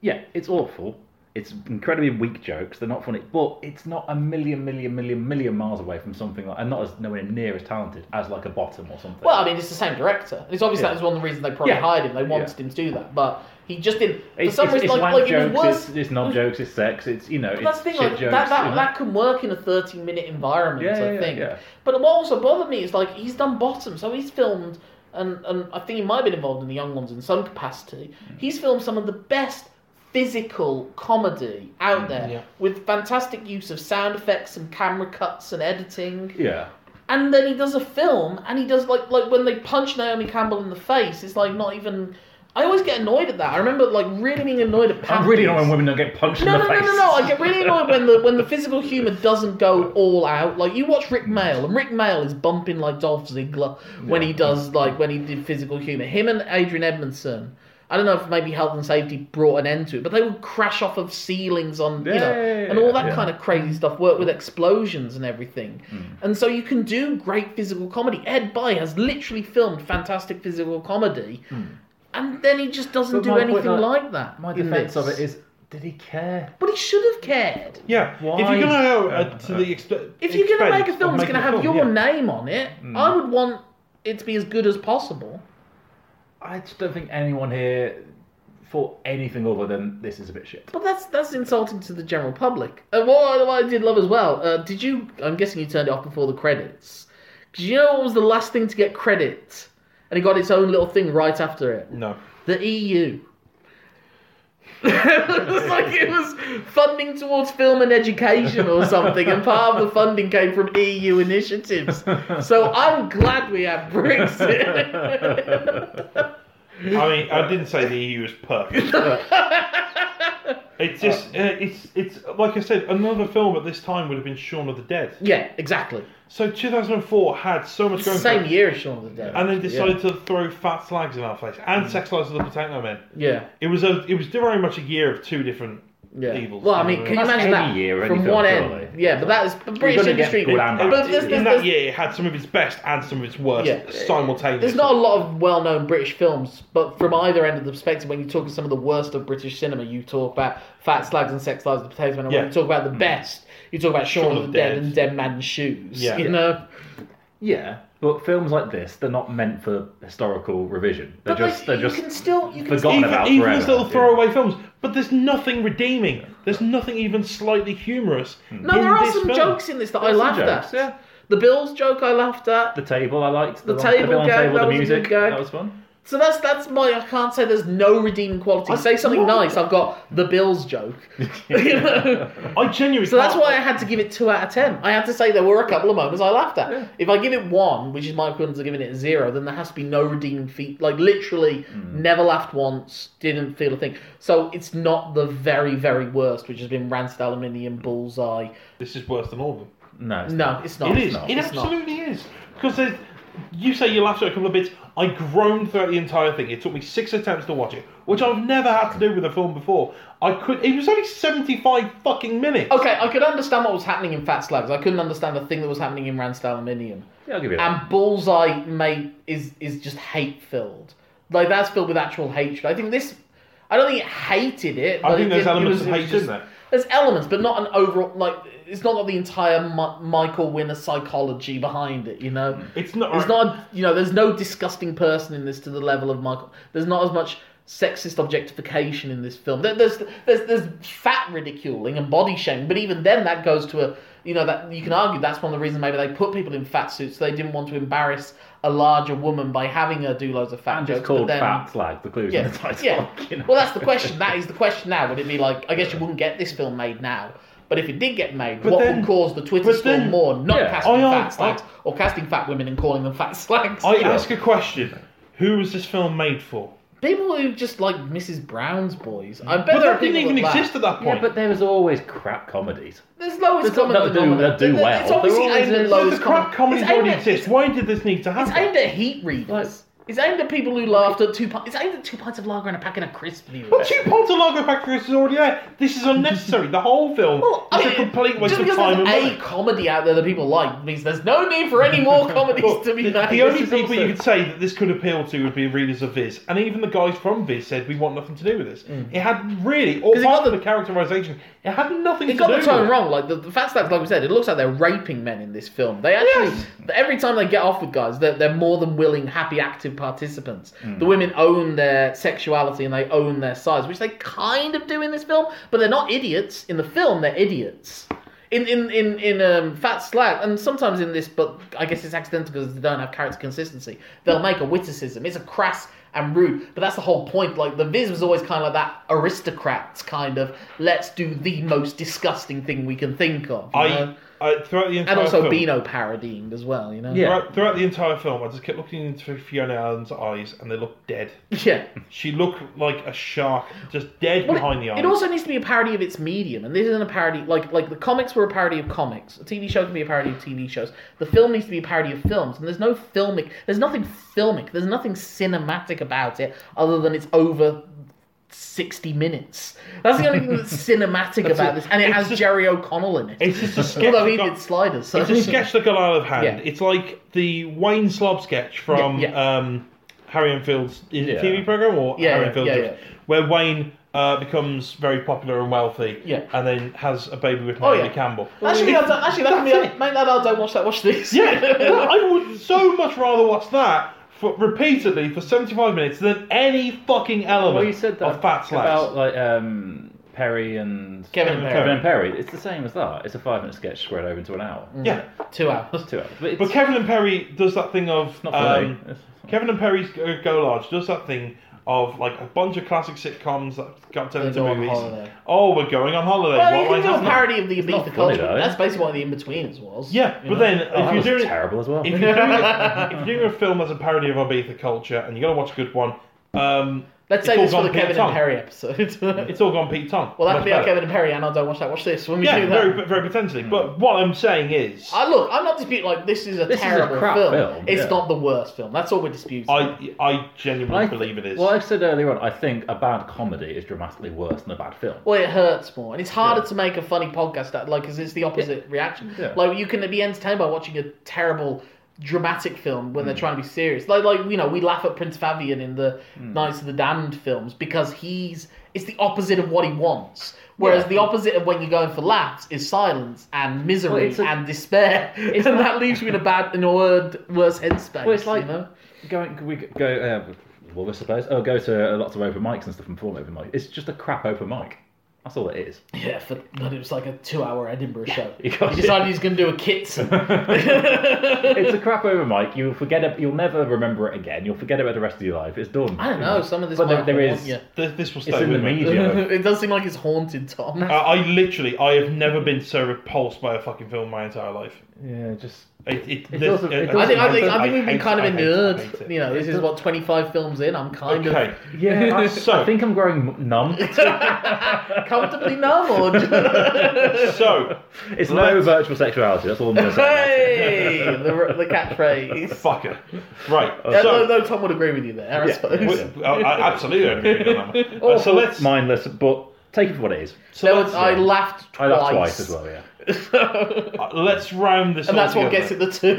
Speaker 2: yeah, it's awful. It's incredibly weak jokes. They're not funny, but it's not a million, million, million, million miles away from something like, and not as nowhere near as talented as like a bottom or something.
Speaker 3: Well, I mean, it's the same director. And it's obvious
Speaker 2: Yeah.
Speaker 3: that was one of the reasons they probably
Speaker 2: Yeah.
Speaker 3: hired him. They wanted him to do that, but he just didn't. For
Speaker 2: it's,
Speaker 3: some
Speaker 2: it's,
Speaker 3: reason,
Speaker 2: it's
Speaker 3: like,
Speaker 2: wank
Speaker 3: like it
Speaker 2: jokes,
Speaker 3: was worse.
Speaker 2: it's, it's knob jokes, it's sex, it's you know,
Speaker 3: But
Speaker 2: it's
Speaker 3: that's the thing,
Speaker 2: shit
Speaker 3: like,
Speaker 2: jokes.
Speaker 3: that,
Speaker 2: you
Speaker 3: that,
Speaker 2: know?
Speaker 3: that can work in a 30 minute environment,
Speaker 2: Yeah,
Speaker 3: I
Speaker 2: yeah,
Speaker 3: think.
Speaker 2: yeah.
Speaker 3: But what also bothered me is, like, he's done Bottom, so he's filmed, and, and I think he might have been involved in the Young Ones in some capacity.
Speaker 2: Mm.
Speaker 3: He's filmed some of the best physical comedy out
Speaker 2: Mm,
Speaker 3: there
Speaker 1: Yeah.
Speaker 3: with fantastic use of sound effects and camera cuts and editing.
Speaker 2: yeah.
Speaker 3: And then he does a film, and he does like like when they punch Naomi Campbell in the face, it's like not even. I always get annoyed at that. I remember like really being annoyed at.
Speaker 2: I'm really
Speaker 3: Pampers.
Speaker 2: annoyed when women don't get punched
Speaker 3: No,
Speaker 2: in the
Speaker 3: no, no,
Speaker 2: face.
Speaker 3: no, no! I get really annoyed when the when the physical humor doesn't go all out. Like you watch Rick Mail, and Rick Mail is bumping like Dolph Ziggler when he does like when he did physical humor. Him and Adrian Edmondson. I don't know if maybe health and safety brought an end to it, but they would crash off of ceilings on you
Speaker 2: Yeah,
Speaker 3: know
Speaker 2: yeah, yeah,
Speaker 3: and all that
Speaker 2: yeah. Hmm.
Speaker 3: kind of crazy stuff. Work with explosions and everything, and so you can do great physical comedy. Ed By has literally filmed fantastic physical comedy. And then he just doesn't
Speaker 2: Hmm. But
Speaker 3: do
Speaker 2: my point,
Speaker 3: anything
Speaker 2: like,
Speaker 3: like that.
Speaker 2: My
Speaker 3: in
Speaker 2: defense of
Speaker 3: this.
Speaker 2: it is, did he care?
Speaker 3: But he should have cared.
Speaker 1: Yeah, if
Speaker 2: Why?
Speaker 1: you're gonna go
Speaker 2: Uh,
Speaker 1: uh, to the exp-
Speaker 3: If you're going to make a film Mm. that's
Speaker 1: that's
Speaker 3: going to have your name on it, I would want it to be as good as possible.
Speaker 2: I just don't think anyone here thought anything other than this is a bit shit.
Speaker 3: But that's that's insulting to the general public. And what, I- what I did love as well, uh, did you? I'm guessing you turned it off before the credits. Because you know what was the last thing to get credit, and it got its own little thing right after it.
Speaker 1: no.
Speaker 3: The E EU. it was like it was funding towards film and education or something, and part of the funding came from EU initiatives. So I'm glad we have Brexit.
Speaker 1: I mean, I didn't say the EU is perfect. It's just, uh, it's, it's like I said, another film at this time would have been Shaun of the Dead.
Speaker 3: yeah, exactly.
Speaker 1: So 2004 had so much going. for
Speaker 3: Same
Speaker 1: it,
Speaker 3: year as Shaun of the Dead.
Speaker 1: And they decided to throw fat slags in our face
Speaker 3: Mm.
Speaker 1: and sexualize the potato men.
Speaker 3: Yeah,
Speaker 1: It was a, it was very much a year of two different
Speaker 3: yeah.
Speaker 1: evils.
Speaker 3: Well, I mean, can you
Speaker 2: That's
Speaker 3: imagine
Speaker 2: any
Speaker 3: that
Speaker 2: year, any
Speaker 3: from
Speaker 2: film,
Speaker 3: one
Speaker 2: surely.
Speaker 3: end? Yeah, but that is but British
Speaker 2: gonna get
Speaker 3: industry.
Speaker 2: good and bad.
Speaker 3: But there's,
Speaker 1: in
Speaker 3: there's,
Speaker 1: that
Speaker 3: there's,
Speaker 1: year, it had some of its best and some of its worst
Speaker 3: Yeah.
Speaker 1: simultaneously.
Speaker 3: There's not a lot of well-known British films, but from either end of the perspective, when you talk of some of the worst of British cinema, you talk about Fat Slags and Sex Lives of the Potato Man. And
Speaker 1: Yeah.
Speaker 3: When you talk about the best, you talk about Shaun, of the Dead, and Dead Man's Shoes.
Speaker 1: Yeah.
Speaker 3: You know,
Speaker 2: Yeah, but films like this, they're not meant for historical revision. They're
Speaker 3: but
Speaker 2: just,
Speaker 3: like,
Speaker 2: they're
Speaker 3: you
Speaker 2: just
Speaker 3: can still you can
Speaker 2: forgotten
Speaker 1: even,
Speaker 2: about
Speaker 1: even
Speaker 2: forever.
Speaker 1: as little
Speaker 2: Yeah.
Speaker 1: throwaway films, but there's nothing redeeming. There's nothing even slightly humorous.
Speaker 3: No, there are
Speaker 1: this
Speaker 3: some
Speaker 1: film.
Speaker 3: jokes in this that I
Speaker 2: There's some
Speaker 3: laughed
Speaker 2: jokes,
Speaker 3: at.
Speaker 2: yeah.
Speaker 3: The Bills joke I laughed at.
Speaker 2: The table, I liked. The,
Speaker 3: The
Speaker 2: one-
Speaker 3: table
Speaker 2: the, on
Speaker 3: gag,
Speaker 2: table, the
Speaker 3: that was a good
Speaker 2: music,
Speaker 3: gag.
Speaker 2: that was fun.
Speaker 3: So that's that's my. I can't say there's no redeeming quality. say something nice. I've got the Bills joke. You know?
Speaker 1: I genuinely.
Speaker 3: So that's
Speaker 1: can't-
Speaker 3: why I had to give it two out of ten. I had to say there were a couple of moments I laughed at. If I give it one, which is my equivalent to giving it a zero, then there has to be no redeeming feat. Like literally, never laughed once, didn't feel a thing. So it's not the very very worst, which has been Rancid Aluminium, Bullseye.
Speaker 1: this is worse than all of them.
Speaker 2: No, it's
Speaker 3: No,
Speaker 2: not.
Speaker 3: it's not.
Speaker 1: it is.
Speaker 3: It's
Speaker 1: it
Speaker 3: not.
Speaker 1: absolutely is. Because there's- you say you laughed at a couple of bits. I groaned throughout the entire thing. It took me six attempts to watch it, which I've never had to do with a film before. I could. It was only seventy-five fucking minutes.
Speaker 3: Okay, I could understand what was happening in Fat Slags. I couldn't understand the thing that was happening in Rancid Aluminium.
Speaker 2: Yeah, I'll give you that.
Speaker 3: And Bullseye mate is is just hate filled. Like that's filled with actual hatred. I think this. I don't think it hated it.
Speaker 1: I
Speaker 3: but
Speaker 1: think
Speaker 3: it
Speaker 1: there's
Speaker 3: did- it
Speaker 1: elements
Speaker 3: was-
Speaker 1: of
Speaker 3: it was
Speaker 1: hate
Speaker 3: just-
Speaker 1: in there.
Speaker 3: There's elements, but not an overall like. It's not got the entire Mi- Michael Winner psychology behind it. You know,
Speaker 1: It's not.
Speaker 3: it's not. a- You know, there's no disgusting person in this to the level of Michael. There's not as much sexist objectification in this film. There, there's there's there's fat ridiculing and body shaming, but even then that goes to a you know that you can argue that's one of the reasons maybe they put people in fat suits. They didn't want to embarrass a larger woman by having her do loads of fat
Speaker 2: And
Speaker 3: jokes.
Speaker 2: it's called
Speaker 3: but then,
Speaker 2: Fat Slag, the clues in the
Speaker 3: yeah,
Speaker 2: title.
Speaker 3: yeah.
Speaker 2: you know.
Speaker 3: Well, that's the question. That is the question now. Would it be like? I guess you wouldn't get this film made now. But if it did get made,
Speaker 1: But
Speaker 3: what
Speaker 1: then-
Speaker 3: would cause the Twitter
Speaker 1: but
Speaker 3: storm
Speaker 1: then-
Speaker 3: more? Not
Speaker 2: Yeah.
Speaker 3: casting
Speaker 1: I- I-
Speaker 3: fat slags
Speaker 1: I-
Speaker 3: or casting fat women and calling them fat slags.
Speaker 1: I
Speaker 3: You know?
Speaker 1: ask a question. Who was this film made for?
Speaker 3: people who just like Mrs. Brown's boys. I bet
Speaker 1: But
Speaker 3: there are
Speaker 1: that didn't
Speaker 3: people
Speaker 1: even
Speaker 3: that laugh.
Speaker 1: exist at that
Speaker 2: Yeah,
Speaker 1: point.
Speaker 2: but there was always crap comedies.
Speaker 3: There's
Speaker 2: There's
Speaker 3: lowest
Speaker 2: some
Speaker 3: common
Speaker 2: that do-
Speaker 3: denominator.
Speaker 2: that do
Speaker 3: There- there-
Speaker 2: well.
Speaker 3: It's obviously
Speaker 2: They're always
Speaker 3: aimed at
Speaker 2: in-
Speaker 1: So the
Speaker 3: lowest
Speaker 1: crap
Speaker 3: common.
Speaker 1: comedies
Speaker 3: It's
Speaker 1: already
Speaker 3: aimed at-
Speaker 1: exist. Why did this need to
Speaker 3: It's
Speaker 1: happen?
Speaker 3: aimed at heat readers. It's aimed at people who laughed at two pints. It's aimed at two pints of lager and a packet of crisps. you
Speaker 1: Well, two pints of lager pack for us is already there. This is unnecessary. The whole film
Speaker 3: Well, I
Speaker 1: is a
Speaker 3: mean,
Speaker 1: complete waste
Speaker 3: just
Speaker 1: of
Speaker 3: because
Speaker 1: time and
Speaker 3: there's
Speaker 1: money.
Speaker 3: a comedy out there that people like means there's no need for any more comedies to be
Speaker 1: the,
Speaker 3: made.
Speaker 1: the only
Speaker 3: This is
Speaker 1: people
Speaker 3: absurd.
Speaker 1: you could say that this could appeal to would be readers of Viz, and even the guys from Viz said we want nothing to do with this. It had really, all
Speaker 3: 'Cause Mm. it
Speaker 1: part
Speaker 3: got
Speaker 1: of the characterisation, it had nothing
Speaker 3: It
Speaker 1: to
Speaker 3: got
Speaker 1: do
Speaker 3: the tone
Speaker 1: with
Speaker 3: wrong. Like the, the fact that, like we said, it looks like they're raping men in this film. They actually,
Speaker 1: Yes.
Speaker 3: every time they get off with guys, they're, they're more than willing, happy, active participants. The women own their sexuality and they own their size, which they kind of do in this film, but they're not idiots. In the film, they're idiots. In in in in um, Fat Slag, and sometimes in this, but I guess it's accidental because they don't have character consistency. They'll make a witticism. It's a crass and rude. But that's the whole point. Like the Viz was always kind of like that aristocrats kind of let's do the most disgusting thing we can think of. you know?
Speaker 1: I, I throughout the entire
Speaker 3: and also
Speaker 1: film,
Speaker 3: Beano parodying as well. You know.
Speaker 2: Yeah.
Speaker 1: Throughout, throughout the entire film, I just kept looking into Fiona Allen's eyes, and they looked dead.
Speaker 3: Yeah.
Speaker 1: She looked like a shark, just dead
Speaker 3: Well,
Speaker 1: behind
Speaker 3: it,
Speaker 1: the eyes.
Speaker 3: It also needs to be a parody of its medium, and this isn't a parody. Like like the comics were a parody of comics. A TV show can be a parody of TV shows. The film needs to be a parody of films, and there's no filmic. There's nothing filmic. There's nothing cinematic about it other than it's over. 60 minutes. That's the only thing that's cinematic about
Speaker 1: it.
Speaker 3: this, and it
Speaker 1: It's
Speaker 3: has
Speaker 1: just-
Speaker 3: Jerry O'Connell in it.
Speaker 1: it's just a sketch.
Speaker 3: Although he
Speaker 1: that got-
Speaker 3: did sliders, so
Speaker 1: it's a sketch that got out of hand.
Speaker 3: Yeah.
Speaker 1: It's like the Wayne Slob sketch from
Speaker 3: Yeah, yeah.
Speaker 1: Um, Harry Enfield's is it
Speaker 2: Yeah.
Speaker 1: TV program or
Speaker 3: Yeah,
Speaker 1: Harry
Speaker 3: yeah,
Speaker 1: Enfield's,
Speaker 3: yeah,
Speaker 1: Jokes, where Wayne uh, becomes very popular and wealthy,
Speaker 3: Yeah.
Speaker 1: and then has a baby with
Speaker 3: Oh,
Speaker 1: Naomi
Speaker 3: yeah.
Speaker 1: Campbell.
Speaker 3: Actually,
Speaker 1: It's-
Speaker 3: that's, actually, that can be.
Speaker 1: that's it.
Speaker 3: Make that out. Don't watch that. Watch this.
Speaker 1: Yeah, that- I would so much rather watch that for repeatedly for seventy-five minutes than any fucking element
Speaker 2: Well, you said that
Speaker 1: of fat slaps.
Speaker 2: about like um, Perry and
Speaker 3: Kevin
Speaker 1: Kevin
Speaker 3: Perry.
Speaker 2: Kevin and Perry. It's the same as that. It's a five-minute sketch squared over into an hour.
Speaker 1: yeah,
Speaker 3: Two hours.
Speaker 2: Two hours. But it's
Speaker 1: but Kevin and Perry does that thing of
Speaker 2: not funny.
Speaker 1: um,
Speaker 2: It's-
Speaker 1: Kevin and Perry's Go, Go Large does that thing of like a bunch of classic sitcoms that got turned into
Speaker 3: They go on
Speaker 1: movies.
Speaker 3: holiday.
Speaker 1: Oh, we're going on holiday.
Speaker 3: Well,
Speaker 1: What might
Speaker 3: you can do a
Speaker 1: happen?
Speaker 3: parody of the
Speaker 2: not
Speaker 3: Ibiza
Speaker 2: funny,
Speaker 3: culture.
Speaker 2: though.
Speaker 3: That's basically what the in-betweeners was.
Speaker 1: Yeah,
Speaker 3: you
Speaker 1: but
Speaker 3: know?
Speaker 1: then
Speaker 2: oh, that
Speaker 1: if you're
Speaker 2: was
Speaker 1: doing
Speaker 2: terrible as well.
Speaker 1: if you're doing, if you're doing a film that's a parody of Ibiza culture and you're gonna watch a good one, um,
Speaker 3: let's
Speaker 1: it's
Speaker 3: say
Speaker 1: all
Speaker 3: this for
Speaker 1: gone
Speaker 3: the
Speaker 1: Pete
Speaker 3: Kevin
Speaker 1: Tong.
Speaker 3: and Perry episode.
Speaker 1: It's all gone Pete Tong.
Speaker 3: well, that
Speaker 1: Much
Speaker 3: can be our
Speaker 1: better.
Speaker 3: Kevin and Perry, and I don't watch that. Watch this when we
Speaker 1: Yeah,
Speaker 3: do that.
Speaker 1: very very potentially. But what I'm saying is,
Speaker 3: I look. I'm not disputing. Like this is a
Speaker 2: This is a
Speaker 3: terrible
Speaker 2: crap
Speaker 3: film.
Speaker 2: film,
Speaker 3: It's
Speaker 2: yeah.
Speaker 3: not the worst film. That's all we're disputing.
Speaker 1: I I genuinely
Speaker 2: I th-
Speaker 1: believe it is.
Speaker 2: Well, I said earlier on, I think a bad comedy is dramatically worse than a bad film.
Speaker 3: Well, it hurts more, and it's harder
Speaker 2: Yeah.
Speaker 3: to make a funny podcast that like because it's the opposite reaction.
Speaker 2: Yeah.
Speaker 3: Like you can be entertained by watching a terrible dramatic film when
Speaker 2: Mm.
Speaker 3: they're trying to be serious. Like like you know we laugh at Prince Fabian in the
Speaker 2: Mm.
Speaker 3: Knights of the Damned films because he's it's the opposite of what he wants. Whereas
Speaker 2: Yeah.
Speaker 3: the opposite of when you're going for laughs is silence and
Speaker 2: Well,
Speaker 3: misery
Speaker 2: it's a-
Speaker 3: and despair, and
Speaker 2: not-
Speaker 3: that leaves you in a bad, in a word, worse headspace.
Speaker 2: Well, it's like
Speaker 3: you know?
Speaker 2: going. We go. Uh, well, I suppose. Oh, go to uh, lots of open mics and stuff and perform at open mic. It's just a crap open mic. That's all it is.
Speaker 3: Yeah, for, but it was like a two-hour Edinburgh show.
Speaker 2: you
Speaker 3: He
Speaker 2: got it.
Speaker 3: decided he's going to do a Kitson.
Speaker 2: It's a crap open mic. You'll forget. ab- You'll never remember it again. You'll forget about it the rest of your life. It's done.
Speaker 3: I don't know. Some of this
Speaker 2: But there-
Speaker 3: might
Speaker 2: there
Speaker 3: haunt
Speaker 2: is-
Speaker 3: you.
Speaker 1: Th- this will stay
Speaker 2: It's in the
Speaker 1: with me.
Speaker 2: media.
Speaker 3: it does seem like it's haunted, Tom.
Speaker 1: I, I literally, I have never been so repulsed by a fucking film my entire life.
Speaker 2: yeah, just
Speaker 1: It, it,
Speaker 2: It
Speaker 1: this-
Speaker 2: doesn't- it
Speaker 1: uh,
Speaker 2: doesn't-
Speaker 3: I think, I think, I
Speaker 1: hate
Speaker 3: think we've been
Speaker 1: it,
Speaker 3: kind of
Speaker 1: I
Speaker 3: in the
Speaker 1: hate it, I hate
Speaker 3: nerd.
Speaker 1: it.
Speaker 3: You know, this is what twenty five films in. I'm kind
Speaker 1: Okay,
Speaker 2: yeah. I,
Speaker 1: So-
Speaker 2: I think I'm growing numb.
Speaker 3: of comfortably numb. Or...
Speaker 1: so
Speaker 2: It's no
Speaker 1: Let's-
Speaker 2: virtual sexuality. That's all I'm going to say.
Speaker 3: hey, the, the catchphrase.
Speaker 1: fucker, right?
Speaker 3: Yeah, no,
Speaker 1: so
Speaker 3: no, Tom would agree with you there. I
Speaker 2: Yeah.
Speaker 3: suppose.
Speaker 1: we- I- I absolutely, don't agree on that one. Uh, so
Speaker 2: Awful,
Speaker 1: let's.
Speaker 2: mindless, but take it for what it is.
Speaker 1: So
Speaker 3: There
Speaker 1: let's,
Speaker 3: was- I laughed
Speaker 2: I
Speaker 3: twice.
Speaker 2: laughed twice as well. Yeah.
Speaker 3: well.
Speaker 1: uh, let's round this.
Speaker 3: and
Speaker 1: all
Speaker 3: that's what
Speaker 1: together.
Speaker 3: gets it the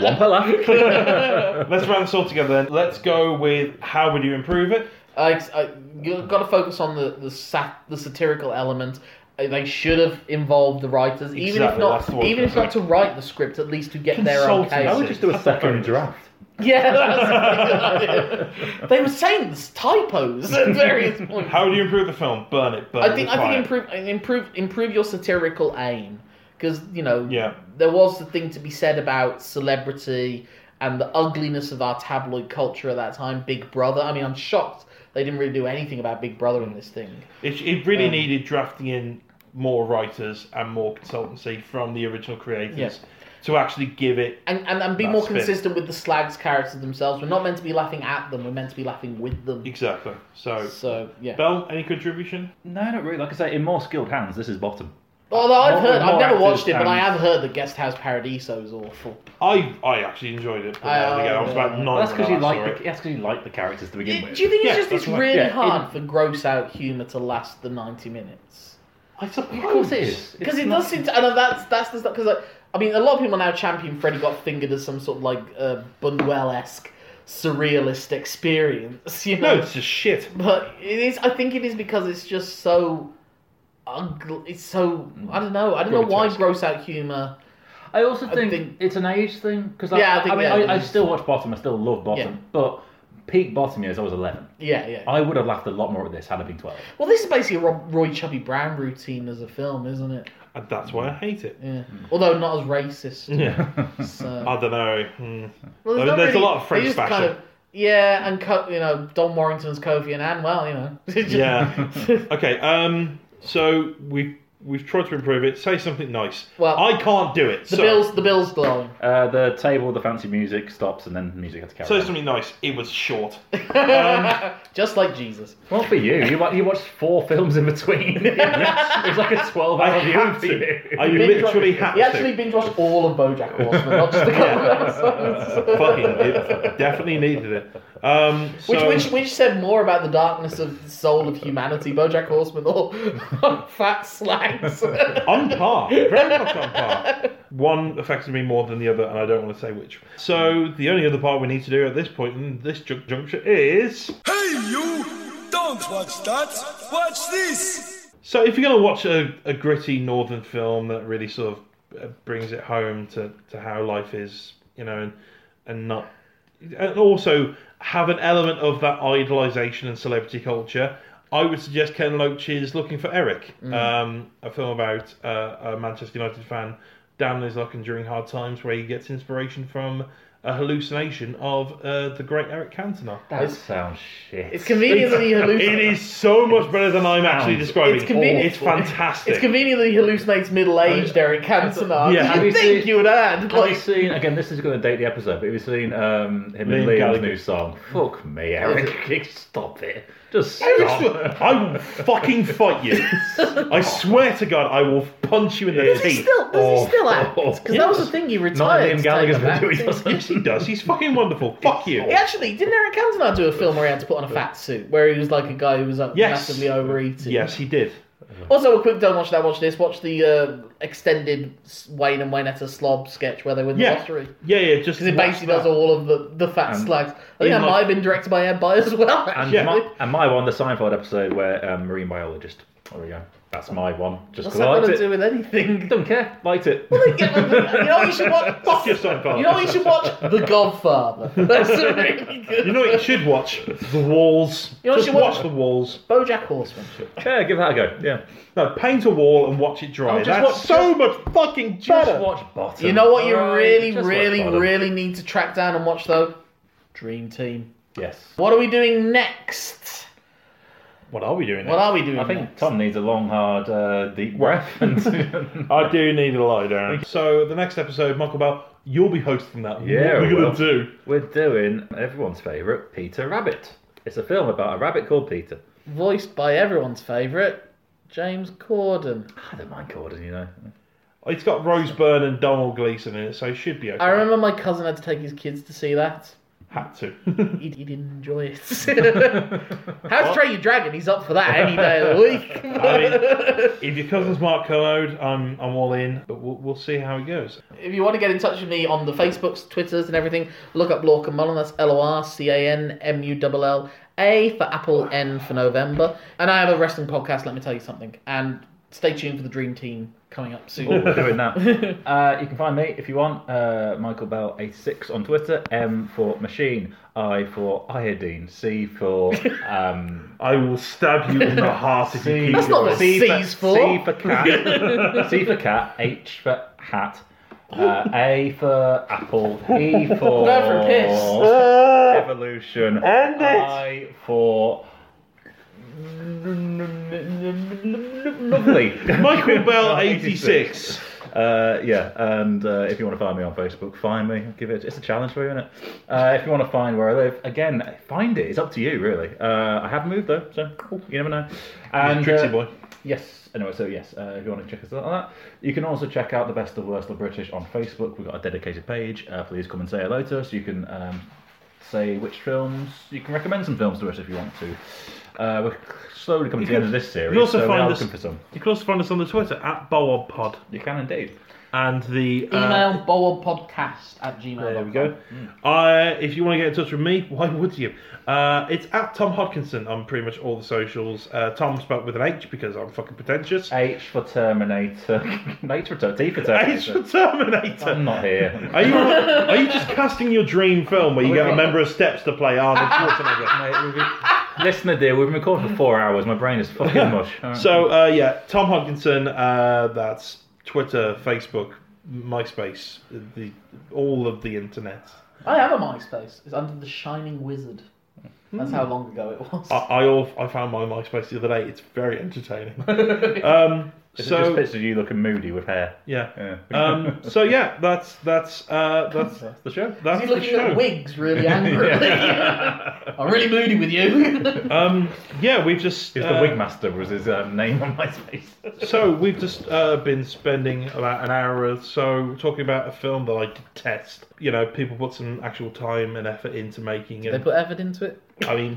Speaker 3: two.
Speaker 2: One per laugh.
Speaker 1: Let's round this all together. Then let's go with how would you improve it?
Speaker 3: I, I you got to focus on the the, sat, the satirical element. Uh, They should have involved the writers, even if
Speaker 1: Exactly, that's
Speaker 3: not,
Speaker 1: the word
Speaker 3: even
Speaker 1: for
Speaker 3: if
Speaker 1: it.
Speaker 3: not to write the script, at least to get their own
Speaker 1: Consultancy.
Speaker 2: I
Speaker 3: case.
Speaker 2: would just do a second draft.
Speaker 3: Yeah, that's a good idea. They were saying there's typos at various points.
Speaker 1: How would you improve the film? Burn it. Burn
Speaker 3: I
Speaker 1: it
Speaker 3: think
Speaker 1: with
Speaker 3: I
Speaker 1: fire.
Speaker 3: think improve improve improve your satirical aim because you know
Speaker 1: Yeah.
Speaker 3: there was the thing to be said about celebrity and the ugliness of our tabloid culture at that time. Big Brother. I mean, I'm shocked they didn't really do anything about Big Brother in this thing.
Speaker 1: It, it really
Speaker 3: Um,
Speaker 1: needed drafting in more writers and more consultancy from the original creators
Speaker 3: Yeah.
Speaker 1: to actually give it.
Speaker 3: And, and, and be
Speaker 1: That's
Speaker 3: more
Speaker 1: fair.
Speaker 3: consistent with the slags characters themselves. We're not meant to be laughing at them. We're meant to be laughing with them.
Speaker 1: Exactly. So,
Speaker 3: So yeah,
Speaker 1: Bell, any contribution?
Speaker 2: No, not really. Like I say, in more skilled hands, this is bottom.
Speaker 3: Although I've
Speaker 1: More-
Speaker 3: heard,
Speaker 1: more
Speaker 3: I've never
Speaker 1: actors
Speaker 3: watched it, but I
Speaker 1: and-
Speaker 3: have heard that Guest House Paradiso is awful.
Speaker 1: I I actually enjoyed it. But
Speaker 3: I-
Speaker 1: there we go. I was about
Speaker 3: uh,
Speaker 1: nine.
Speaker 2: Well, Oh, that's
Speaker 1: when I
Speaker 2: because you
Speaker 1: last
Speaker 2: like
Speaker 1: saw
Speaker 2: the,
Speaker 1: it.
Speaker 2: that's 'cause you like the characters to begin
Speaker 3: Do
Speaker 2: with.
Speaker 3: you think
Speaker 1: Yeah,
Speaker 3: it's just
Speaker 1: that's
Speaker 3: it's
Speaker 1: right.
Speaker 3: really
Speaker 2: Yeah, it-
Speaker 3: hard for gross out humour to last the ninety minutes?
Speaker 1: I suppose
Speaker 2: Of course it is.
Speaker 3: Because
Speaker 2: It's
Speaker 3: it
Speaker 2: not-
Speaker 3: does seem to, and that's that's the stuff. Because like, I mean, a lot of people now champion Freddy got fingered as some sort of like uh, Bunwell esque surrealist experience. You know,
Speaker 1: No, it's just shit.
Speaker 3: But it is. I think it is because it's just so. Ugly. It's so. I don't know. I don't know why
Speaker 1: Grotesque.
Speaker 3: gross out humor.
Speaker 2: I also
Speaker 3: I
Speaker 2: think,
Speaker 3: think-
Speaker 2: it's an age thing because I,
Speaker 3: Yeah, I
Speaker 2: I,
Speaker 3: think,
Speaker 2: mean
Speaker 3: yeah, it
Speaker 2: I, I
Speaker 3: is.
Speaker 2: still watch Bottom, I still love Bottom,
Speaker 3: Yeah.
Speaker 2: but peak Bottom years I was eleven.
Speaker 3: Yeah, yeah.
Speaker 2: I would have laughed a lot more at this had I been twelve.
Speaker 3: well, this is basically a Rob, Roy Chubby Brown routine as a film, isn't it?
Speaker 1: And that's why I hate it.
Speaker 3: Yeah. Although not as racist. uh,
Speaker 1: Yeah.
Speaker 3: So.
Speaker 1: I don't know. Hmm.
Speaker 3: Well,
Speaker 1: I mean,
Speaker 3: not
Speaker 1: there's a lot of
Speaker 3: they
Speaker 1: French
Speaker 3: just
Speaker 1: fashion.
Speaker 3: yeah, and Co- you know Don Warrington's Kofi and Ann. Well, you know.
Speaker 1: Yeah. Okay. Um. So we we've tried to improve it. Say something nice.
Speaker 3: Well,
Speaker 1: I can't do it.
Speaker 3: the
Speaker 1: sorry.
Speaker 3: bills. The bills glowing.
Speaker 2: Uh, the table, the fancy music stops, and then the music had to carry
Speaker 1: Say
Speaker 2: on.
Speaker 1: something nice. It was short. Um,
Speaker 3: just like Jesus.
Speaker 2: Well, for you, you, wa- you watched four films in between. it was like a
Speaker 1: I
Speaker 2: twelve-hour viewing
Speaker 1: had
Speaker 2: for
Speaker 1: to.
Speaker 2: you.
Speaker 1: I literally had
Speaker 3: He actually
Speaker 1: to.
Speaker 3: binge watched all of BoJack Horseman, not just the couple
Speaker 1: Yeah.
Speaker 3: of episodes.
Speaker 1: Fucking it definitely needed it. Um.
Speaker 3: Which,
Speaker 1: so-
Speaker 3: which which said more about the darkness of the soul of humanity, BoJack Horseman or fat slags?
Speaker 1: on par, very much on par. One affected me more than the other, and I don't want to say which. So the only other part we need to do at this point in this ju- juncture is.
Speaker 10: Hey, you! Don't watch that! Watch this!
Speaker 1: So if you're going to watch a, a gritty northern film that really sort of uh, brings it home to, to how life is, you know, and and not, and also have an element of that idolization and celebrity culture. I would suggest Ken Loach's Looking for Eric, um, a film about uh, a Manchester United fan down in his luck and during hard times, where he gets inspiration from a hallucination of uh, the great Eric Cantona.
Speaker 2: That sounds shit.
Speaker 3: it's conveniently
Speaker 1: It
Speaker 3: hallucinates.
Speaker 1: is so much better than I'm actually
Speaker 2: Sounds
Speaker 1: describing.
Speaker 3: It's convenient.
Speaker 1: It's fantastic.
Speaker 3: It's conveniently hallucinates middle-aged Eric Cantona.
Speaker 1: Yeah.
Speaker 2: Have
Speaker 3: you
Speaker 2: you
Speaker 3: think
Speaker 2: seen-
Speaker 3: you would add?
Speaker 2: Have you
Speaker 3: Like,
Speaker 2: seen again? This is going to date the episode, but have you seen um, him
Speaker 1: Liam
Speaker 2: and Liam's
Speaker 1: Gallagher.
Speaker 2: new song? Fuck me, Eric! Stop it! Just stop.
Speaker 1: I will fucking fight you. I swear to God, I will punch you in the
Speaker 3: does he
Speaker 1: teeth. Oh.
Speaker 3: still? Does he still act? Because that was the
Speaker 1: Yes.
Speaker 3: thing he
Speaker 2: Not
Speaker 3: retired.
Speaker 2: Liam
Speaker 3: to take
Speaker 2: Gallagher's
Speaker 3: up
Speaker 2: video. He
Speaker 3: acting.
Speaker 1: Yes, he
Speaker 2: doesn't.
Speaker 1: does. He's fucking wonderful. Fuck you.
Speaker 3: He actually, didn't Eric Cantona do a film where he had to put on a fat suit, where he was like a guy who was like,
Speaker 1: Yes.
Speaker 3: massively overeating?
Speaker 1: Yes, he did.
Speaker 3: Also, a quick don't watch that, watch this. Watch the uh, extended S- Wayne and Waynetta slob sketch where they win
Speaker 1: Yeah.
Speaker 3: the lottery.
Speaker 1: Yeah, yeah. Just
Speaker 3: Because it
Speaker 1: watch
Speaker 3: basically
Speaker 1: that.
Speaker 3: does all of the, the fat
Speaker 2: And
Speaker 3: slags. I think that
Speaker 1: in, like-
Speaker 3: might have been directed by Ed By as well.
Speaker 2: And,
Speaker 3: Actually.
Speaker 1: Yeah.
Speaker 2: my, and my one, the Seinfeld episode where um, marine biologist. There we go. That's my one. Just
Speaker 3: What's
Speaker 2: because
Speaker 3: that
Speaker 2: I
Speaker 3: got
Speaker 2: liked
Speaker 3: to
Speaker 2: it.
Speaker 3: do with anything?
Speaker 2: Don't care. Liked it.
Speaker 3: Yeah, but you know what you should watch?
Speaker 1: Fuck your Seinfeld.
Speaker 3: You know what you should watch? The Godfather. That's a really good.
Speaker 1: You know what you should watch? The Walls.
Speaker 3: You know what
Speaker 1: Just
Speaker 3: you should
Speaker 1: watch
Speaker 3: watch?
Speaker 1: The Walls.
Speaker 3: BoJack Horseman.
Speaker 2: yeah, give that a go. Yeah.
Speaker 1: No, paint a wall and watch it dry.
Speaker 2: just
Speaker 1: That's
Speaker 2: watch-
Speaker 1: so much fucking
Speaker 2: Just
Speaker 1: better.
Speaker 2: watch bottom.
Speaker 3: You know what you
Speaker 2: Alright,
Speaker 3: really,
Speaker 2: just watch
Speaker 3: really,
Speaker 2: Bottom.
Speaker 3: really need to track down and watch though? Dream Team.
Speaker 2: Yes.
Speaker 3: What are we doing next?
Speaker 1: What are we doing?
Speaker 3: What
Speaker 1: next?
Speaker 3: are we doing?
Speaker 2: I think
Speaker 3: next?
Speaker 2: Tom needs a long, hard, uh, deep breath. And
Speaker 1: I do need a lie down. So the next episode, Michael Bell, you'll be hosting that. What
Speaker 2: Yeah,
Speaker 1: are we
Speaker 2: well.
Speaker 1: gonna do?
Speaker 2: We're doing everyone's favourite, Peter Rabbit. It's a film about a rabbit called Peter.
Speaker 3: voiced by everyone's favourite, James Corden.
Speaker 2: I don't mind Corden, you know.
Speaker 1: It's got Rose Byrne and Donald Gleason in it, so it should be okay.
Speaker 3: I remember my cousin had to take his kids to see that.
Speaker 1: Had to.
Speaker 3: He, he didn't enjoy it. How to Train Your Dragon, he's up for that any day of the week.
Speaker 1: If your cousin's Mark Kermode, I'm I'm all in, but we'll, we'll see how it goes.
Speaker 3: if you want to get in touch with me on the Facebooks, Twitters, and everything, look up Lorcan Mullen. That's L O R C A N M U L L A for Apple, N for November. And I have a wrestling podcast, let me tell you something. And stay tuned for the Dream Team coming up soon.
Speaker 2: Oh, we're doing that. Uh, you can find me if you want, uh, Michael Bell 86 on Twitter. M for machine, I for iodine, C for um,
Speaker 1: I will stab you in the heart if you keep
Speaker 3: That's not
Speaker 1: going.
Speaker 3: what C's for.
Speaker 2: C for cat, C for cat, H for hat, uh, A for apple, E for
Speaker 3: No, for piss.
Speaker 1: Ah,
Speaker 2: evolution,
Speaker 1: End it.
Speaker 2: I for lovely.
Speaker 1: Michael Bell, 86.
Speaker 2: Uh, yeah, and uh, if you want to find me on Facebook, find me. Give it. It's a challenge for you, isn't it? Uh, if you want to find where I live, again, find it. It's up to you, really. Uh, I have moved though, so cool. You never know. And
Speaker 1: Trixie
Speaker 2: uh,
Speaker 1: boy.
Speaker 2: Yes. Anyway, so yes, uh, if you want to check us out on that, you can also check out the best of worst of British on Facebook. We've got a dedicated page. Uh, please come and say hello to us. You can um, say which films you can recommend some films to us if you want to. Uh, we're slowly coming to the end of this series,
Speaker 1: You can also
Speaker 2: so we
Speaker 1: find
Speaker 2: are
Speaker 1: us-
Speaker 2: looking for some.
Speaker 1: You can also find us on the Twitter at BoWobPod
Speaker 2: You can indeed.
Speaker 1: and the uh,
Speaker 3: Email bowlpodcast at gmail.
Speaker 1: There we go. Uh, if you want to get in touch with me, why would you? Uh, it's at Tom Hodkinson on pretty much all the socials. Uh, Tom spelt with an H because I'm fucking pretentious.
Speaker 2: H for Terminator. H for Ter- T for
Speaker 1: H for
Speaker 2: Terminator. I'm
Speaker 1: Terminator.
Speaker 2: not here.
Speaker 1: Are you are you just casting your dream film where you
Speaker 2: We
Speaker 1: get a
Speaker 2: are.
Speaker 1: member of Steps to play Arnold Schwarzenegger?
Speaker 2: Mate, we've been- Listener, dear, we've been recording for four hours. My brain is fucking mush. All right.
Speaker 1: So uh, yeah, Tom Hodkinson. Uh, that's Twitter, Facebook, MySpace, the all of the internet.
Speaker 3: I have a MySpace. It's under the Shining Wizard. That's how long ago it was.
Speaker 1: I I, all, I found my MySpace the other day. It's very entertaining. Um,
Speaker 2: Is it
Speaker 1: so
Speaker 2: just pictures of you looking moody with hair.
Speaker 1: yeah.
Speaker 2: Yeah.
Speaker 1: Um, so yeah, that's that's uh, that's the show. That's
Speaker 3: He's
Speaker 1: the
Speaker 3: looking
Speaker 1: show.
Speaker 3: at wigs really angrily. I'm really moody with you.
Speaker 1: Um, yeah, we've just
Speaker 2: It's
Speaker 1: uh,
Speaker 2: the Wigmaster was his um, name on MySpace.
Speaker 1: So we've just uh, been spending about an hour or so talking about a film that I detest. You know, people put some actual time and effort into making
Speaker 3: they
Speaker 1: it.
Speaker 3: put effort into it.
Speaker 1: I mean,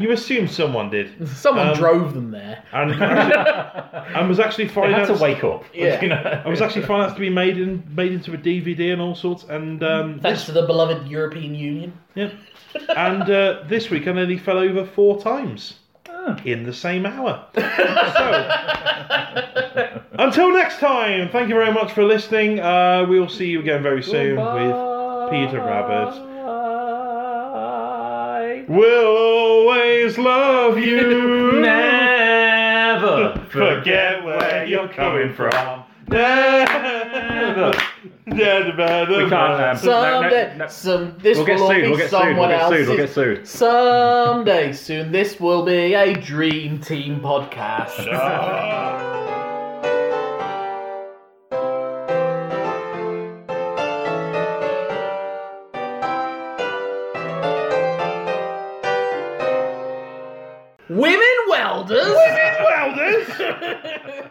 Speaker 1: you assume someone did,
Speaker 3: Someone
Speaker 1: Um,
Speaker 3: drove them there.
Speaker 1: and actually, and was actually
Speaker 2: I had
Speaker 1: financed.
Speaker 2: to wake up.
Speaker 3: Yeah.
Speaker 2: You know?
Speaker 1: I was actually financed to be made in made into a DVD and all sorts. And um,
Speaker 3: Thanks to the beloved European Union.
Speaker 1: Yeah. And uh, this week I nearly fell over four times
Speaker 2: Ah.
Speaker 1: in the same hour. so, until next time, thank you very much for listening. Uh, we will see you again very soon with Peter Rabbit. We'll always love you.
Speaker 2: Never
Speaker 1: Forget where you're coming from. Never.
Speaker 2: We can't, um, No, no,
Speaker 3: Someday,
Speaker 2: no.
Speaker 3: some this
Speaker 2: We'll get
Speaker 3: will all
Speaker 2: sued.
Speaker 3: be
Speaker 2: We'll get sued.
Speaker 3: someone
Speaker 2: We'll get sued. We'll get
Speaker 3: else's.
Speaker 2: sued.
Speaker 3: Someday soon, this will be a dream team podcast. Women welders.
Speaker 1: Welders.